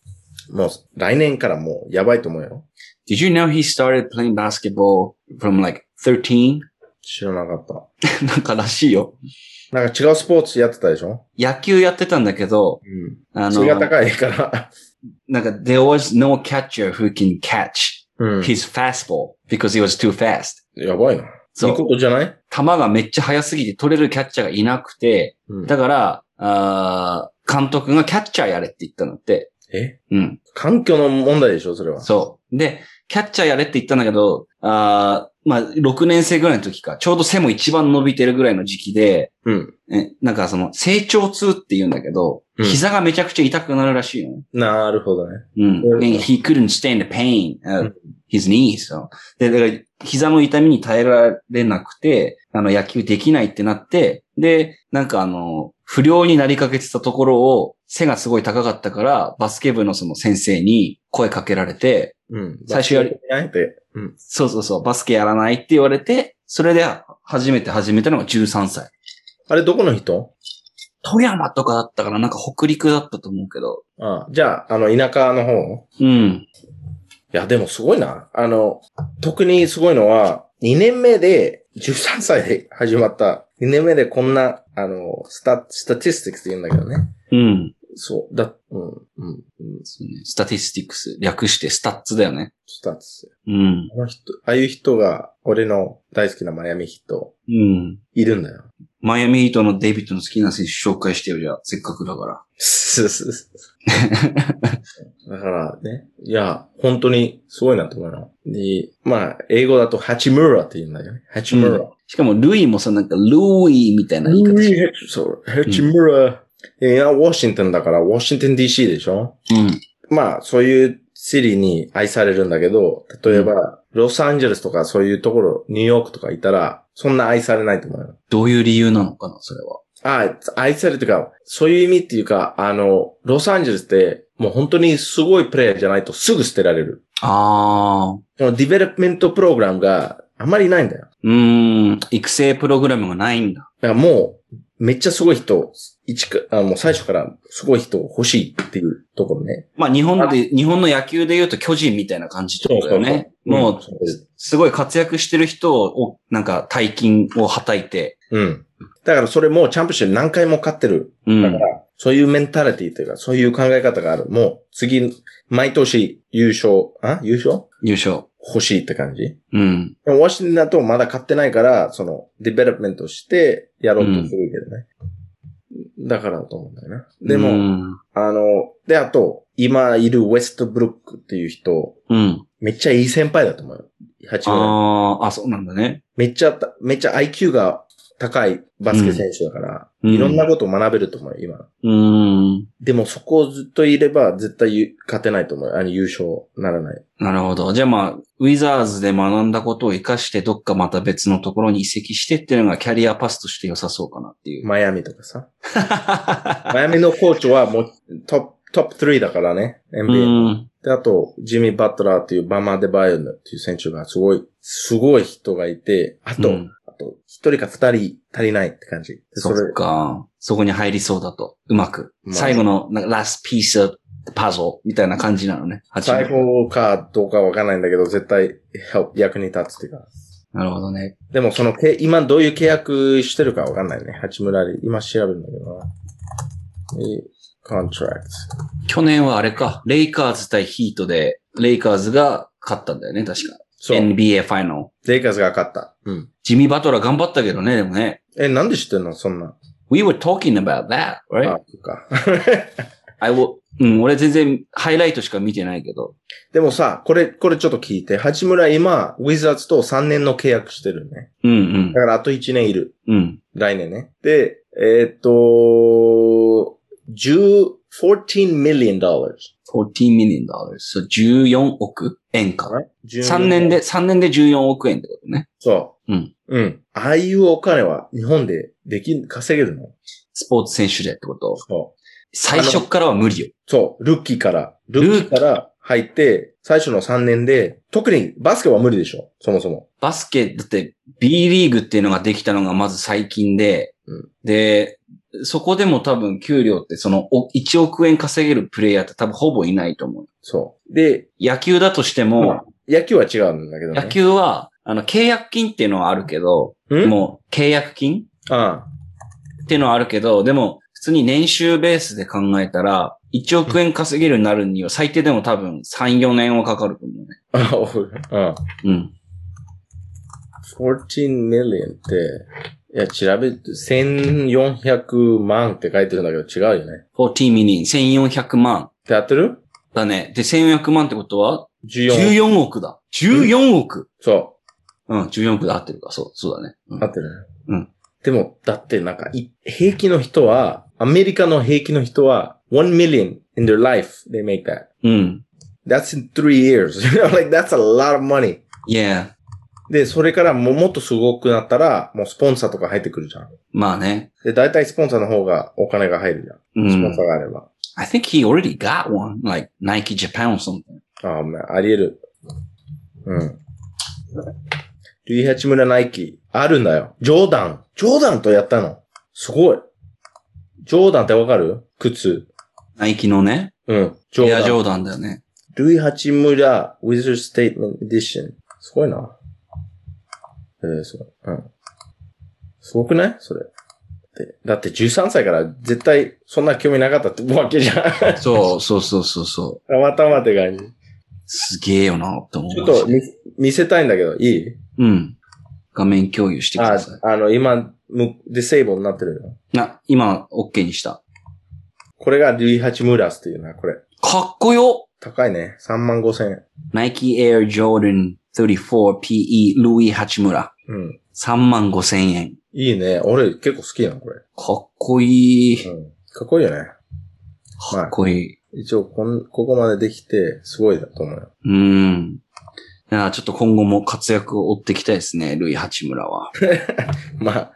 Speaker 2: もう来年からもうやばいと思うよ。
Speaker 1: Did you know he started playing basketball from like 13?
Speaker 2: 知らなかった。
Speaker 1: *laughs* なんからしいよ。
Speaker 2: なんか違うスポーツやってたでしょ
Speaker 1: 野球やってたんだけど、
Speaker 2: うん。
Speaker 1: あの
Speaker 2: 背、が高いから。
Speaker 1: なんか there was no catcher who can catch
Speaker 2: *laughs* うん。
Speaker 1: his fastball because he was too fast.
Speaker 2: やばいな。
Speaker 1: そ
Speaker 2: そうう。いいことじゃない
Speaker 1: 球がめっちゃ速すぎて取れるキャッチャーがいなくて、
Speaker 2: うん
Speaker 1: だから、あー監督がキャッチャーやれって言ったんだって。
Speaker 2: え
Speaker 1: うん。
Speaker 2: 環境の問題でしょそれは。
Speaker 1: そう。で、キャッチャーやれって言ったんだけど、あーまあ、6年生ぐらいの時か、ちょうど背も一番伸びてるぐらいの時期で、
Speaker 2: うん。
Speaker 1: えなんかその、成長痛って言うんだけど、
Speaker 2: うん
Speaker 1: 膝がめちゃくちゃ痛くなるらしいのね。
Speaker 2: なるほどね。
Speaker 1: うん。
Speaker 2: うん
Speaker 1: And he couldn't stand the pain,
Speaker 2: う
Speaker 1: uh,
Speaker 2: ん
Speaker 1: his knees. So. で、だから、膝の痛みに耐えられなくて、あの、野球できないってなって、で、なんかあの、不良になりかけてたところを、背がすごい高かったから、バスケ部のその先生に声かけられて、
Speaker 2: うん。
Speaker 1: 最初より。
Speaker 2: ないって。うん。
Speaker 1: そうそうそう、バスケやらないって言われて、それで初めて始めたのが13歳。
Speaker 2: あれ、どこの人
Speaker 1: 富山とかだったから、なんか北陸だったと思うけど。
Speaker 2: ああじゃあ、あの、田舎の方
Speaker 1: うん。
Speaker 2: いや、でもすごいな。あの、特にすごいのは、2年目で、13歳で始まった、2年目でこんな、あの、スタ、スタティスティックスって言うんだけどね。
Speaker 1: うん。
Speaker 2: そう、だ、うん、うん、うん、
Speaker 1: そうね。スタティスティックス。略してスタッツだよね。
Speaker 2: スタッツ。
Speaker 1: うん。
Speaker 2: あの人、ああいう人が、俺の大好きなマイアミヒット、
Speaker 1: うん。
Speaker 2: いるんだよ。
Speaker 1: マイアミヒートのデイビッドの好きな選手紹介してよ、じゃあ。せっかくだから。
Speaker 2: すすす *laughs* だからね、いや、本当にすごいなと思うな。で、まあ、英語だとハチムラって言うんだよね。ハチムラ。
Speaker 1: しかも、ルイもさ、なんか、ルイみたいな言い方して
Speaker 2: そう、ハチムラ。いや、ワシントンだから、ワシントン DC でしょ
Speaker 1: うん。
Speaker 2: まあ、そういうシリに愛されるんだけど、例えば、ロサンゼルスとかそういうところ、ニューヨークとかいたら、そんな愛されないと思うよ。
Speaker 1: どういう理由なのかな、それは。
Speaker 2: あ、愛されるというか、そういう意味っていうか、あの、ロサンゼルスって、もう本当にすごいプレイヤーじゃないとすぐ捨てられる。
Speaker 1: あー。
Speaker 2: そのディベロップメントプログラムがあまりないんだよ。
Speaker 1: うーん。育成プログラムがないんだ。
Speaker 2: だからもう、めっちゃすごい人、一か、あもう最初からすごい人欲しいっていうところね。
Speaker 1: まあ、日本で、日本の野球で言うと巨人みたいな感じってことだよね。もう、すごい活躍してる人を、なんか、大金をはたいて。
Speaker 2: うん。うん。だからそれもチャンプシップ何回も勝ってる。
Speaker 1: う
Speaker 2: だか
Speaker 1: ん。
Speaker 2: ら、そういうメンタリティというか、そういう考え方がある。もう、次、毎年優勝、あ優勝
Speaker 1: 優勝。
Speaker 2: 欲しいって感じ
Speaker 1: うん。
Speaker 2: でもワシントンだとまだ買ってないから、その、ディベロップメントしてやろうとするけどね。だからだと思うんだよな。でも、
Speaker 1: うん。
Speaker 2: あの、で、あと、今いるウェストブルックっていう人、
Speaker 1: うん。
Speaker 2: めっちゃいい先輩だと思うよ。八村。
Speaker 1: ああ、あ、そうなんだね。
Speaker 2: めっちゃた、めっちゃ IQ が高いバスケ選手だから、
Speaker 1: うん
Speaker 2: いろんなことを学べると思うよ、今。
Speaker 1: うん。
Speaker 2: でもそこをずっといれば、絶対ゆ勝てないと思うよ。あの、優勝ならない。
Speaker 1: なるほど。じゃあまあ、ウィザーズで学んだことを活かして、どっかまた別のところに移籍してっていうのがキャリアパスとして良さそうかなっていう。
Speaker 2: マイアミとか
Speaker 1: *laughs*
Speaker 2: さ。マイアミのコーチはもう、トップ、トップ3だからね。
Speaker 1: う
Speaker 2: NBA。
Speaker 1: ん。
Speaker 2: で、あと、ジミー・バトラーっていうバマーデバイオンっていう選手がすごい、すごい人がいて、あと、
Speaker 1: うん
Speaker 2: あと、一人か二人足りないって感じ。で
Speaker 1: そっか。そこに入りそうだと。うまく。
Speaker 2: まあ
Speaker 1: 最後の、なんか、ラスピース、パズルみたいな感じなのね。八
Speaker 2: 最
Speaker 1: 村
Speaker 2: 高かどうかわかんないんだけど、絶対、help 役に立つっていうか。
Speaker 1: なるほどね。
Speaker 2: でも、その、け今どういう契約してるかわかんないね。八村で、今調べるんだけどな。えコントラク
Speaker 1: 去年はあれか。レイカーズ対ヒートで、レイカーズが勝ったんだよね、確か。
Speaker 2: ト。そう。
Speaker 1: NBA ファイナル。
Speaker 2: レイカーズが勝った。うん。
Speaker 1: ジミー・バトラー頑張ったけどね、でもね。
Speaker 2: え、なんで知ってんのそんな。
Speaker 1: We were talking about that,
Speaker 2: あ、
Speaker 1: right?
Speaker 2: そっか。
Speaker 1: I will, うん、俺全然ハイライトしか見てないけど。
Speaker 2: でもさ、これ、これちょっと聞いて。八村今、ウィザーズと3年の契約してるね。
Speaker 1: うん
Speaker 2: だからあと1年いる。
Speaker 1: うん。うん。
Speaker 2: 来年ね。で、えーっと、10、14 million dollars。
Speaker 1: 14 million dollars. そう、14億円か。3
Speaker 2: 3
Speaker 1: 年。で、三年で14億円ってことね。
Speaker 2: そう。
Speaker 1: うん。
Speaker 2: うん。ああいうお金は日本ででき、稼げるの
Speaker 1: スポーツ選手でってこと。
Speaker 2: そう。
Speaker 1: 最初からは無理よ。
Speaker 2: そう。ルッキーから。ル
Speaker 1: ーキー
Speaker 2: ッキーから入って、最初の3年で、特にバスケは無理でしょそもそも。
Speaker 1: バスケ、だって B リーグっていうのができたのがまず最近で、
Speaker 2: うん
Speaker 1: で、そこでも多分給料ってそのお1億円稼げるプレイヤーって多分ほぼいないと思う。
Speaker 2: そう。で、
Speaker 1: 野球だとしても、
Speaker 2: 野球は違うんだけどね。
Speaker 1: 野球は、あの、契約金っていうのはあるけど、
Speaker 2: ん
Speaker 1: もう契約金
Speaker 2: ああ
Speaker 1: っていうのはあるけど、でも、普通に年収ベースで考えたら、1億円稼げるようになるには最低でも多分3、4年はかかると思うね。
Speaker 2: あ、おううん。
Speaker 1: うん。
Speaker 2: 14 million って、いや、調べて、1400万って書いてるんだけど違うよね。
Speaker 1: 14ミリ、1400万
Speaker 2: って合ってる
Speaker 1: だね。で、1400万ってことは、
Speaker 2: ?14。
Speaker 1: 14億だ。14億。
Speaker 2: そ
Speaker 1: うん、14億で合ってるか。そう、そうだね。う
Speaker 2: う。合
Speaker 1: ん
Speaker 2: ってるね。
Speaker 1: うん。
Speaker 2: でも、だってなんか、い平気の人は、アメリカの平気の人は、1 million in their life, they make that.
Speaker 1: うん。
Speaker 2: That's in three years. *laughs* You know, like, that's a lot of money.
Speaker 1: Yeah.
Speaker 2: で、それからもうもっとすごくなったら、もうスポンサーとか入ってくるじゃん。
Speaker 1: まあね。
Speaker 2: で、大体スポンサーの方がお金が入るじゃん。
Speaker 1: う
Speaker 2: スポン
Speaker 1: ん
Speaker 2: サ。ーがあれば。
Speaker 1: I think he already got one. Like, Nike Japan or something.
Speaker 2: ああ、まあ、あり得る。うん。リーハチムラナイキ、あるんだよ。ジョーダン。ジョーダンとやったの。すごい。ジョーダンってわかる靴。
Speaker 1: ナイキのね。
Speaker 2: うん。ジョー
Speaker 1: エアジ
Speaker 2: ダン。
Speaker 1: ョーダンだよね。
Speaker 2: ルイ・ハチムラ、ウィズ・ステートメント・エディション。すごいな。えー、そう。うん。すごくないそれ。でだって13歳から絶対そんな興味なかったってわけじゃん。 *laughs*
Speaker 1: そう、そうそうそうそう。
Speaker 2: たまたまって感じ。
Speaker 1: すげえよな、って思う。
Speaker 2: ちょっと見見せたいんだけど、いい
Speaker 1: うん。画面共有してくださ
Speaker 2: あ、あの、今、む、ディセイブルになってるよ。
Speaker 1: い。な、今、OK にした。
Speaker 2: これがリーハチムラスっていうな、これ。
Speaker 1: かっこよ
Speaker 2: 高いね。3万5千円。
Speaker 1: !Nike Air Jordan 34PE Louis 八村。
Speaker 2: うん。
Speaker 1: 3万5千円。
Speaker 2: いいね。俺結構好きなの、これ。
Speaker 1: かっこいい。
Speaker 2: うん。かっこいいよね。
Speaker 1: かっこいい。
Speaker 2: 一応、こん、ここまでできて、すごいだと思うよ。
Speaker 1: うん。いやちょっと今後も活躍を追っていきたいですね、ルイ・八村は。
Speaker 2: まあ、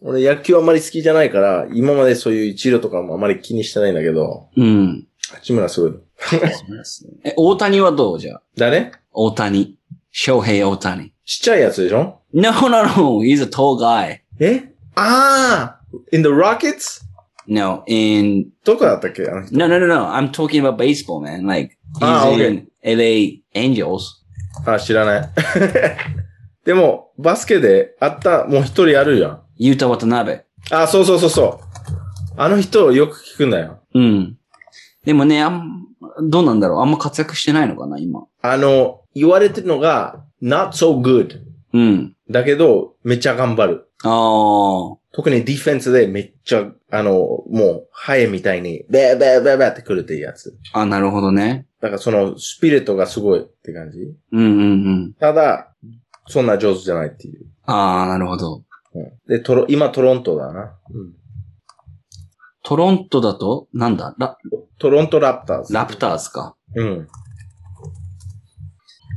Speaker 2: 俺野球あんまり好きじゃないから、今までそういう一路とかもあんまり気にしてないんだけど、
Speaker 1: *laughs* うん。
Speaker 2: 八村すごい。
Speaker 1: そうですねえ、大谷はどうじゃあ
Speaker 2: 誰
Speaker 1: 大谷。翔平大谷。
Speaker 2: ちっちゃいやつでしょ
Speaker 1: No, no, no, he's a tall guy.
Speaker 2: えああ !in the Rockets?
Speaker 1: No, in
Speaker 2: どこだったっけあの人
Speaker 1: No, no, no, no. I'm talking about baseball, man. Like he's
Speaker 2: Ah, okay.
Speaker 1: in LA Angels.
Speaker 2: あ、知らない。 *laughs* でも、バスケであった、もう一人あるやん。
Speaker 1: Yuta Watanabe.
Speaker 2: あ、そうそうそうそう。あの人をよく聞くんだよ。
Speaker 1: うん。でもね、あん、どうなんだろう。あんま活躍してないのかな、今。
Speaker 2: あの、言われてるのが、not so good。
Speaker 1: うん。
Speaker 2: だけど、めっちゃ頑張る。
Speaker 1: ああ。
Speaker 2: 特にディフェンスでめっちゃ、あの、もう、ハエみたいに、ベーベーベーベーってくるっていうやつ。
Speaker 1: あ、なるほどね。
Speaker 2: だからその、スピリットがすごいって感じ。
Speaker 1: うんうんうん。
Speaker 2: ただ、そんな上手じゃないっていう。
Speaker 1: ああ、なるほど。
Speaker 2: うん、で、トロ、今トロントだな。うん。
Speaker 1: トロントだと、なんだラ、
Speaker 2: トロントラプターズ。
Speaker 1: ラプターズか。
Speaker 2: うん。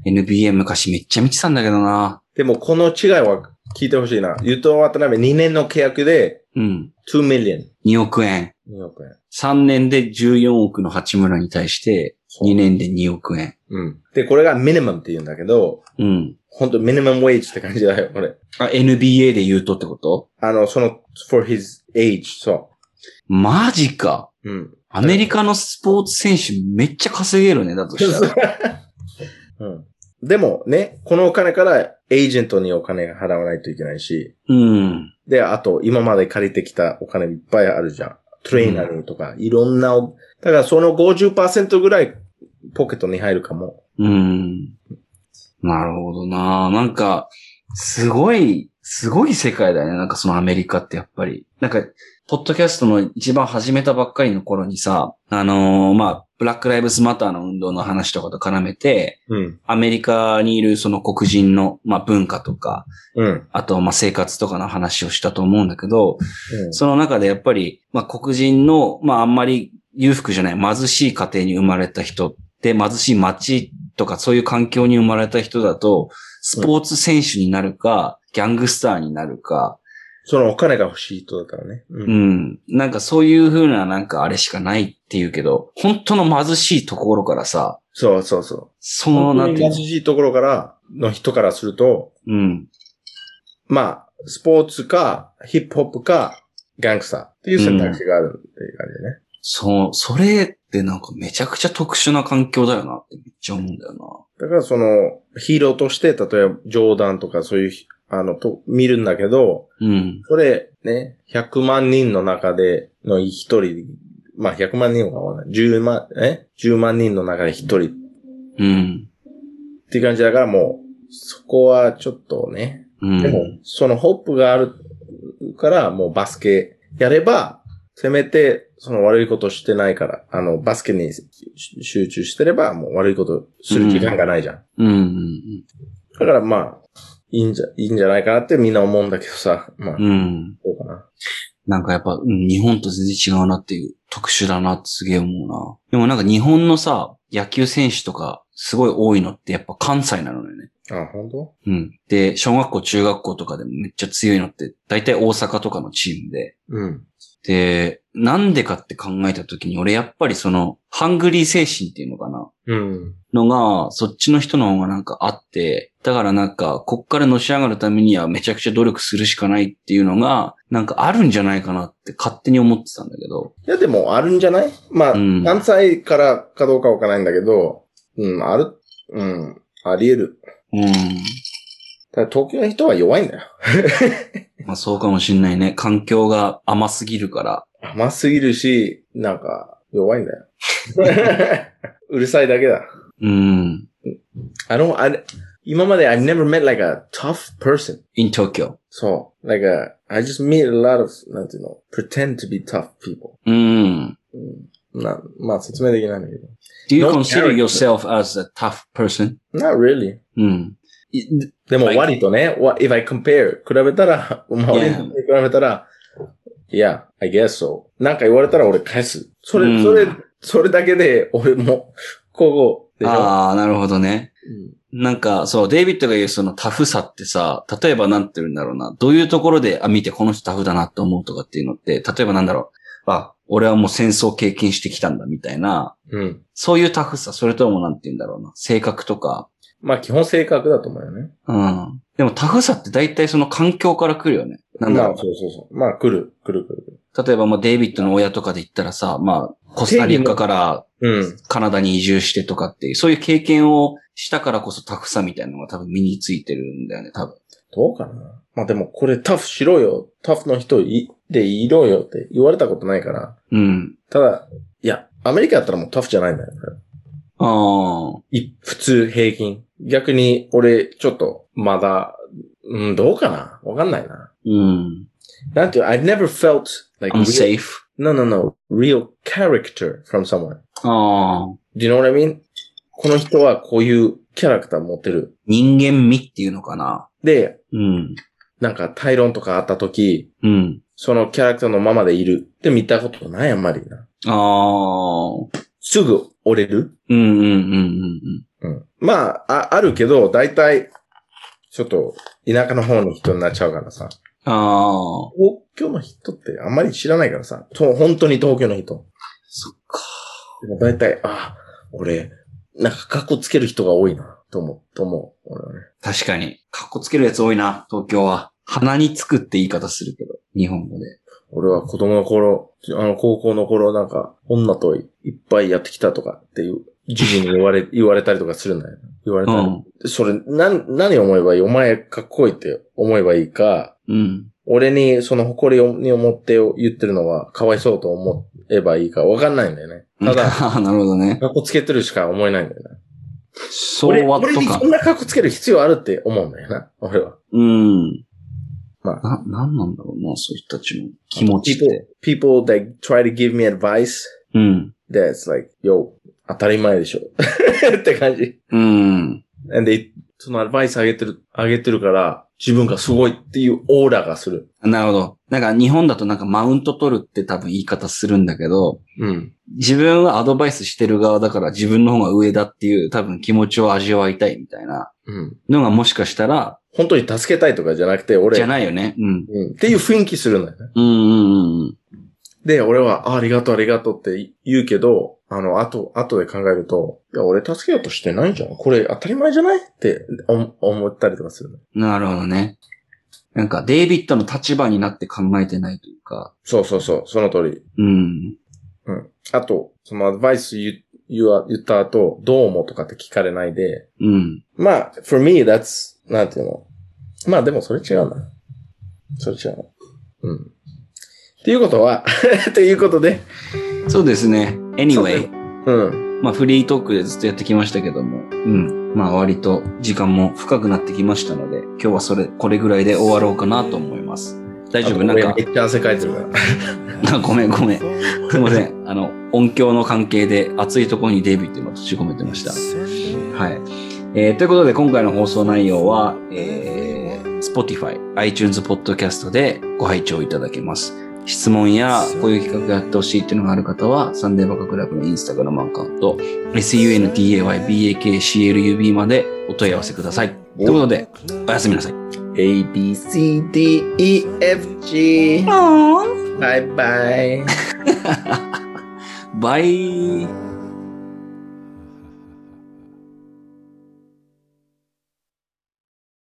Speaker 1: NBA 昔めっちゃ見てたんだけどな。
Speaker 2: でも、この違いは聞いてほしいな。ユートワタナベ2年の契約で
Speaker 1: うん。
Speaker 2: 2 million。
Speaker 1: 2億円。
Speaker 2: 2億円。
Speaker 1: 3年で14億の八村に対して、
Speaker 2: そう
Speaker 1: 2年で2億円。
Speaker 2: うん。で、これがミニマムって言うんだけど、
Speaker 1: うん。
Speaker 2: ほんとミニマムウェイジって感じだよ、これ。
Speaker 1: あ、NBA で言うとってこと
Speaker 2: あの、その、for his age, そ
Speaker 1: マジか。
Speaker 2: う。うん。
Speaker 1: アメリカのスポーツ選手めっちゃ稼げるね、だとしたら。
Speaker 2: うん。でもね、このお金からエージェントにお金が払わないといけないし、
Speaker 1: うん。
Speaker 2: で、あと、今まで借りてきたお金いっぱいあるじゃん。トレーナーにとか、いろんなお、だからその50%ぐらいポケットに入るかも。
Speaker 1: うん。なるほどな。なんか、すごい、すごい世界だね。なんかそのアメリカってやっぱり。なんか、ポッドキャストの一番始めたばっかりの頃にさ、あのーまあ、ブラックライブスマターの運動の話とかと絡めて、
Speaker 2: うん。
Speaker 1: アメリカにいるその黒人の、まあ、文化とか、
Speaker 2: うん。
Speaker 1: あと、まあ、生活とかの話をしたと思うんだけど、
Speaker 2: うん
Speaker 1: その中でやっぱり、まあ、黒人の、まあ、あんまり裕福じゃない貧しい家庭に生まれた人で、貧しい町とかそういう環境に生まれた人だと、スポーツ選手になるか、ギャングスターになるか、
Speaker 2: そのお金が欲しい人だからね。う。
Speaker 1: うんん。なんかそういう風ななんかあれしかないっていうけど、本当の貧しいところからさ、
Speaker 2: そうそうそう。
Speaker 1: その、な
Speaker 2: 本
Speaker 1: ん
Speaker 2: 当
Speaker 1: て
Speaker 2: に
Speaker 1: いう
Speaker 2: 貧
Speaker 1: の
Speaker 2: しいところから、の人からすると、
Speaker 1: うん。
Speaker 2: まあ、スポーツか、ヒップホップか、ガンクサーっていう選択肢があるっていう感じでね。
Speaker 1: そう、それってなんかめちゃくちゃ特殊な環境だよなってめっちゃ思うんだよな。
Speaker 2: だからその、ヒーローとして、例えばジョーダンとかそういう、あの、と、見るんだけど、
Speaker 1: うん。
Speaker 2: それ、ね、100万人の中での一人、まあ100万人は合わない。10万、え ?10 万人の中で一人
Speaker 1: うん。
Speaker 2: っていう感じだからもう、そこはちょっとね、
Speaker 1: うん。
Speaker 2: でも、そのホップがあるから、もうバスケやれば、せめて、その悪いことしてないから、あの、バスケにし集中してれば、もう悪いことする時間がないじゃん。
Speaker 1: うんうん
Speaker 2: だからまあ、いいんじゃ、いいんじゃないかなってみんな思うんだけどさ、まあ、
Speaker 1: うん、うん。
Speaker 2: どうかな。
Speaker 1: なんかやっぱ、うん日本と全然違うなっていう、特殊だなってすげえ思うな。でもなんか日本のさ、野球選手とか、すごい多いのってやっぱ関西なのよね。
Speaker 2: あ、本当？
Speaker 1: うん。で、小学校、中学校とかでもめっちゃ強いのって、大体大阪とかのチームで。
Speaker 2: うん。
Speaker 1: で、なんでかって考えた時に、俺やっぱりその、ハングリー精神っていうのかな。
Speaker 2: うん。
Speaker 1: のが、そっちの人の方がなんかあって、だからなんか、こっからのし上がるためにはめちゃくちゃ努力するしかないっていうのが、なんかあるんじゃないかなって勝手に思ってたんだけど。
Speaker 2: いや、でも、あるんじゃないまあ、
Speaker 1: うん
Speaker 2: 何歳からかどうかわからないんだけど、うん、ある、うん、あり得る。
Speaker 1: うん。
Speaker 2: ただ、東京の人は弱いんだよ。
Speaker 1: まあそうかもしんないね。環境が甘すぎるから。
Speaker 2: 甘すぎるし、なんか、弱いんだよ。 *laughs* うるさいだけだ。
Speaker 1: うん。
Speaker 2: I don't, I, 今まで I've never met like a tough person.
Speaker 1: in Tokyo.
Speaker 2: そう。Like a, I just meet a lot of, なんていうの、pretend to be tough people.
Speaker 1: うん。
Speaker 2: うん、なまあ、説明できないんだけど。
Speaker 1: Do you
Speaker 2: No
Speaker 1: consider
Speaker 2: character.
Speaker 1: yourself as a tough person?
Speaker 2: Not really.
Speaker 1: うん。い
Speaker 2: でも、
Speaker 1: Like-
Speaker 2: 割とね、わ if I compare, 比べ
Speaker 1: *laughs*
Speaker 2: たら、まあ、俺に
Speaker 1: Yeah.
Speaker 2: 比べたら、Yeah, I guess so. なんか言われたら俺返す。それ、
Speaker 1: うん
Speaker 2: それ、それだけで、俺も、こう、でしょ、
Speaker 1: ああ、なるほどね。
Speaker 2: うん
Speaker 1: なんか、そう、デイビッドが言うそのタフさってさ、例えばなんて言うんだろうな。どういうところで、あ、見てこの人タフだなって思うとかっていうのって、例えばなんだろう。あ、俺はもう戦争経験してきたんだみたいな、
Speaker 2: うん。
Speaker 1: そういうタフさ、それともなんて言うんだろうな。性格とか。
Speaker 2: まあ基本性格だと思うよね。
Speaker 1: うん。でもタフさって大体その環境から来るよね。なんだろ
Speaker 2: まあそうそうそう。まあ来る、来る来る
Speaker 1: う。例えばまあデイビッドの親とかで言ったらさ、まあ、コスタリカから
Speaker 2: 来る。
Speaker 1: カナダに移住してとかっていう、そういう経験をしたからこそタフさみたいなのが多分身についてるんだよね、多分。
Speaker 2: どうかな。まあでもこれタフしろよ。タフの人いでいろよって言われたことないから。
Speaker 1: うん。
Speaker 2: ただ、いや、アメリカだったらもうタフじゃないんだよ。
Speaker 1: ああ。
Speaker 2: い普通、平均。逆に、俺、ちょっと、まだ、うん、どうかなわかんないな。
Speaker 1: うん。
Speaker 2: なんていう、I never felt like real,
Speaker 1: unsafe.
Speaker 2: no, no, no, real character from someone.
Speaker 1: ああ。
Speaker 2: Do you know what I mean? この人はこういうキャラクター持ってる。
Speaker 1: 人間味っていうのかな。
Speaker 2: で、
Speaker 1: うん。
Speaker 2: なんか、対論とかあった時、
Speaker 1: うん。
Speaker 2: そのキャラクターのままでいるって見たことないあんまりな。
Speaker 1: ああ。
Speaker 2: すぐ折れる
Speaker 1: うんうんうんうんうん。
Speaker 2: うん。まあ、あ、あるけど、大体、ちょっと、田舎の方の人になっちゃうからさ。
Speaker 1: ああ。
Speaker 2: 東京の人ってあんまり知らないからさ。と、本当に東京の人。
Speaker 1: そっか。
Speaker 2: でも大体、あ、俺、なんか格好つける人が多いな、と思う、と思う。俺はね。
Speaker 1: 確かに。かっこつけるやつ多いな、東京は。鼻につくって言い方するけど、日本語で。
Speaker 2: 俺は子供の頃、あの、高校の頃なんか、女といっぱいやってきたとかっていう、じじに言われ、 *laughs* 言われたりとかするんだよ。言われ
Speaker 1: う
Speaker 2: たり。
Speaker 1: ん。
Speaker 2: それ、なん、何思えばいいお前かっこいいって思えばいいか、
Speaker 1: うん。
Speaker 2: 俺にその誇りをに思って言ってるのはかわいそうと思えばいいかわかんないんだよね。ただ、 *laughs*
Speaker 1: だ、 *laughs* なるほどね。
Speaker 2: 格好つけてるしか思えないんだよな。
Speaker 1: そう
Speaker 2: 俺
Speaker 1: は
Speaker 2: 俺
Speaker 1: と
Speaker 2: に
Speaker 1: か
Speaker 2: そ。んな格好つける必要あるって思うんだよな、俺は。
Speaker 1: うん。
Speaker 2: まあ
Speaker 1: な、なんなんだろうな、そういう人たちの気持ちって。
Speaker 2: People, people that try to give me advice
Speaker 1: うん。
Speaker 2: that's like, yo, 当たり前でしょ。 *laughs* って感じ。
Speaker 1: うん。
Speaker 2: で、そのアドバイスあげてる、あげてるから、自分がすごいっていうオーラがする。
Speaker 1: なるほど。なんか日本だとなんかマウント取るって多分言い方するんだけど、
Speaker 2: うん。
Speaker 1: 自分はアドバイスしてる側だから自分の方が上だっていう多分気持ちを味わいたいみたいな
Speaker 2: うん。
Speaker 1: のがもしかしたら、
Speaker 2: 本当に助けたいとかじゃなくて、俺、
Speaker 1: じゃないよね。うん。
Speaker 2: うん。っていう雰囲気するのよね。
Speaker 1: うんうんうん。
Speaker 2: で、俺は、あありがとう、ありがとうって言うけど、あの、後、後で考えると、いや、俺助けようとしてないじゃん。これ当たり前じゃないって思思ったりとかするの。
Speaker 1: なるほどね。なんかデイビッドの立場になって考えてないというか、
Speaker 2: そうそうそう、その通り。
Speaker 1: うん。
Speaker 2: あと、そのアドバイス言う言わ言った後、どう思うとかって聞かれないで、
Speaker 1: うん。
Speaker 2: まあ、for me, that's, なんていうの。まあでもそれ違うな。それ違うな。うん。っていうことは、 *laughs* っていうことで、
Speaker 1: そうですね。Anyway。
Speaker 2: うん。
Speaker 1: まあフリートークでずっとやってきましたけども、うん。まあ割と時間も深くなってきましたので、今日はそれ、これぐらいで終わろうかなと思います。大丈夫なん
Speaker 2: あ
Speaker 1: か
Speaker 2: と俺、めっちゃ汗かいてるから。
Speaker 1: *laughs* あごめん
Speaker 2: *laughs*
Speaker 1: ごめん。 *laughs* すいません。あの、音響の関係で熱いところにデイビーっていうのを閉じ込めてました。はい。えーということで今回の放送内容は、えー Spotify、iTunes Podcast でご拝聴いただけます。質問や、こういう企画やってほしいっていうのがある方は、サンデーバカクラブのインスタグラムアカウント、sundaybakclub までお問い合わせください。ということで、おやすみなさい。
Speaker 2: A, B, C, D, E, F, G. バイバイ。
Speaker 1: バイ。